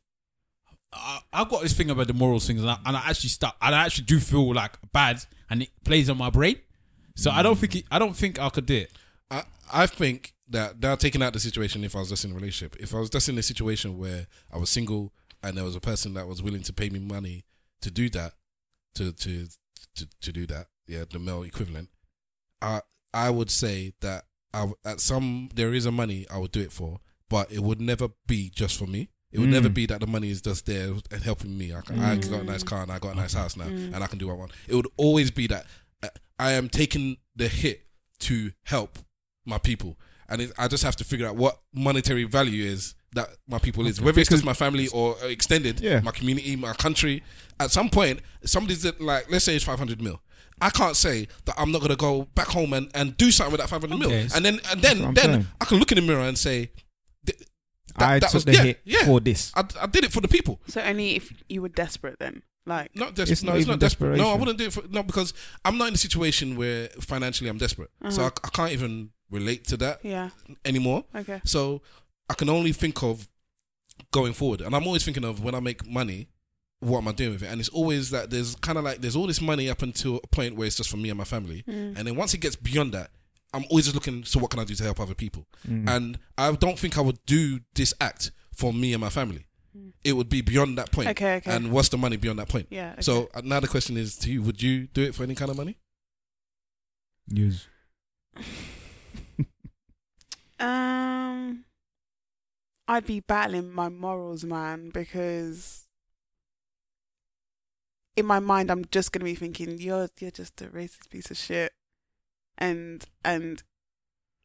I, I've got this thing about the morals things, and I, and I actually start, and I actually do feel like bad, and it plays on my brain. So I
Hmm.
don't think it, I don't think I could do it.
I, I think that now taking out the situation if I was just in a relationship, if I was just in a situation where I was single and there was a person that was willing to pay me money to do that, to to to, to do that, yeah, the male equivalent, I I would say that I, at some there is a money I would do it for, but it would never be just for me. It would
Mm.
never be that the money is just there and helping me. I, can, I got a nice
Mm.
car and I got a nice house now
Mm.
and I can do what I want. It would always be that uh, I am taking the hit to help my people. And it, I just have to figure out what monetary value is that my people is, whether it's just my family or extended,
Yeah.
my community, my country. At some point, somebody's that, like, let's say it's 500 mil. I can't say that I'm not going to go back home and, and do something with that 500
Okay.
mil. And then, and then,
what I'm
then
saying.
I can look in the mirror and say, "Th-
I
that
took
was-
the
yeah,
hit
yeah.
for this.
I, I did it for the people.
So only if you were desperate then. Like
Not desperate.
It's
no,
not
it's
even
not desperate. No, I
desperation.
wouldn't do it for, no, because I'm not in a situation where financially I'm desperate. So I,
Uh-huh.
I can't even relate to that
yeah,
anymore.
okay.
So I can only think of going forward. And I'm always thinking of when I make money, what am I doing with it? And it's always that there's kind of like there's all this money up until a point where it's just for me and my family.
Mm.
And then once it gets beyond that, I'm always just looking, so what can I do to help other people?
Mm.
And I don't think I would do this act for me and my family. it would be beyond that point.
Mm. Okay, okay.
And what's the money beyond that point?
yeah. Okay.
So uh, now the question is to you: Would you do it for any kind of money?
Yes.
Um, I'd be battling my morals, man, because in my mind, I'm just gonna be thinking, "You're you're just a racist piece of shit," and and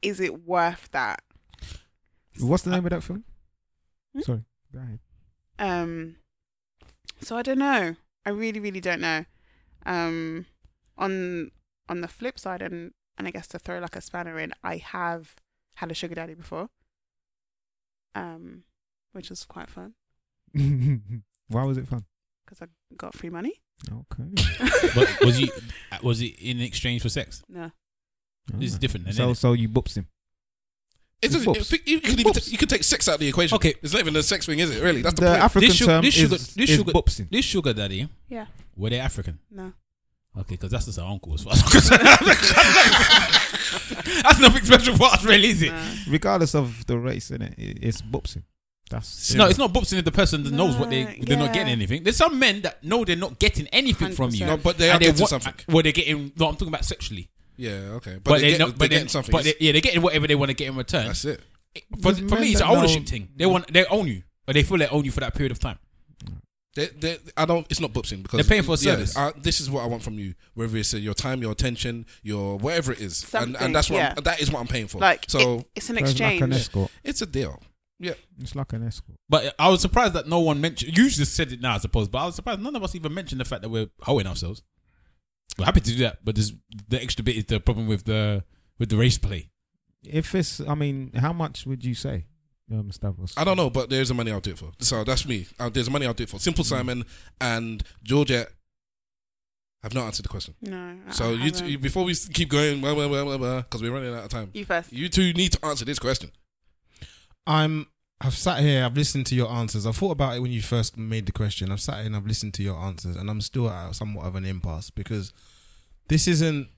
is it worth that?
What's the name of that film?
Hmm?
Sorry. Go ahead.
Um, so I don't know. I really, really don't know. Um, on on the flip side, and and I guess to throw like a spanner in, I have had a sugar daddy before. Um, which was quite fun
Why was it fun?
because I got free money.
Okay.
But was he Uh, was it in exchange for sex?
No.
This is different. Then,
So,
innit?
so you booped him.
It's
It's
just,
boobs.
it- you, could even t- you could take sex out of the equation.
Okay.
it's not even a sex thing, is it? Really, that's the,
the
point.
African
This sugar-
term
this
is,
sugar- this
is
sugar-
boopsing.
this sugar daddy
Yeah.
were they African?
No.
Okay, because that's just our uncle as far as I'm concerned. that's nothing special for us, really, is it?
no.
Regardless of the race, innit? it? It's boopsing. That's
No, it's not boopsing if the person that knows what they
No,
they're not getting
yeah.
anything. There's some men that know they're not getting anything from you.
no,
100%.
but they are
and they
getting
want-
something.
Well, they're getting. No, I'm talking about sexually.
yeah, okay, but,
But,
they're,
they're,
getting,
not.
they're
But
getting
they're,
something.
but they yeah, they're getting whatever they want to get in return.
that's it.
For,
There's
for
men
me, it's
that
an ownership
know-
thing. They want they own you, or they feel they own you for that period of time.
They, they, I don't. It's not boopsing because
They're paying for a
yeah,
service.
I, this is what I want from you, whether it's uh, your time, your attention, your whatever it is, and,
Something,
and that's what
yeah.
I'm, that is what I'm paying for.
Like
so
it- it's an
it's like
exchange.
an escort.
it's a deal.
It's like an escort.
But I was surprised that no one mentioned. You just said it now, I suppose. But I was surprised none of us even mentioned the fact that we're hoeing ourselves. We're happy to do that, but this, the extra bit is the problem with the with the race play.
If it's, I mean, how much would you say, um, Stavros?
I don't know, but there's a money I'll do it for. So that's me. Uh, there's a money I'll do it for.
Mm.
Simple Simon and Georgette have not answered the question.
No. I-
So
I
you t-
haven't.
you- before we s- keep going, blah, blah, blah, blah, blah, because we're running out of time.
You first.
You two need to answer this question.
I'm. I've sat here. I've listened to your answers. I thought about it when you first made the question. I've sat here and I've listened to your answers, and I'm still at somewhat of an impasse because this isn't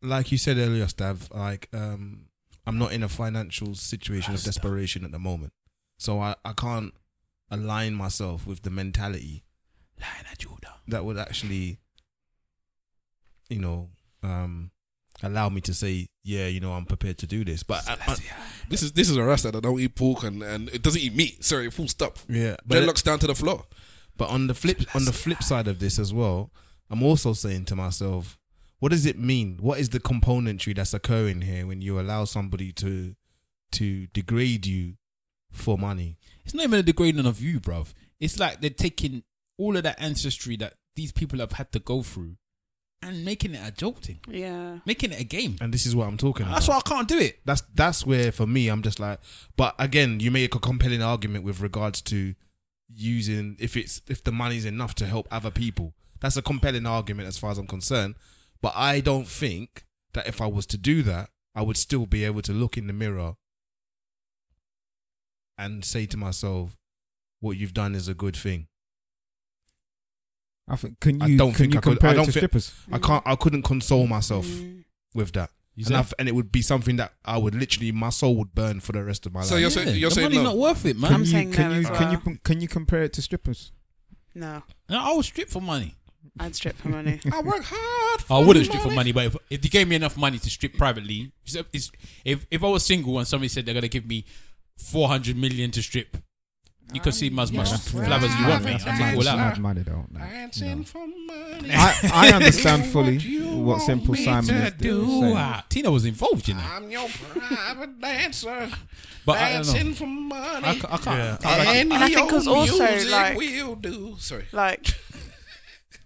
like you said earlier, Stav. Like, um, I'm not in a financial situation of
Rasta.
desperation at the moment, so I, I can't align myself with the mentality
Lionel Judah.
that would actually, you know, um, allow me to say, yeah, you know, I'm prepared to do this. But uh, I- I-
This is this is a rasta that don't eat pork and, and it doesn't eat meat. Sorry, full stop.
yeah, but
Dreadlocks down to the floor.
But on the flip on the flip side of this as well, I'm also saying to myself, what does it mean? What is the componentry that's occurring here when you allow somebody to to degrade you for money?
It's not even a degrading of you, bruv. It's like they're taking all of that ancestry that these people have had to go through and making it a joke thing,
Yeah.
making it a game.
And this is what I'm talking about.
That's why I can't do it.
that's that's where for me I'm just like but again you make a compelling argument with regards to using if it's if the money's enough to help other people that's a compelling argument as far as I'm concerned but I don't think that if I was to do that I would still be able to look in the mirror and say to myself what you've done is a good thing
I think. Can
I
you?
don't
can
think
you
I could-
compare
I don't
it to
think-
strippers?
I can't I couldn't console myself
Mm.
with that
You
and,
said-
I f- and it would be something that I would literally my soul would burn for the rest of my
So
life
Mm.
you're, say,
Yeah,
you're
the
saying
money's
no.
not worth it, man.
Can
I'm
you?
saying
Can
no
you?
as
Can
well.
you? Can you compare it to strippers?
No,
No, I would strip for money.
I'd strip for money.
I work hard.
I wouldn't strip for money, but if, if they gave me enough money to strip privately, so it's- if if I was single and somebody said they're gonna give me four hundred million to strip, you can see as much
that's-
flab as you want, mate.
That's
I'm like,
mad-
all out.
mad money, though. no,
Dancing
no.
for money.
I, I understand
Do
fully
what you
what
want
Simple
me
Simon
to
is
Do
saying.
I? Tina was involved, you know.
I'm your private dancer.
But I don't know.
dancing for money.
I, ca- I can't.
Yeah.
I like it.
Any
And I think 'cause
old
also,
music
like-
will do. Sorry.
Like,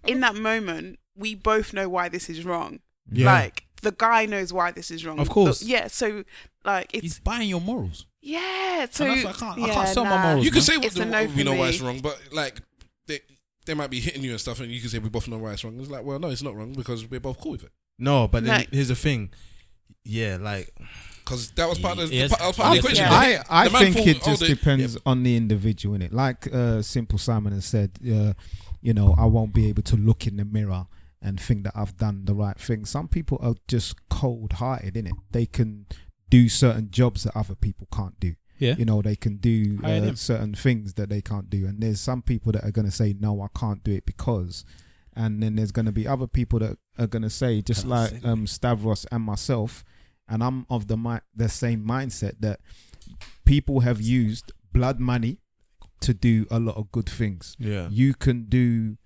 in that moment, we both know why this is wrong.
Yeah.
Like, the guy knows why this is wrong.
Of course.
The- yeah. So, like, it's
He's buying your morals.
yeah. So
that's what I can't- I
yeah,
can't sell my
nah.
morals.
You can
man.
say what
It's
the,
a no
we
for
know why
me.
it's wrong, but like they they might be hitting you and stuff, and you can say we both know why it's wrong. It's like, well, no, it's not wrong because we're both cool with it.
No, but then
Like-
here's the thing. Yeah, like
Because that was part of the,
Yes.
that was part of the
Yes.
equation.
Yeah.
I, I
The man
think
thought,
it
oh,
just
they-
depends on the individual, innit? Like uh, Simple Simon has said, uh, you know, I won't be able to look in the mirror and think that I've done the right thing. Some people are just cold hearted, innit? They can do certain jobs that other people can't do.
Yeah.
You know, they can do
Hire
uh,
them.
certain things that they can't do. And there's some people that are going to say, no, I can't do it because. And then there's going to be other people that are going to say, just
Can't say
like
it.
um, Stavros and myself, and I'm of the, mi- the same mindset that people have used blood money to do a lot of good things
Yeah.
you can do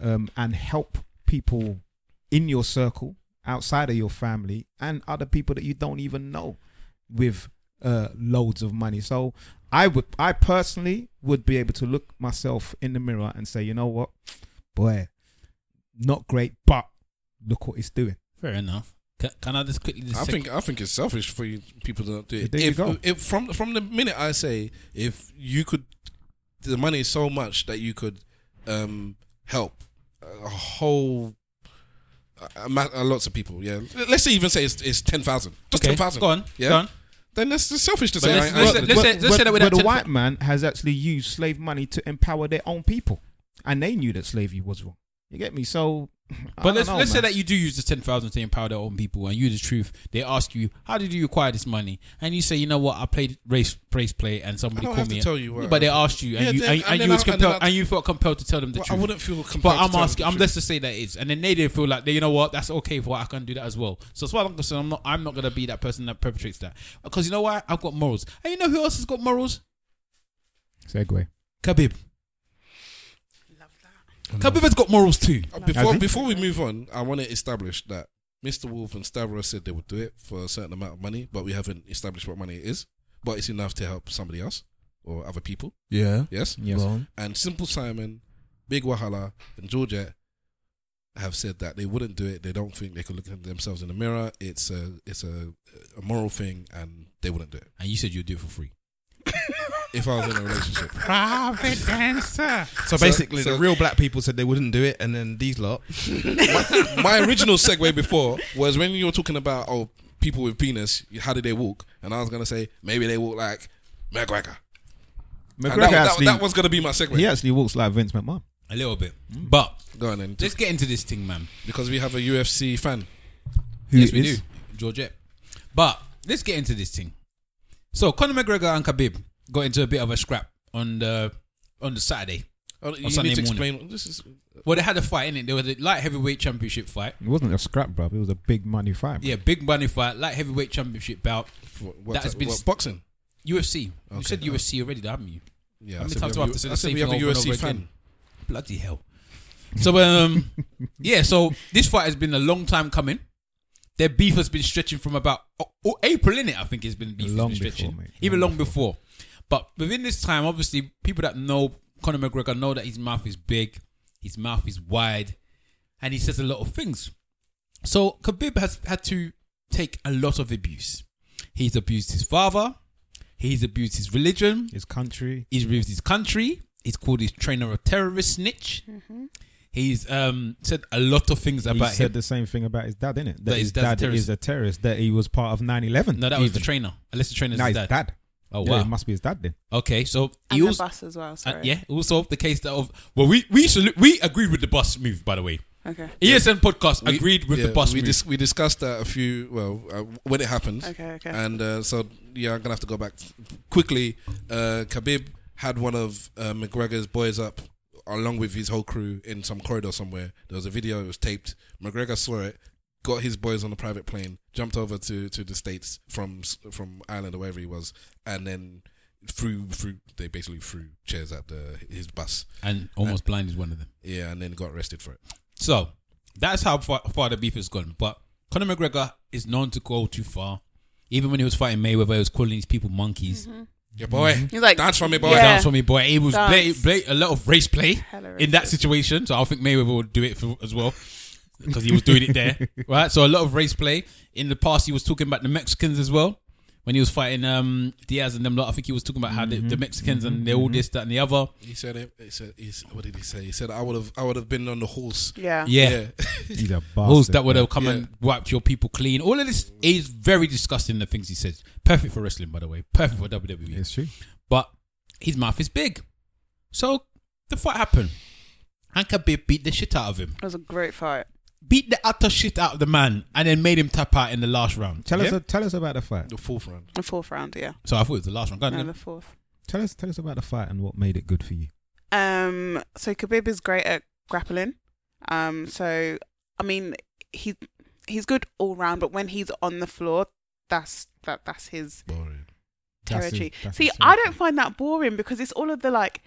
um, and help people in your circle outside of your family and other people that you don't even know with uh, loads of money so i would i personally would be able to look myself in the mirror and say you know what boy not great but look what it's doing
Fair enough. Can, can I just quickly? Just
I
sec-
think I think it's selfish for you people to not do it.
There you
if,
go.
if from from the minute I say if you could, the money is so much that you could um, help a whole. A, ma- a lots of people, yeah. Let's say even say it's, it's ten thousand, just
Okay,
ten thousand.
Go on.
yeah.
Go on.
Then that's just selfish to
But
say.
let's-
I- I
let's-
said-
let's- say- say that
but
without
the
ten-
white man has actually used slave money to empower their own people and they knew that slavery was wrong you get me so I
But
don't
let's
know,
let's say
man.
that you do use the ten thousand to empower their own people, and you the truth. They ask you, "How did you acquire this money?" And you say, "You know what? I played race race play, and
I
somebody
don't
called
have
me."
to tell you. What
but they asked you, and
Yeah,
you
then-
and,
and
and
then
you was
I- and
compelled,
then
and,
I-
you felt compelled to tell them the
Well, I
truth.
wouldn't feel compelled.
But
to
I'm
tell
asking.
the
I'm
truth.
let's just say that is, and then they didn't feel like they, you know what, that's okay for what I can do that as well. So as far as I'm concerned, I'm not. I'm not gonna be that person that perpetrates that because you know why? I've got morals, and you know who else has got morals?
segue
Khabib.
Love that.
Khabib has got morals too.
Uh,
Has
Before
he?
before we move on, I want to establish that Mr. Wolf and Stavros said they would do it for a certain amount of money, but we haven't established what money it is. But it's enough to help somebody else or other people.
Yeah.
Yes.
yes
Well,
And Simple Simon, Big Wahala, and Georgette have said that they wouldn't do it. They don't think they could look at themselves in the mirror. It's a it's a, a moral thing, and they wouldn't do it.
And you said you'd do it for free.
If I was in a relationship,
Private dancer.
So basically,
so-
the real black people said they wouldn't do it, and then these lot.
my original segue before was when you were talking about oh people with penis, how do they walk? And I was gonna say maybe they walk like McGregor. And
McGregor
that, that-
actually,
that was gonna be my segue.
he actually walks like Vince McMahon.
A little bit, but
Go on then,
let's get into this thing, man.
because we have a UFC fan.
Who
yes, we
is-
do. Georgette. But let's get into this thing. So Conor McGregor and Khabib got into a bit of a scrap on the on the Saturday.
Oh, you
Sunday
need to
morning.
explain. This is
Well, they had a fight in it. There was a light heavyweight championship fight.
It wasn't a scrap, bro. It was a big money fight.
Yeah, big money fight, light heavyweight championship bout.
what, what,
That has been-
what, boxing.
UFC. you
Okay,
said
alright.
UFC already, haven't you?
Yeah,
How
I
many
said
times
we
do I
have
have to say
a-
the
I said
same
we have a
thing over and
UFC
over again?
fan.
Bloody hell. So um yeah, so this fight has been a long time coming. Their beef has been stretching from about oh, oh, April in it, I think it's been beef
Long
has been
before,
stretching.
mate.
Even
Long
long before. But within this time, obviously, people that know Conor McGregor know that his mouth is big, his mouth is wide, and he says a lot of things. So Khabib has had to take a lot of abuse. He's abused his father, he's abused his religion,
His country.
He's with his country. He's called his trainer a terrorist snitch.
Mm-hmm.
He's um, said a lot of things
He
about
said
him.
the same thing about his dad, innit? That,
That his
his
dad's a
dad
terrorist.
is a terrorist. That he was part of 9-11.
No, that was the
even.
trainer. Unless the trainer's
No,
his
his
dad.
dad.
Oh
Yeah,
wow.
it must be his dad then.
okay, so he
And the
also
bus as well.
uh,
Sorry.
yeah also the case that of well we we salute, we agreed with the bus move by the way.
Okay.
ESN podcast
We-
agreed with
yeah,
the bus
We,
move.
dis- we discussed that a few. Well, uh, when it happened.
Okay. Okay.
And uh, so, yeah, I'm gonna have to go back quickly. Uh, Khabib had one of uh, McGregor's boys up along with his whole crew in some corridor somewhere. There was a video; it was taped. McGregor saw it, got his boys on a private plane, jumped over to, to the states from from Ireland or wherever he was, and then threw threw they basically threw chairs at the his bus.
and almost blinded one of them.
Yeah, and then got arrested for it.
So that's how far, far the beef has gone. But Conor McGregor is known to go too far. Even when he was fighting Mayweather, he was calling these people monkeys.
Yeah, boy,
He's like
Mm-hmm. dance for me, boy.
Yeah.
Yeah.
Dance for me, boy. It was
Dance.
play, play, a lot of race play
Hella
in that
racist.
situation. So I think Mayweather would do it for, as well because he was doing it there, right? So a lot of race play. In the past, he was talking about the Mexicans as well when he was fighting um, Diaz and them lot. I think he was talking about how the, the
Mm-hmm.
Mexicans and they all this, that, and the other.
He said it. He said, he said, "What did he say?" He said, "I would have, I would have been on the horse."
Yeah.
Yeah.
He's a bastard.
Rules that would have come
Yeah.
and wiped your people clean. All of this is very disgusting. The things he says, perfect for wrestling, by the way, perfect for WWE.
It's true.
but his mouth is big. So the fight happened. And Khabib beat the shit out of him.
It was a great fight.
beat the utter shit out of the man and then made him tap out in the last round.
Tell
Yeah?
us, tell us about the fight.
The fourth round.
The fourth round, yeah.
So I thought it was the last round. Go on,
No,
then.
the fourth.
Tell us, tell us about the fight and what made it good for you.
Um, so Khabib is great at grappling. Um, so I mean, he he's good all round, but when he's on the floor, that's that that's his
Boring.
That's his-
territory.
that's
See,
his
I don't
territory.
find that boring because it's all of the like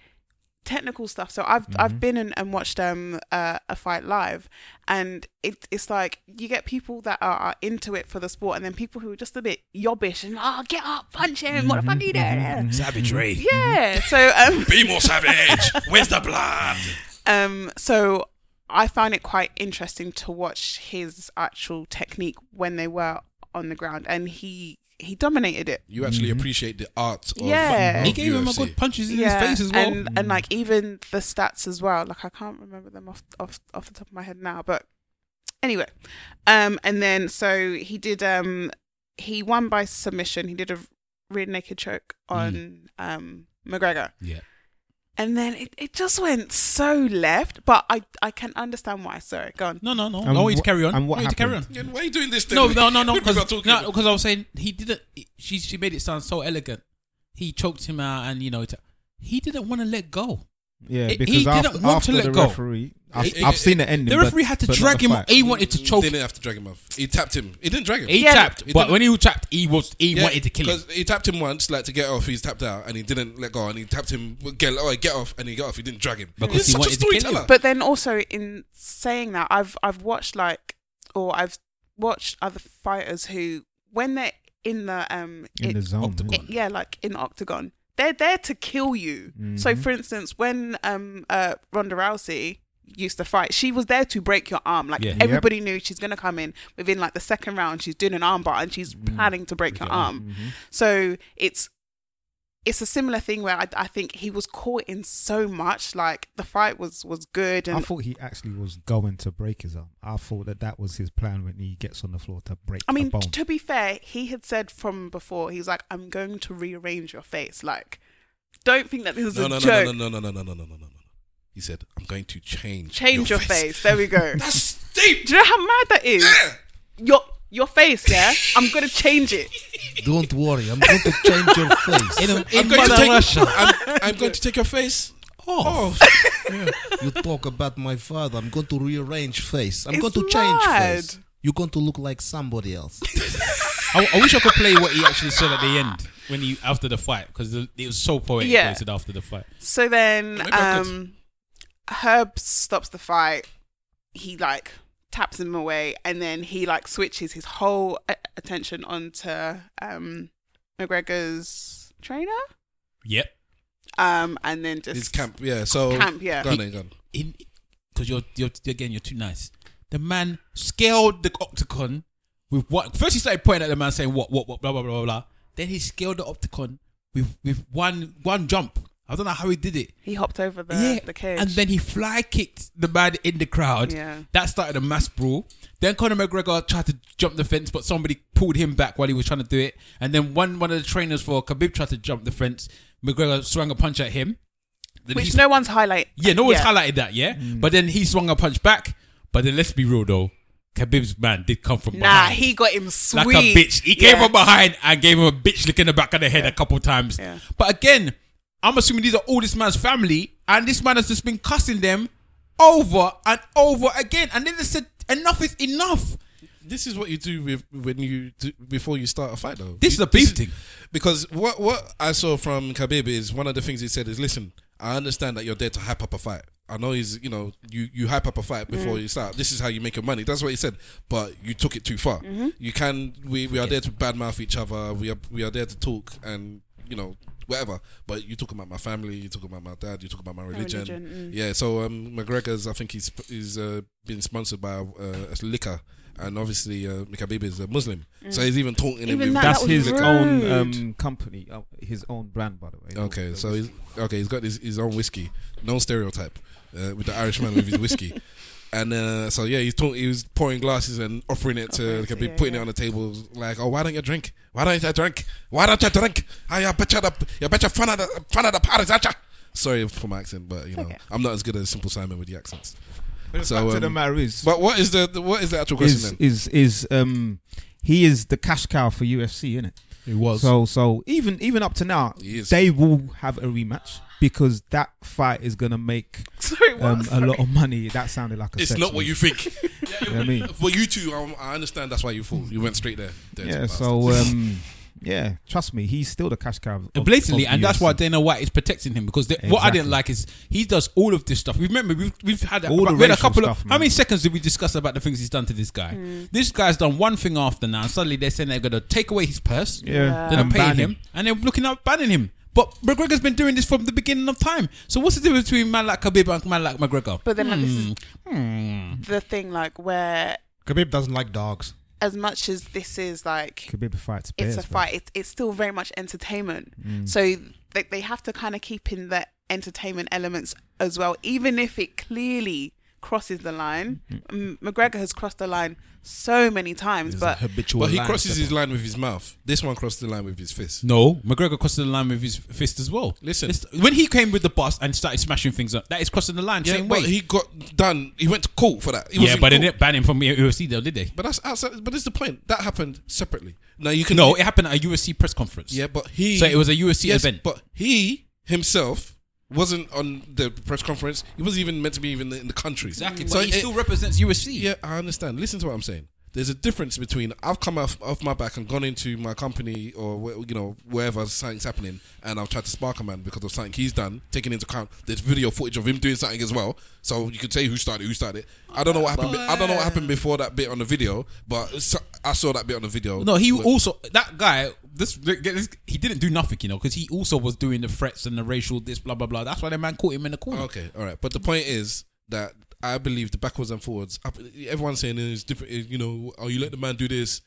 technical stuff. So I've I've
Mhm.
been and, and watched um uh, a fight live, and it, it's like you get people that are, are into it for the sport, and then people who are just a bit yobbish and oh get up, punch him, what the fuck are you doing?
Mm-hmm.
Savagery.
Yeah. So um
Be more savage. Where's the blood?
um so I found it quite interesting to watch his actual technique when they were on the ground, and he he dominated it.
You actually
Mm-hmm.
appreciate the art of
Yeah.
of
He gave him a
UFC.
good punches in his face as well.
And, and like even the stats as well. Like I can't remember them off off off the top of my head now, but anyway. Um and then so he did um he won by submission. He did a rear naked choke
Mm.
on um McGregor.
Yeah.
And then it, it just went so left, but I I can understand why. Sorry, go on.
no, no, no.
And
I want you to
wh-
carry on.
and what
I want you to carry on.
Yeah, why are you doing this then?
No, no, no, no.
We've been
Because
talking about-
I was saying he didn't. She she made it sound so elegant. He choked him out, and you know, it's- he didn't want to let go.
Yeah,
He-
because
he didn't
after,
want to
after
let
the
go.
referee, I've,
He-
I've
he-
seen the ending.
The
but-
referee had to
but not
drag
the
him.
fight.
He wanted to choke.
They
him.
didn't have to drag him off. He tapped him. He didn't drag him.
He
Yeah.
tapped,
He
but
didn't-
when he was tapped, he was he
Yeah,
wanted to kill him.
'cause He tapped him once, like to get off. He's tapped out, and he didn't let go. And he tapped him, get, oh, get off, and he got off. He didn't drag him.
Because
he's
he
such a
wanted to kill him.
storyteller.
But then also in saying that, I've I've watched like or I've watched other fighters who when they're in the um
in
it-
the zone.
octagon.
it- yeah, like in the octagon. They're there to kill you. So,
Mhm.
for instance, when um uh Ronda Rousey used to fight, she was there to break your arm. Like
Yeah. Yep.
everybody knew she's gonna come in within like the second round. She's doing an armbar and she's planning to break your arm.
Mm-hmm.
So it's it's a similar thing where I, I think he was caught in so much. Like the fight was was good
I
and.
thought he actually was going to break his arm. I thought that that was his plan when he gets on the floor to break
I
a
mean,
bone.
to be fair, he had said from before, he was like, I'm going to rearrange your face. Like, don't think that this is
no,
a
no,
joke.
no, no, no, no, no, no, no, no, no, no. He said, "I'm going to change
Change your, face. There we go.
That's deep.
Do you know how mad that is?
Yeah.
Your your face, yeah. I'm gonna change it.
Don't worry, I'm going to change your face.
In, a- in
I'm going, to
Mother
take,
Russia.
I'm, I'm going to take your face
Oh,
off.
You talk about my father. I'm going to rearrange face. I'm
It's
going to change
mad.
face. You're going to look like somebody else.
I, I wish I could play what he actually said at the end when he after the fight because it was so poetic. Yeah.
Yeah.
What he said after the fight.
So then,
Maybe I could-
um, Herb stops the fight. He like taps him away, and then he like switches his whole a- attention onto um McGregor's trainer.
Yep.
Um, and then just
His camp, yeah. So
Camp, yeah.
Go on, then, go on.
because you're, you're again you're too nice. The man scaled the octagon with what? First he started pointing at the man saying what what what blah blah blah blah. blah. Then he scaled the octagon with with one one jump. I don't know how he did it.
he hopped over the the cage.
and then he fly kicked the man in the crowd.
Yeah.
that started a mass brawl. Then Conor McGregor tried to jump the fence, but somebody pulled him back while he was trying to do it. And then one one of the trainers for Khabib tried to jump the fence. McGregor swung a punch at him. Then he
which no one's highlight.
yeah, no one's highlighted that, yeah? But then he swung a punch back. But then let's be real though, Khabib's man did come from
Nah,
behind.
he got him sweet.
like a bitch. He came
Yeah.
from behind and gave him a bitch lick in the back of the head a couple times.
Yeah.
But again, I'm assuming these are all this man's family, and this man has just been cussing them over and over again. And then they said, enough is enough.
This is what you do with, when you do, before you start a fight, though.
This is
You-
a beef thing.
because what what I saw from Khabib is one of the things he said is, "Listen, I understand that you're there to hype up a fight. I know he's you know you you hype up a fight before you start. This is how you make your money. That's what he said. But you took it too far. You can we we are there to badmouth each other. We are we are there to talk and you know." Whatever, but you talk about my family, you talk about my dad, you talk about my religion.
religion, mm.
Yeah, so um, McGregor's, I think he's he's uh, been sponsored by uh, a liquor, and obviously uh, Khabib is a Muslim, so he's even talking it
Mm. Even
with
that-
That's
was
his
rude.
own um, company, uh, his own brand, by the way.
Okay, so he's okay. He's got his, his own whiskey, no stereotype, uh, with the Irishman with his whiskey, and uh, so yeah, he's talk, he was pouring glasses and offering it to
Offering it to
Khabib,
you,
putting
Oh, yeah.
it on the table, like, oh, why don't you drink? Why don't you drink? Why don't you drink? Oh, you betcha the you betcha fun of the fun of the Paris, aren't ya?" Sorry for my accent, but you know
okay.
I'm not as good as Simple Simon with the accents. So,
Fact
um,
of the matter is,
But what is the, the what is the actual question
is,
then?
is is um he is the cash cow for UFC, isn't it?
It was.
So so even even up to now,
He is.
they will have a rematch because that fight is gonna make
Sorry, what?
um,
uh,
a
Sorry.
lot of money. That sounded like a
It's
sex
not what
move.
you think.
You know what I mean.
For you two, um, I understand that's why you fall. You went straight there. dirty
Yeah.
bastard.
So um, yeah, trust me, he's still the cash cow. of-
blatantly,
of
and that's
UFC.
why Dana White is protecting him because they, what I didn't
Exactly.
like is he does all of this stuff. Remember, we've we've had
All the
we had a
racial
couple
stuff,
of how many
man.
seconds did we discuss about the things he's done to this guy?
Hmm.
This guy's done one thing after now, and suddenly they're saying they're going to take away his purse,
Yeah.
they're not
And
paying
ban
him,
him.
and they're looking at banning him. But McGregor's been doing this from the beginning of time. So what's the difference between man like Khabib and man like McGregor?
But then like, this is
Hmm.
the thing, like where
Khabib doesn't like dogs.
as much as this is like
Khabib fights.
it's
bears,
a
bro.
fight, it's it's still very much entertainment.
Mm.
So they, they have to kind of keep in the entertainment elements as well, even if it clearly crosses the line. M- McGregor has crossed the line so many times, but
habitual.
but he crosses his line with his mouth. This one crosses the line with his fist.
No, McGregor crossed the line with his fist as well.
Listen.
It's- when he came with the bus and started smashing things up, that is crossing the line.
Yeah,
same
but
way.
he got done. He went to court for that. He was
yeah,
in
but they
court.
didn't ban him from UFC though, did they?
But that's outside. But this is the point. That happened separately. Now you can
No, it happened at a UFC press conference.
Yeah, but he.
So it was a UFC
yes,
event.
But he himself wasn't on the press conference. He wasn't even meant to be even in the country.
exactly.
So
but he
it-
still represents UFC.
Yeah, I understand. Listen to what I'm saying. There's a difference between I've come off, off my back and gone into my company or wh- you know wherever something's happening, and I've tried to spark a man because of something he's done, taking into account there's video footage of him doing something as well. So you could say who started, who started. I don't know what happened. be- I don't know what happened before that bit on the video, but so- I saw that bit on the video.
No, he
Well,
also that guy. This, this he didn't do nothing, you know, because he also was doing the threats and the racial this, blah blah blah. That's why the man caught him in the corner.
Okay, all right. But the point is that I believe the backwards and forwards. up- Everyone's saying it's different. eh, You know, oh, you let the man do this.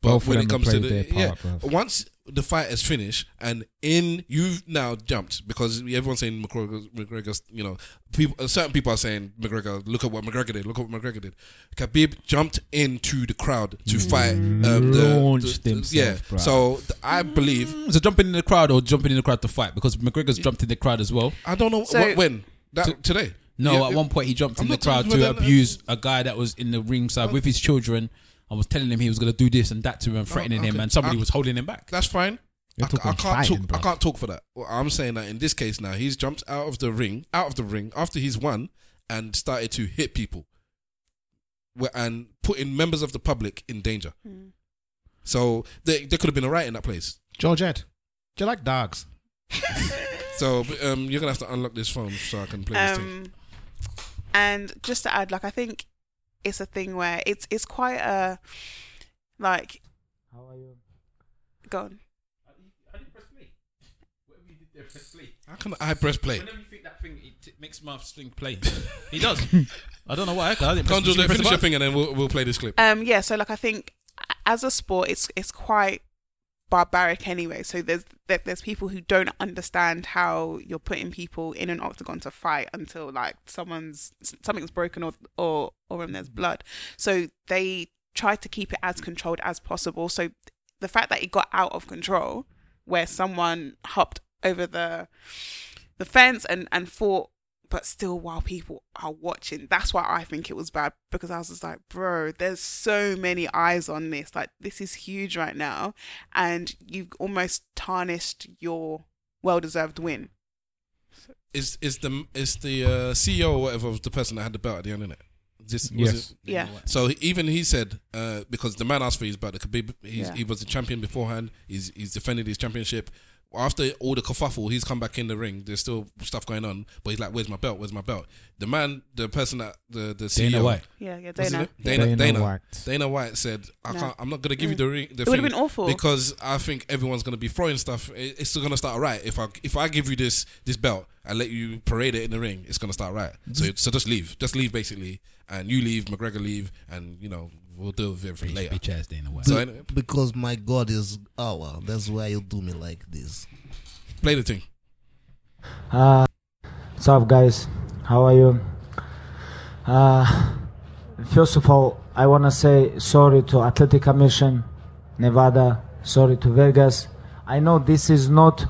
But
Both of
when
them
it comes to
played
the
their part,
yeah,
bruv.
once the fight is finished and in you've now jumped because everyone's saying McGregor, McGregor. You know, people, certain people are saying McGregor. Look at what McGregor did. Look at what McGregor did. Khabib jumped into the crowd to fight. Um, the,
Mm. Launched
the-
himself,
Yeah.
bruv.
So th- I believe
So jumping in the crowd or jumping in the crowd to fight because McGregor's jumped in the crowd as well.
I don't know
So-
what, when that today.
No,
Yeah,
at
it-
one point he jumped
I'm
in the
not talking
crowd
about
to
that, uh,
abuse a guy that was in the ringside with his children. I was telling him he was going to do this and that to him, and threatening him,
okay.
and somebody
Um,
was holding him back.
That's fine. I,
You're talking
I can't
fighting,
talk. I
bruv.
can't talk for that. Well, I'm saying that in this case now, he's jumped out of the ring, out of the ring after he's won and started to hit people, Wh- and putting members of the public in danger.
Hmm.
So there, there could have been a riot in that place.
Georgette, do you like dogs?
So um, you're gonna have to unlock this phone so I can play this thing.
um, and just to add, like I think it's a thing where it's it's quite a like. How are you? Gone.
How can I press play?
Whenever you think that thing, it makes my thing play. he does. I don't know why. I didn't press-
Can't do
did you
that.
press the
Finish your
button?
thing and then we'll, we'll play this clip.
Um, yeah, so like I think as a sport, it's it's quite barbaric anyway. So there's there, there's people who don't understand how you're putting people in an octagon to fight until like someone's something's broken or or or when there's blood. So they try to keep it as controlled as possible. So the fact that it got out of control, where someone hopped over the the fence and and fought but still while people are watching that's why i think it was bad because i was just like bro there's so many eyes on this like this is huge right now and you've almost tarnished your well-deserved win
Is is the is the uh, CEO or whatever of the person that had the belt at the end of it? This was
Yes.
it-
yeah
So even he said uh, because the man asked for his belt, the Khabib, he's,
Yeah.
he was the champion beforehand. He's he's defended his championship. After all the kerfuffle, he's come back in the ring. There's still stuff going on, but he's like, "Where's my belt? Where's my belt?" The man, the person that the E the CEO,
Dana White.
yeah yeah
What's his
Dana.
name? Dana, Dana,
Dana
Dana White.
White.
said, "I
No. Mm.
can't. I'm not gonna give you the ring." The
It would've
thing
been awful.
because I think everyone's gonna be throwing stuff. It- It's still gonna start a riot. If I if I give you this this belt and let you parade it in the ring, it's gonna start a riot. So
Mm.
so just leave, just leave basically, and you leave, McGregor leave, and you know we'll deal with everything later.
Bitch ass Dana White.
So anyway,
Because my God is our. That's why you do me like this.
play the thing.
Uh, what's up, guys? How are you? Uh, first of all, I want to say sorry to Athletic Commission, Nevada, sorry to Vegas. I know this is not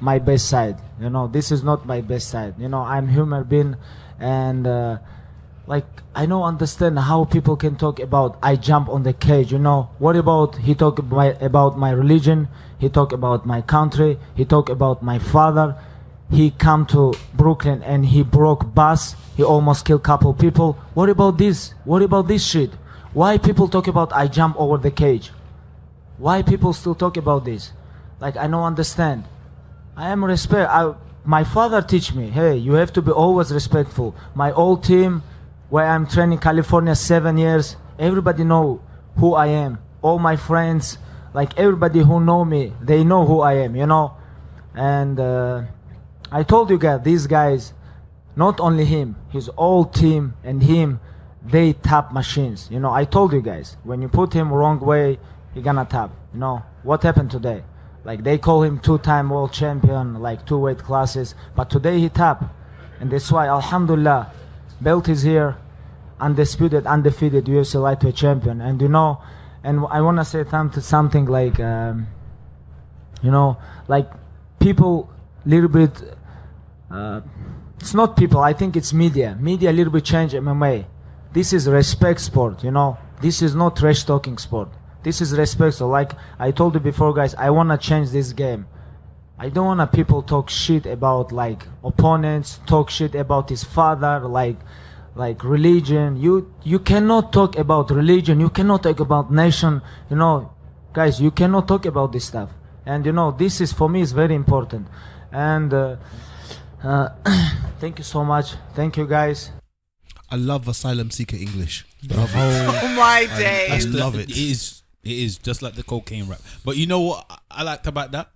my best side. You know, this is not my best side. You know, I'm human being and uh, like I don't understand how people can talk about I jump on the cage. You know what about he talk about, about my religion, he talk about my country, he talk about my father. He come to Brooklyn and he broke bus. He almost killed couple people. What about this? What about this shit? Why people talk about I jump over the cage? Why people still talk about this? Like I don't understand. I am respect. I, my father teach me, hey, you have to be always respectful. My old team, where I'm training California seven years, everybody know who I am. All my friends, like everybody who know me, they know who I am, you know. And uh, I told you guys, these guys, not only him, his old team and him, they tap machines. You know, I told you guys, when you put him wrong way, he gonna tap. You know, what happened today? Like they call him two-time world champion, like two weight classes, but today he tap, and that's why Alhamdulillah, belt is here, undisputed, undefeated UFC lightweight champion. And you know, and I wanna say some- something like, um, you know, like people little bit uh, it's not people. I think it's media. Media a little bit change MMA. This is respect sport, you know. This is not trash talking sport. This is respect. So, like I told you before, guys, I wanna change this game. I don't wanna people talk shit about like opponents, talk shit about his father, like like religion. You you cannot talk about religion. You cannot talk about nation. You know, guys, you cannot talk about this stuff. And you know, this is for me is very important. And uh, uh, thank you so much. Thank you guys.
I love asylum seeker English.
Oh my
I
days.
That's
love
the-
it.
It is. It is just like the cocaine rap. But you know what I- I liked about that?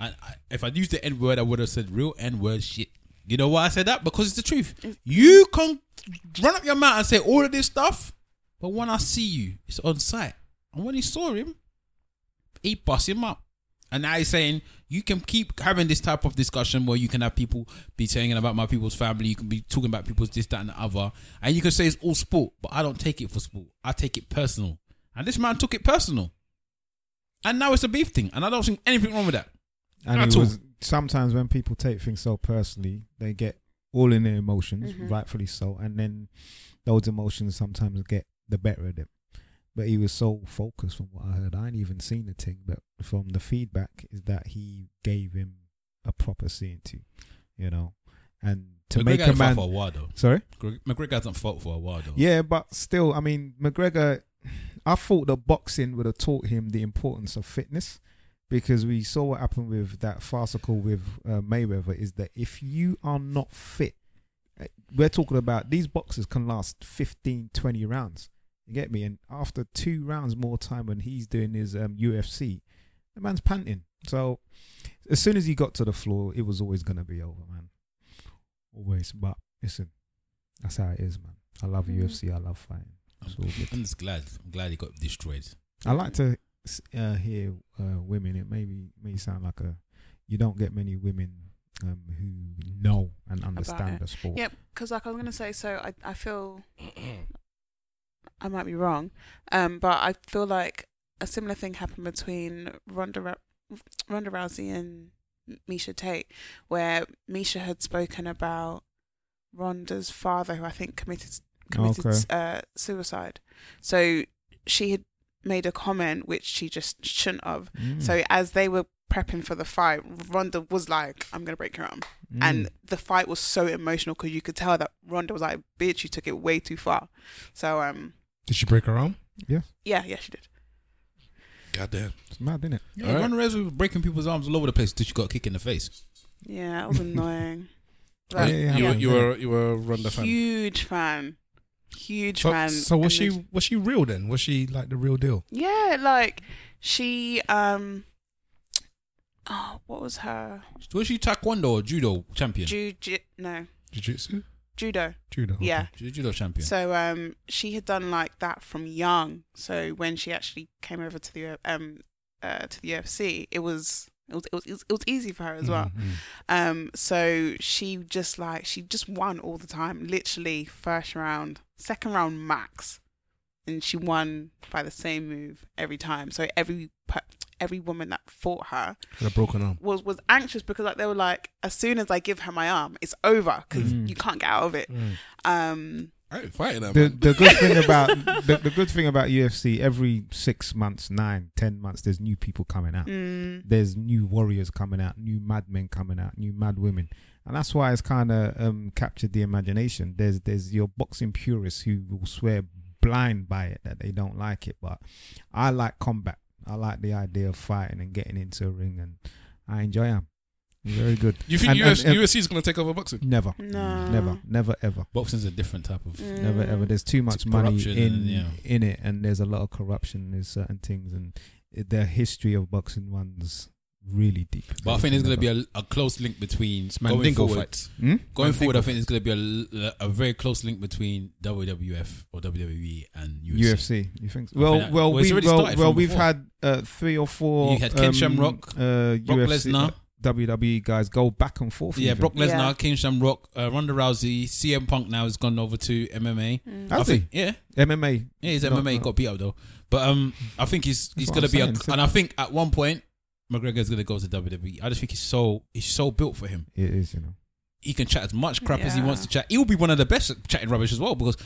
I, I, if I'd used the N word, I would have said real N word shit. You know why I said that? Because it's the truth. You can run up your mouth and say all of this stuff, but when I see you, it's on site. And when he saw him, he bust him up. And now he's saying you can keep having this type of discussion where you can have people be saying about my people's family, you can be talking about people's this, that, and the other, and you can say it's all sport, but I don't take it for sport. I take it personal. And this man took it personal. And now it's a beef thing, and I don't think anything wrong with that.
And
At
it
all.
was sometimes when people take things so personally, they get all in their emotions,
Mm-hmm.
rightfully so, and then those emotions sometimes get the better of them. But he was so focused from what I heard. I ain't even seen the thing, but from the feedback is that he gave him a proper seeing to, you know, and to
McGregor
make a
hasn't fought
man.
for a while though.
Sorry.
Gre- McGregor hasn't fought for a while though.
Yeah, but still, I mean, McGregor, I thought the boxing would have taught him the importance of fitness because we saw what happened with that farcical with uh, Mayweather is that if you are not fit, uh, we're talking about these boxers can last 15, 20 rounds. You get me? And after two rounds more time when he's doing his um, UFC, the man's panting. So as soon as he got to the floor, it was always going to be over, man. Always. But listen, that's how it is, man. I love
Mm-hmm.
UFC. I love fighting. It's all good.
I'm just glad. I'm glad he got destroyed.
I like to s- uh, hear uh, women. It maybe may sound like a you don't get many women um, who know and understand
it.
the sport.
Yep, because like I was gonna say, so I I feel I might be wrong, um, but I feel like a similar thing happened between Ronda Rou- Ronda Rousey and Misha Tate, where Misha had spoken about Ronda's father, who I think committed committed
Okay.
uh, suicide. So she had made a comment which she just shouldn't have.
Mm,
So as they were prepping for the fight, Ronda was like, "I'm gonna break your arm."
mm.
and the fight was so emotional because you could tell that Ronda was like, "Bitch, you took it way too far." So um,
Did she break her arm?
yeah, yeah, she did.
Goddamn.
it's mad, isn't it?
Yeah, Ronda Rousey was breaking people's arms all over the place till she got a kick in the face.
Yeah, that was annoying.
Yeah,
But
yeah,
you,
yeah.
you were you were a Ronda fan.
huge fan, huge
So,
fan.
so was
And then-
she was she real then? Was she like the real deal?
Yeah, like she um, oh, what was her
Was she taekwondo or judo champion?
judo? No,
Jiu-jitsu?
judo.
Judo. okay.
Yeah.
Ju- judo champion.
So um, she had done like that from young. So when she actually came over to the um uh, to the UFC, it was it was it was, it was easy for her as well.
Mm, mm.
Um, so she just like she just won all the time, literally first round, second round max, and she won by the same move every time. So every per- every woman that fought her
With a broken arm.
was was anxious because like they were like, as soon as I give her my arm, it's over because
Mhm.
Mm.
you can't get out of it. Um,
I ain't fighting that
the
man.
the good thing about the, the good thing about UFC every six months, nine, ten months, there's new people coming out.
Mm.
There's new warriors coming out, new madmen coming out, new mad women, and that's why it's kind of um, captured the imagination. There's there's your boxing purists who will swear blind by it that they don't like it, but I like combat. I like the idea of fighting and getting into a ring, and I enjoy them. Very good.
You think
And-
US,
and- and-
UFC is gonna take over boxing?
Never,
No.
never, never, ever.
Boxing's a different type of.
Mm.
Never ever. There's too much money
corruption
in
and, yeah.
in it, and there's a lot of corruption. There's certain things, and it, the history of boxing runs really deep.
But I think there's going to be a, a close link between going
Mandingo
forward.
fights.
Hmm?
Going forward, I think there's going to be a, a very close link between WWF or WWE and UFC.
UFC. You think? So?
I
Well,
think that-
well,
well, it's
we,
already
well,
started
well,
from
we've
before.
had uh, three or four.
You had Ken Shamrock,
uh,
Brock
UFC,
Lesnar.
WWE guys go back and forth.
Yeah,
even.
Brock Lesnar,
Yeah.
King Shamrock, uh, Ronda Rousey, CM Punk now has gone over to MMA.
Mm.
I
Has
think,
he?
yeah,
MMA.
yeah, he's
Not-
MMA. He
not-
got beat up though, but um, I think he's he's
what
gonna
I'm
be, a,
saying.
and I think at one point McGregor's gonna go to WWE. I just think he's so he's so built for him.
It is, you know.
He can chat as much crap as he
Yeah.
wants to chat. He will be one of the best at chatting rubbish as well because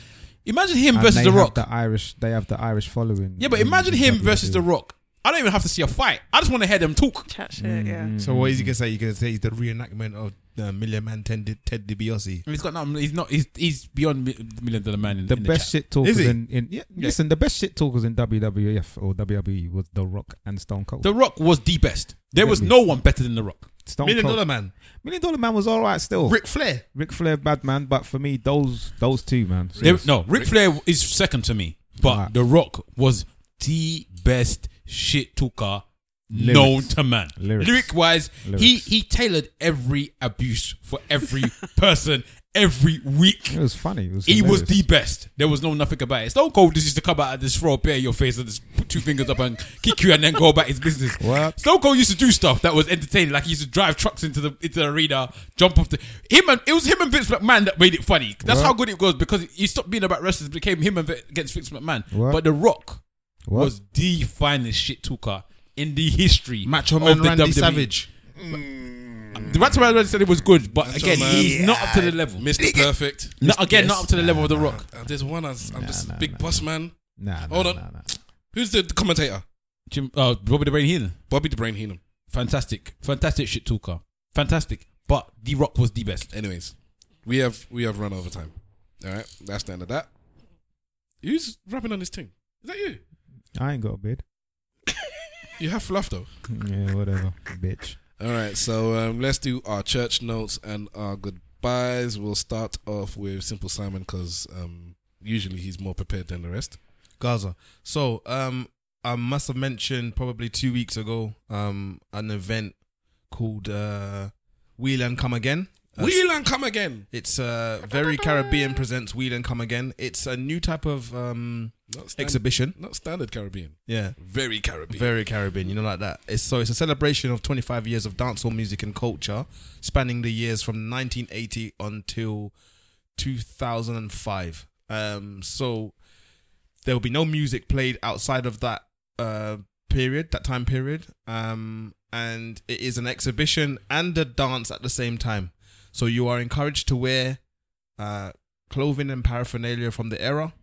imagine him
And
versus
they
The
have
Rock.
The Irish. They have the Irish following.
Yeah, but
in E.
imagine him versus The
WWE.
Rock. I don't even have to see a fight. I just want to hear them talk.
Chat shit, yeah.
So what is he gonna say? You gonna say he's the reenactment of the Million Man Ted, Ted DiBiase?
He's got nothing. He's not. He's he's beyond mi- million dollar man. In,
the
in
best
The chat.
shit talkers
Is it?
in, in yeah,
Yeah.
listen, the best shit talkers in WWF or WWE was The Rock and Stone Cold.
The Rock was the best. There was
Yeah.
no one better than The Rock.
Stone
Million
Cold.
Dollar Man,
Million Dollar Man was all right still. Rick,
Ric Flair.
Flair, bad man, but for me, those those two man.
There- no, Ric Flair is second to me, but
Right.
The Rock was the best shit talker
Lyrics.
known to man.
Lyrics.
Lyric wise, he
Lyrics.
he tailored every abuse for every person every week.
It was funny. It was
He was the
hilarious.
best. There was no nothing about it. Stone Cold just used to come out and just throw a pair in your face and just put two fingers up and kick you and then go about his business.
What?
Stone Cold used to do stuff that was entertaining. Like he used to drive trucks into the into the arena, jump off the him and it was him and Vince McMahon that made it funny. That's
What?
how good it was because he stopped being about wrestlers, it became him and Vin- against Vince McMahon.
What?
But The Rock
What?
was the finest shit talker in the history.
Macho
of
Man
the
Randy
WWE.
Savage. Mm.
The Macho Man Randy said it was good, but again,
Man.
he's not up to the level.
Mr. Perfect.
Not, again, not up to the level of The Rock.
Uh, there's one as I'm
Nah,
just
nah,
big
nah.
boss man.
Nah, nah,
Hold on.
Nah, nah.
Who's the, the commentator?
Jim, uh, Robert the Brain Heenan.
Bobby the Brain Heenan.
Fantastic. Fantastic shit talker. Fantastic. But The Rock was the best.
Anyways, we have we have run over time. All right, that's the end of that. Who's rapping on this thing? Is that you?
I ain't got a beard.
You have fluff though.
Yeah, whatever, bitch.
All right, so um, let's do our church notes and our goodbyes. We'll start off with Simple Simon because um, usually he's more prepared than the rest.
Gaza. So um, I must have mentioned probably two weeks ago um, an event called uh, Wheel and Come Again. Uh,
Wheel and come again.
It's uh, very Caribbean presents Wheel and Come Again. It's a new type of um,
Not, stan-
exhibition.
not standard Caribbean.
Yeah.
Very Caribbean.
Very Caribbean, you know, like that. It's, so it's a celebration of 25 years of dancehall music and culture, spanning the years from 1980 until 2005. Um, so there will be no music played outside of that uh, period, that time period. Um, and it is an exhibition and a dance at the same time. So you are encouraged to wear uh, clothing and paraphernalia from the era,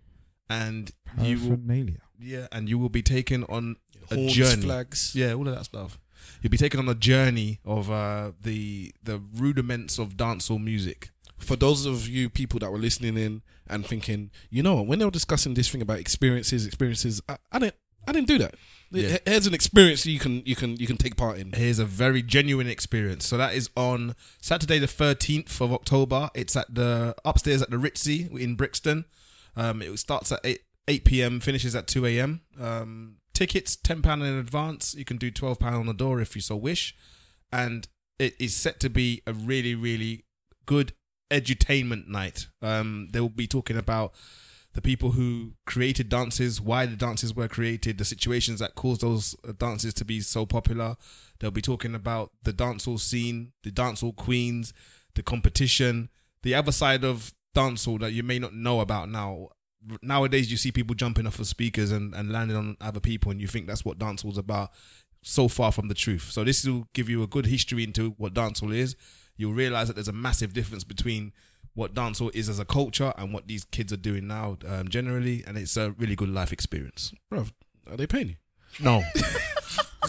and
Uh,
you will
Paraphernalia.
yeah, and you will be taken on a
Horns,
journey.
flags.
Yeah, all of that stuff. You'll be taken on a journey of uh, the the rudiments of dancehall music.
for those of you people that were listening in and thinking, you know, what, when they were discussing this thing about experiences, experiences, I, I didn't, I didn't do that.
Yeah.
Here's an experience you can, you can, you can take part in.
Here's a very genuine experience. So that is on Saturday, the thirteenth of October. It's at the upstairs at the Ritzy in Brixton. Um, it starts at eight eight pm, finishes at two am. Um, tickets ten pound in advance. You can do twelve pound on the door if you so wish, and it is set to be a really really good edutainment night. Um, they will be talking about the people who created dances, why the dances were created, the situations that caused those uh, dances to be so popular. They'll be talking about the dancehall scene, the dancehall queens, the competition, the other side of dancehall that you may not know about now. Nowadays, you see people jumping off of speakers and, and landing on other people, and you think that's what dancehall's about. So far from the truth. So this will give you a good history into what dancehall is. You'll realize that there's a massive difference between what dancehall is as a culture and what these kids are doing now um, generally, and it's a really good life experience.
Are they paying you?
No,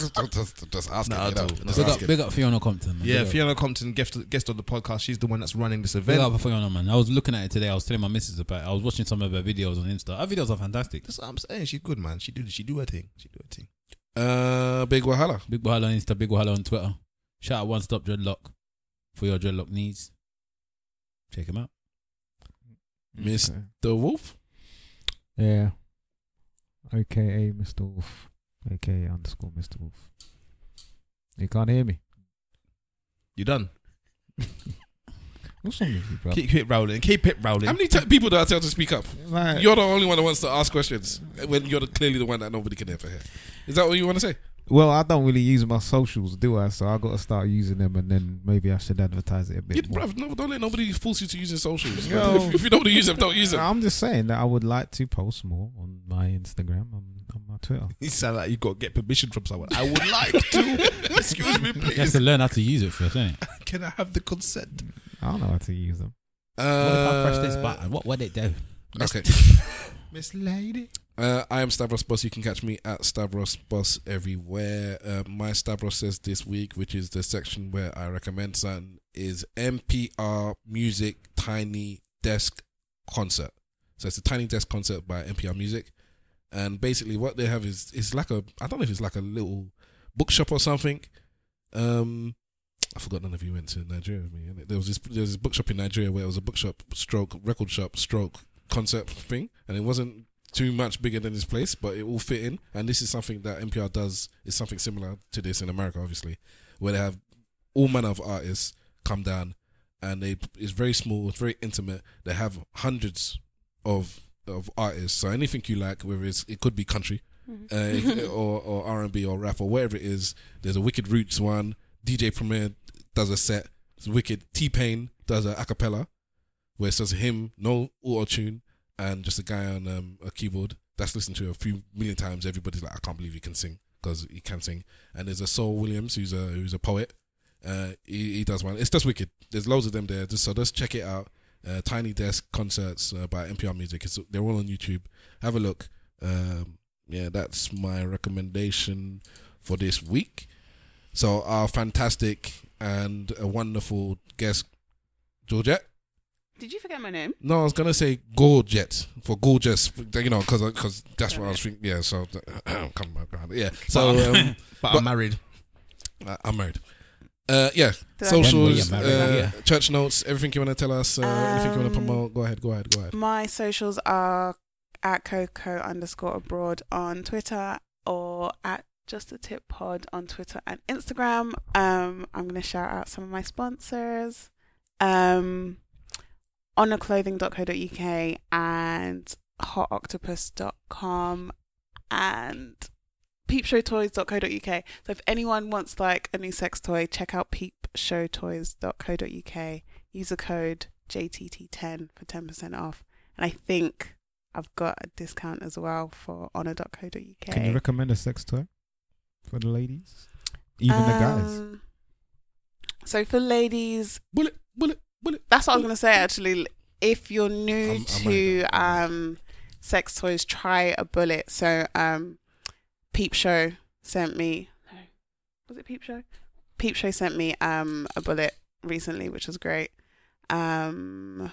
just, just, just asking.
Nah,
you know,
at all.
just
Big
Big up,
asking.
big up Fiona Compton. man.
yeah,
big up.
Fiona Compton, guest guest on the podcast, she's the one that's running this
Big
event.
up Fiona, man. I was looking at it today. I was telling my missus about. it. I was watching some of her videos on Insta. Her videos are fantastic.
That's what I'm saying. She's good, man. She do she do her thing. She do her thing.
Uh, big Wahala.
Big Wahala on Insta. Big Wahala on Twitter. Shout out One Stop Dreadlock for your dreadlock needs. Check him out.
Miss-
Okay.
The Wolf.
Yeah. AKA Mr. Wolf. AKA underscore Mr. Wolf. You can't hear me.
You done?
What's wrong with you, bro?
Keep it rolling. Keep it rolling.
How many t- people do I tell to speak up?
Like,
You're the only one that wants to ask questions when you're the, clearly the one that nobody can ever hear. Is that what you want to say?
well, I don't really use my socials, do I? So I got to start using them, and then maybe I should advertise it a bit
You,
more.
bruv, no, don't let nobody force you to using socials.
No.
If, if you don't want to use them, don't use them.
I'm just saying that I would like to post more on my Instagram, on, on my Twitter.
You sound like you got to get permission from someone. I would like to. Excuse me,
You have
please.
to learn how to use it first, ain't it?
Can I have the consent?
I don't know how to use them.
what if I
Uh,
press this button? What would it do?
Okay.
Miss Lady.
Uh, I am Stavros Boss. You can catch me at Stavros Boss everywhere. Uh, my Stavros says this week, which is the section where I recommend something, is NPR Music Tiny Desk Concert. So it's a Tiny Desk Concert by NPR Music, and basically what they have is it's like a I don't know if it's like a little bookshop or something. Um, I forgot none of you went to Nigeria with me. innit? There was this there was this bookshop in Nigeria where it was a bookshop stroke record shop stroke concept thing, and it wasn't too much bigger than this place, but it all fit in. And this is something that NPR does is something similar to this in America, obviously, where they have all manner of artists come down, and they it's very small, it's very intimate. They have hundreds of of artists, so anything you like, whether it's it could be country, uh, if- or or R and B or rap or whatever it is. There's a Wicked Roots one. DJ Premier does a set. It's wicked. T Pain does a acapella, where it's just him, no auto tune, and just a guy on um, a keyboard that's listened to a few million times. Everybody's like, I can't believe he can sing because he can sing. And there's a Saul Williams who's a who's a poet. Uh, he, he does one. It's just wicked. There's loads of them there. Just, so just check it out. Uh, Tiny Desk concerts uh, by NPR Music. It's, they're all on YouTube. Have a look. Um, yeah, that's my recommendation for this week. So our fantastic and a wonderful guest, Georgette.
Did you forget my name?
No, I was gonna say gorgeous for gorgeous, you know, because that's what I was thinking. Yeah, so come on, God. yeah. So um,
But,
But-
I'm married.
I- I'm married. Uh, yeah,
Did I-
socials,
When were you married?
uh, church notes, everything you want to tell us, uh, anything you want
Um,
to promote. Go ahead, go ahead, go ahead.
My socials are at Coco underscore abroad on Twitter or at just a tip pod on Twitter and Instagram. Um, I'm going to shout out some of my sponsors um, honorclothing.co.uk and hotoctopus.com and peepshowtoys.co.uk. So if anyone wants like a new sex toy, check out peepshowtoys.co.uk. Use the code JTT10 for 10% off. And I think I've got a discount as well for honor.co.uk.
Can you recommend a sex toy for the ladies? Even the guys.
Um, So for ladies,
Bullet, bullet, bullet.
that's what I was going to say actually. If you're new
I'm- I might
to
not.
um, sex toys, try a bullet. So um, Peep Show sent me. No, was it Peep Show? Peep Show sent me um, a bullet recently, which was great. Um,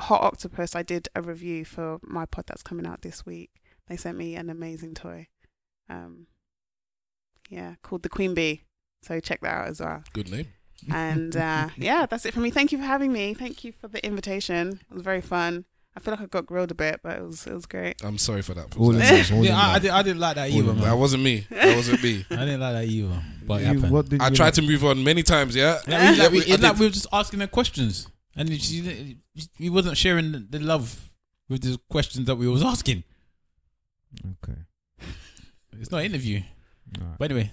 Hot Octopus, I did a review for my pod that's coming out this week. They sent me an amazing toy. Um, yeah, called the Queen Bee. So check that out as well.
Good name.
And uh, yeah, that's it for me. Thank you for having me. Thank you for the invitation. It was very fun. I feel like I got grilled a bit, but it was it was great.
I'm sorry for that.
All in
that,
love, all in
Yeah, I, I,
love.
did, I didn't like that either,
that
man.
wasn't me. That wasn't me.
I didn't like that either. But it
You-
happened.
what did
I
you
tried to move on many times. Yeah,
Like, we-
Yeah,
like, we,
we- I
it's like
did.
we were just asking her questions, and she, didn't- he wasn't sharing the- the love with the questions that we was asking.
Okay.
It's not an interview.
All right.
But anyway,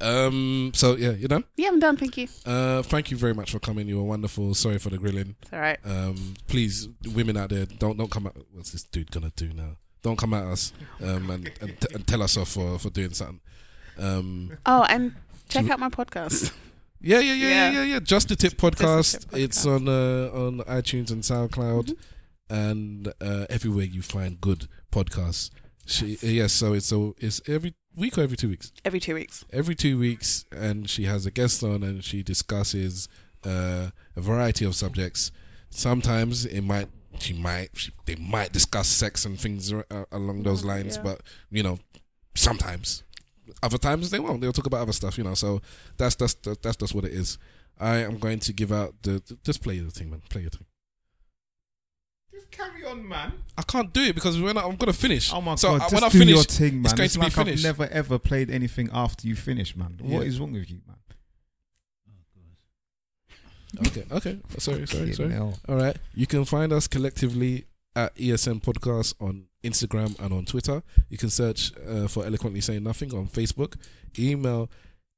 Um. So yeah, you done.
Yeah, I'm done. Thank you.
Uh, thank you very much for coming. You were wonderful. Sorry for the grilling.
It's all right.
Um, please, women out there, don't don't come at what's this dude gonna do now? Don't come at us um, and and, t- and tell us off for, for doing something. Um,
Oh, and check out my podcast.
Yeah, yeah, yeah, yeah,
Yeah.
yeah, yeah. Just the Tip
Just
podcast.
the Tip
It's on uh, on iTunes and SoundCloud Mm-hmm. and uh, everywhere you find good podcasts. She, yes, so it's a, it's every week or every two weeks.
every two weeks.
Every two weeks, and she has a guest on, and she discusses uh, a variety of subjects. Sometimes it might. She might, she, they might discuss sex and things ar- uh, along those lines,
Yeah.
but you know, sometimes, other times they won't. They'll talk about other stuff, you know. So that's that's that's that's just what it is. I am going to give out the just play the thing, man. Play your thing.
Just carry on, man.
I can't do it because when I, I'm gonna finish.
Oh my
so
god!
I,
Just
when I
do
finish,
your thing, man.
it's going to be
like
finished.
I've never ever played anything after you finish, man.
Yeah.
What is wrong with you, man?
Okay, okay. Sorry, sorry,
Fucking
sorry.
hell.
All right. You can find us collectively at ESM Podcast on Instagram and on Twitter. You can search uh, for Eloquently Saying Nothing on Facebook. Email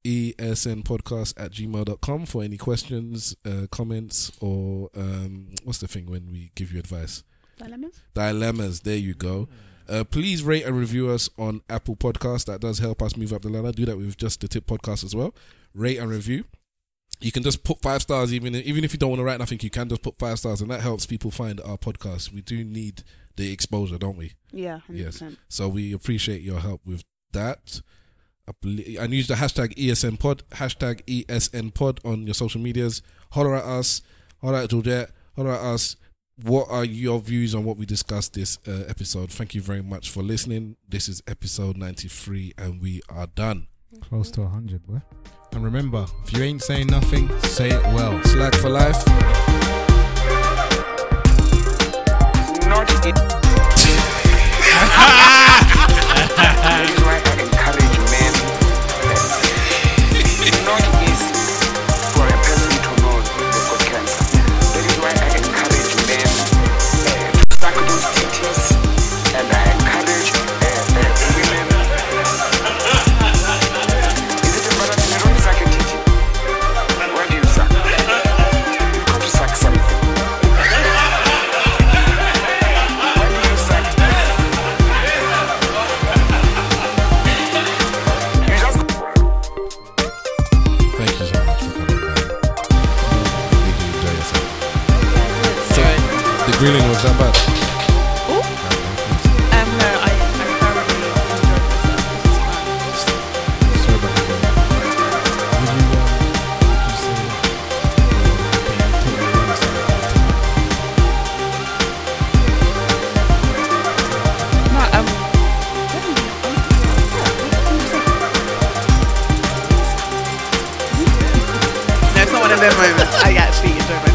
E esnpodcast at gmail.com for any questions, uh, comments, or um, what's the thing when we give you advice?
Dilemmas?
Dilemmas. There you go. Uh, please rate and review us on Apple Podcast. That does help us move up the ladder. Do that with just the Tip Podcast as well. Rate and review. You can just put five stars, even even if you don't want to write nothing. You can just put five stars, and that helps people find our podcast. We do need the exposure, don't we?
Yeah, 100%.
Yes. So we appreciate your help with that. I believe, and use the hashtag ESN Pod, hashtag ESN Pod on your social medias. Holler at us. Holler at Georgette. Holler at us. What are your views on what we discussed this uh, episode? Thank you very much for listening. This is episode 93, and we are done.
Close to hundred, boy.
And remember, if you ain't saying nothing, say it well.
Slack for life.
try and encourage men not easy for a person to know they've got cancer. That is why I encourage men uh, to suck those titties and I encourage uh, uh, women. Is it a matter you don't suck a titty? Why do you suck? You've got to suck something. Why do you suck? You just
Thank you so much for coming back. Did you enjoy yourself? The grilling was that bad.
Um, no, I, I thoroughly enjoyed myself. It's fun.
Sorry about the grilling.
No, um, no, it's not one of them moments. I actually enjoy myself.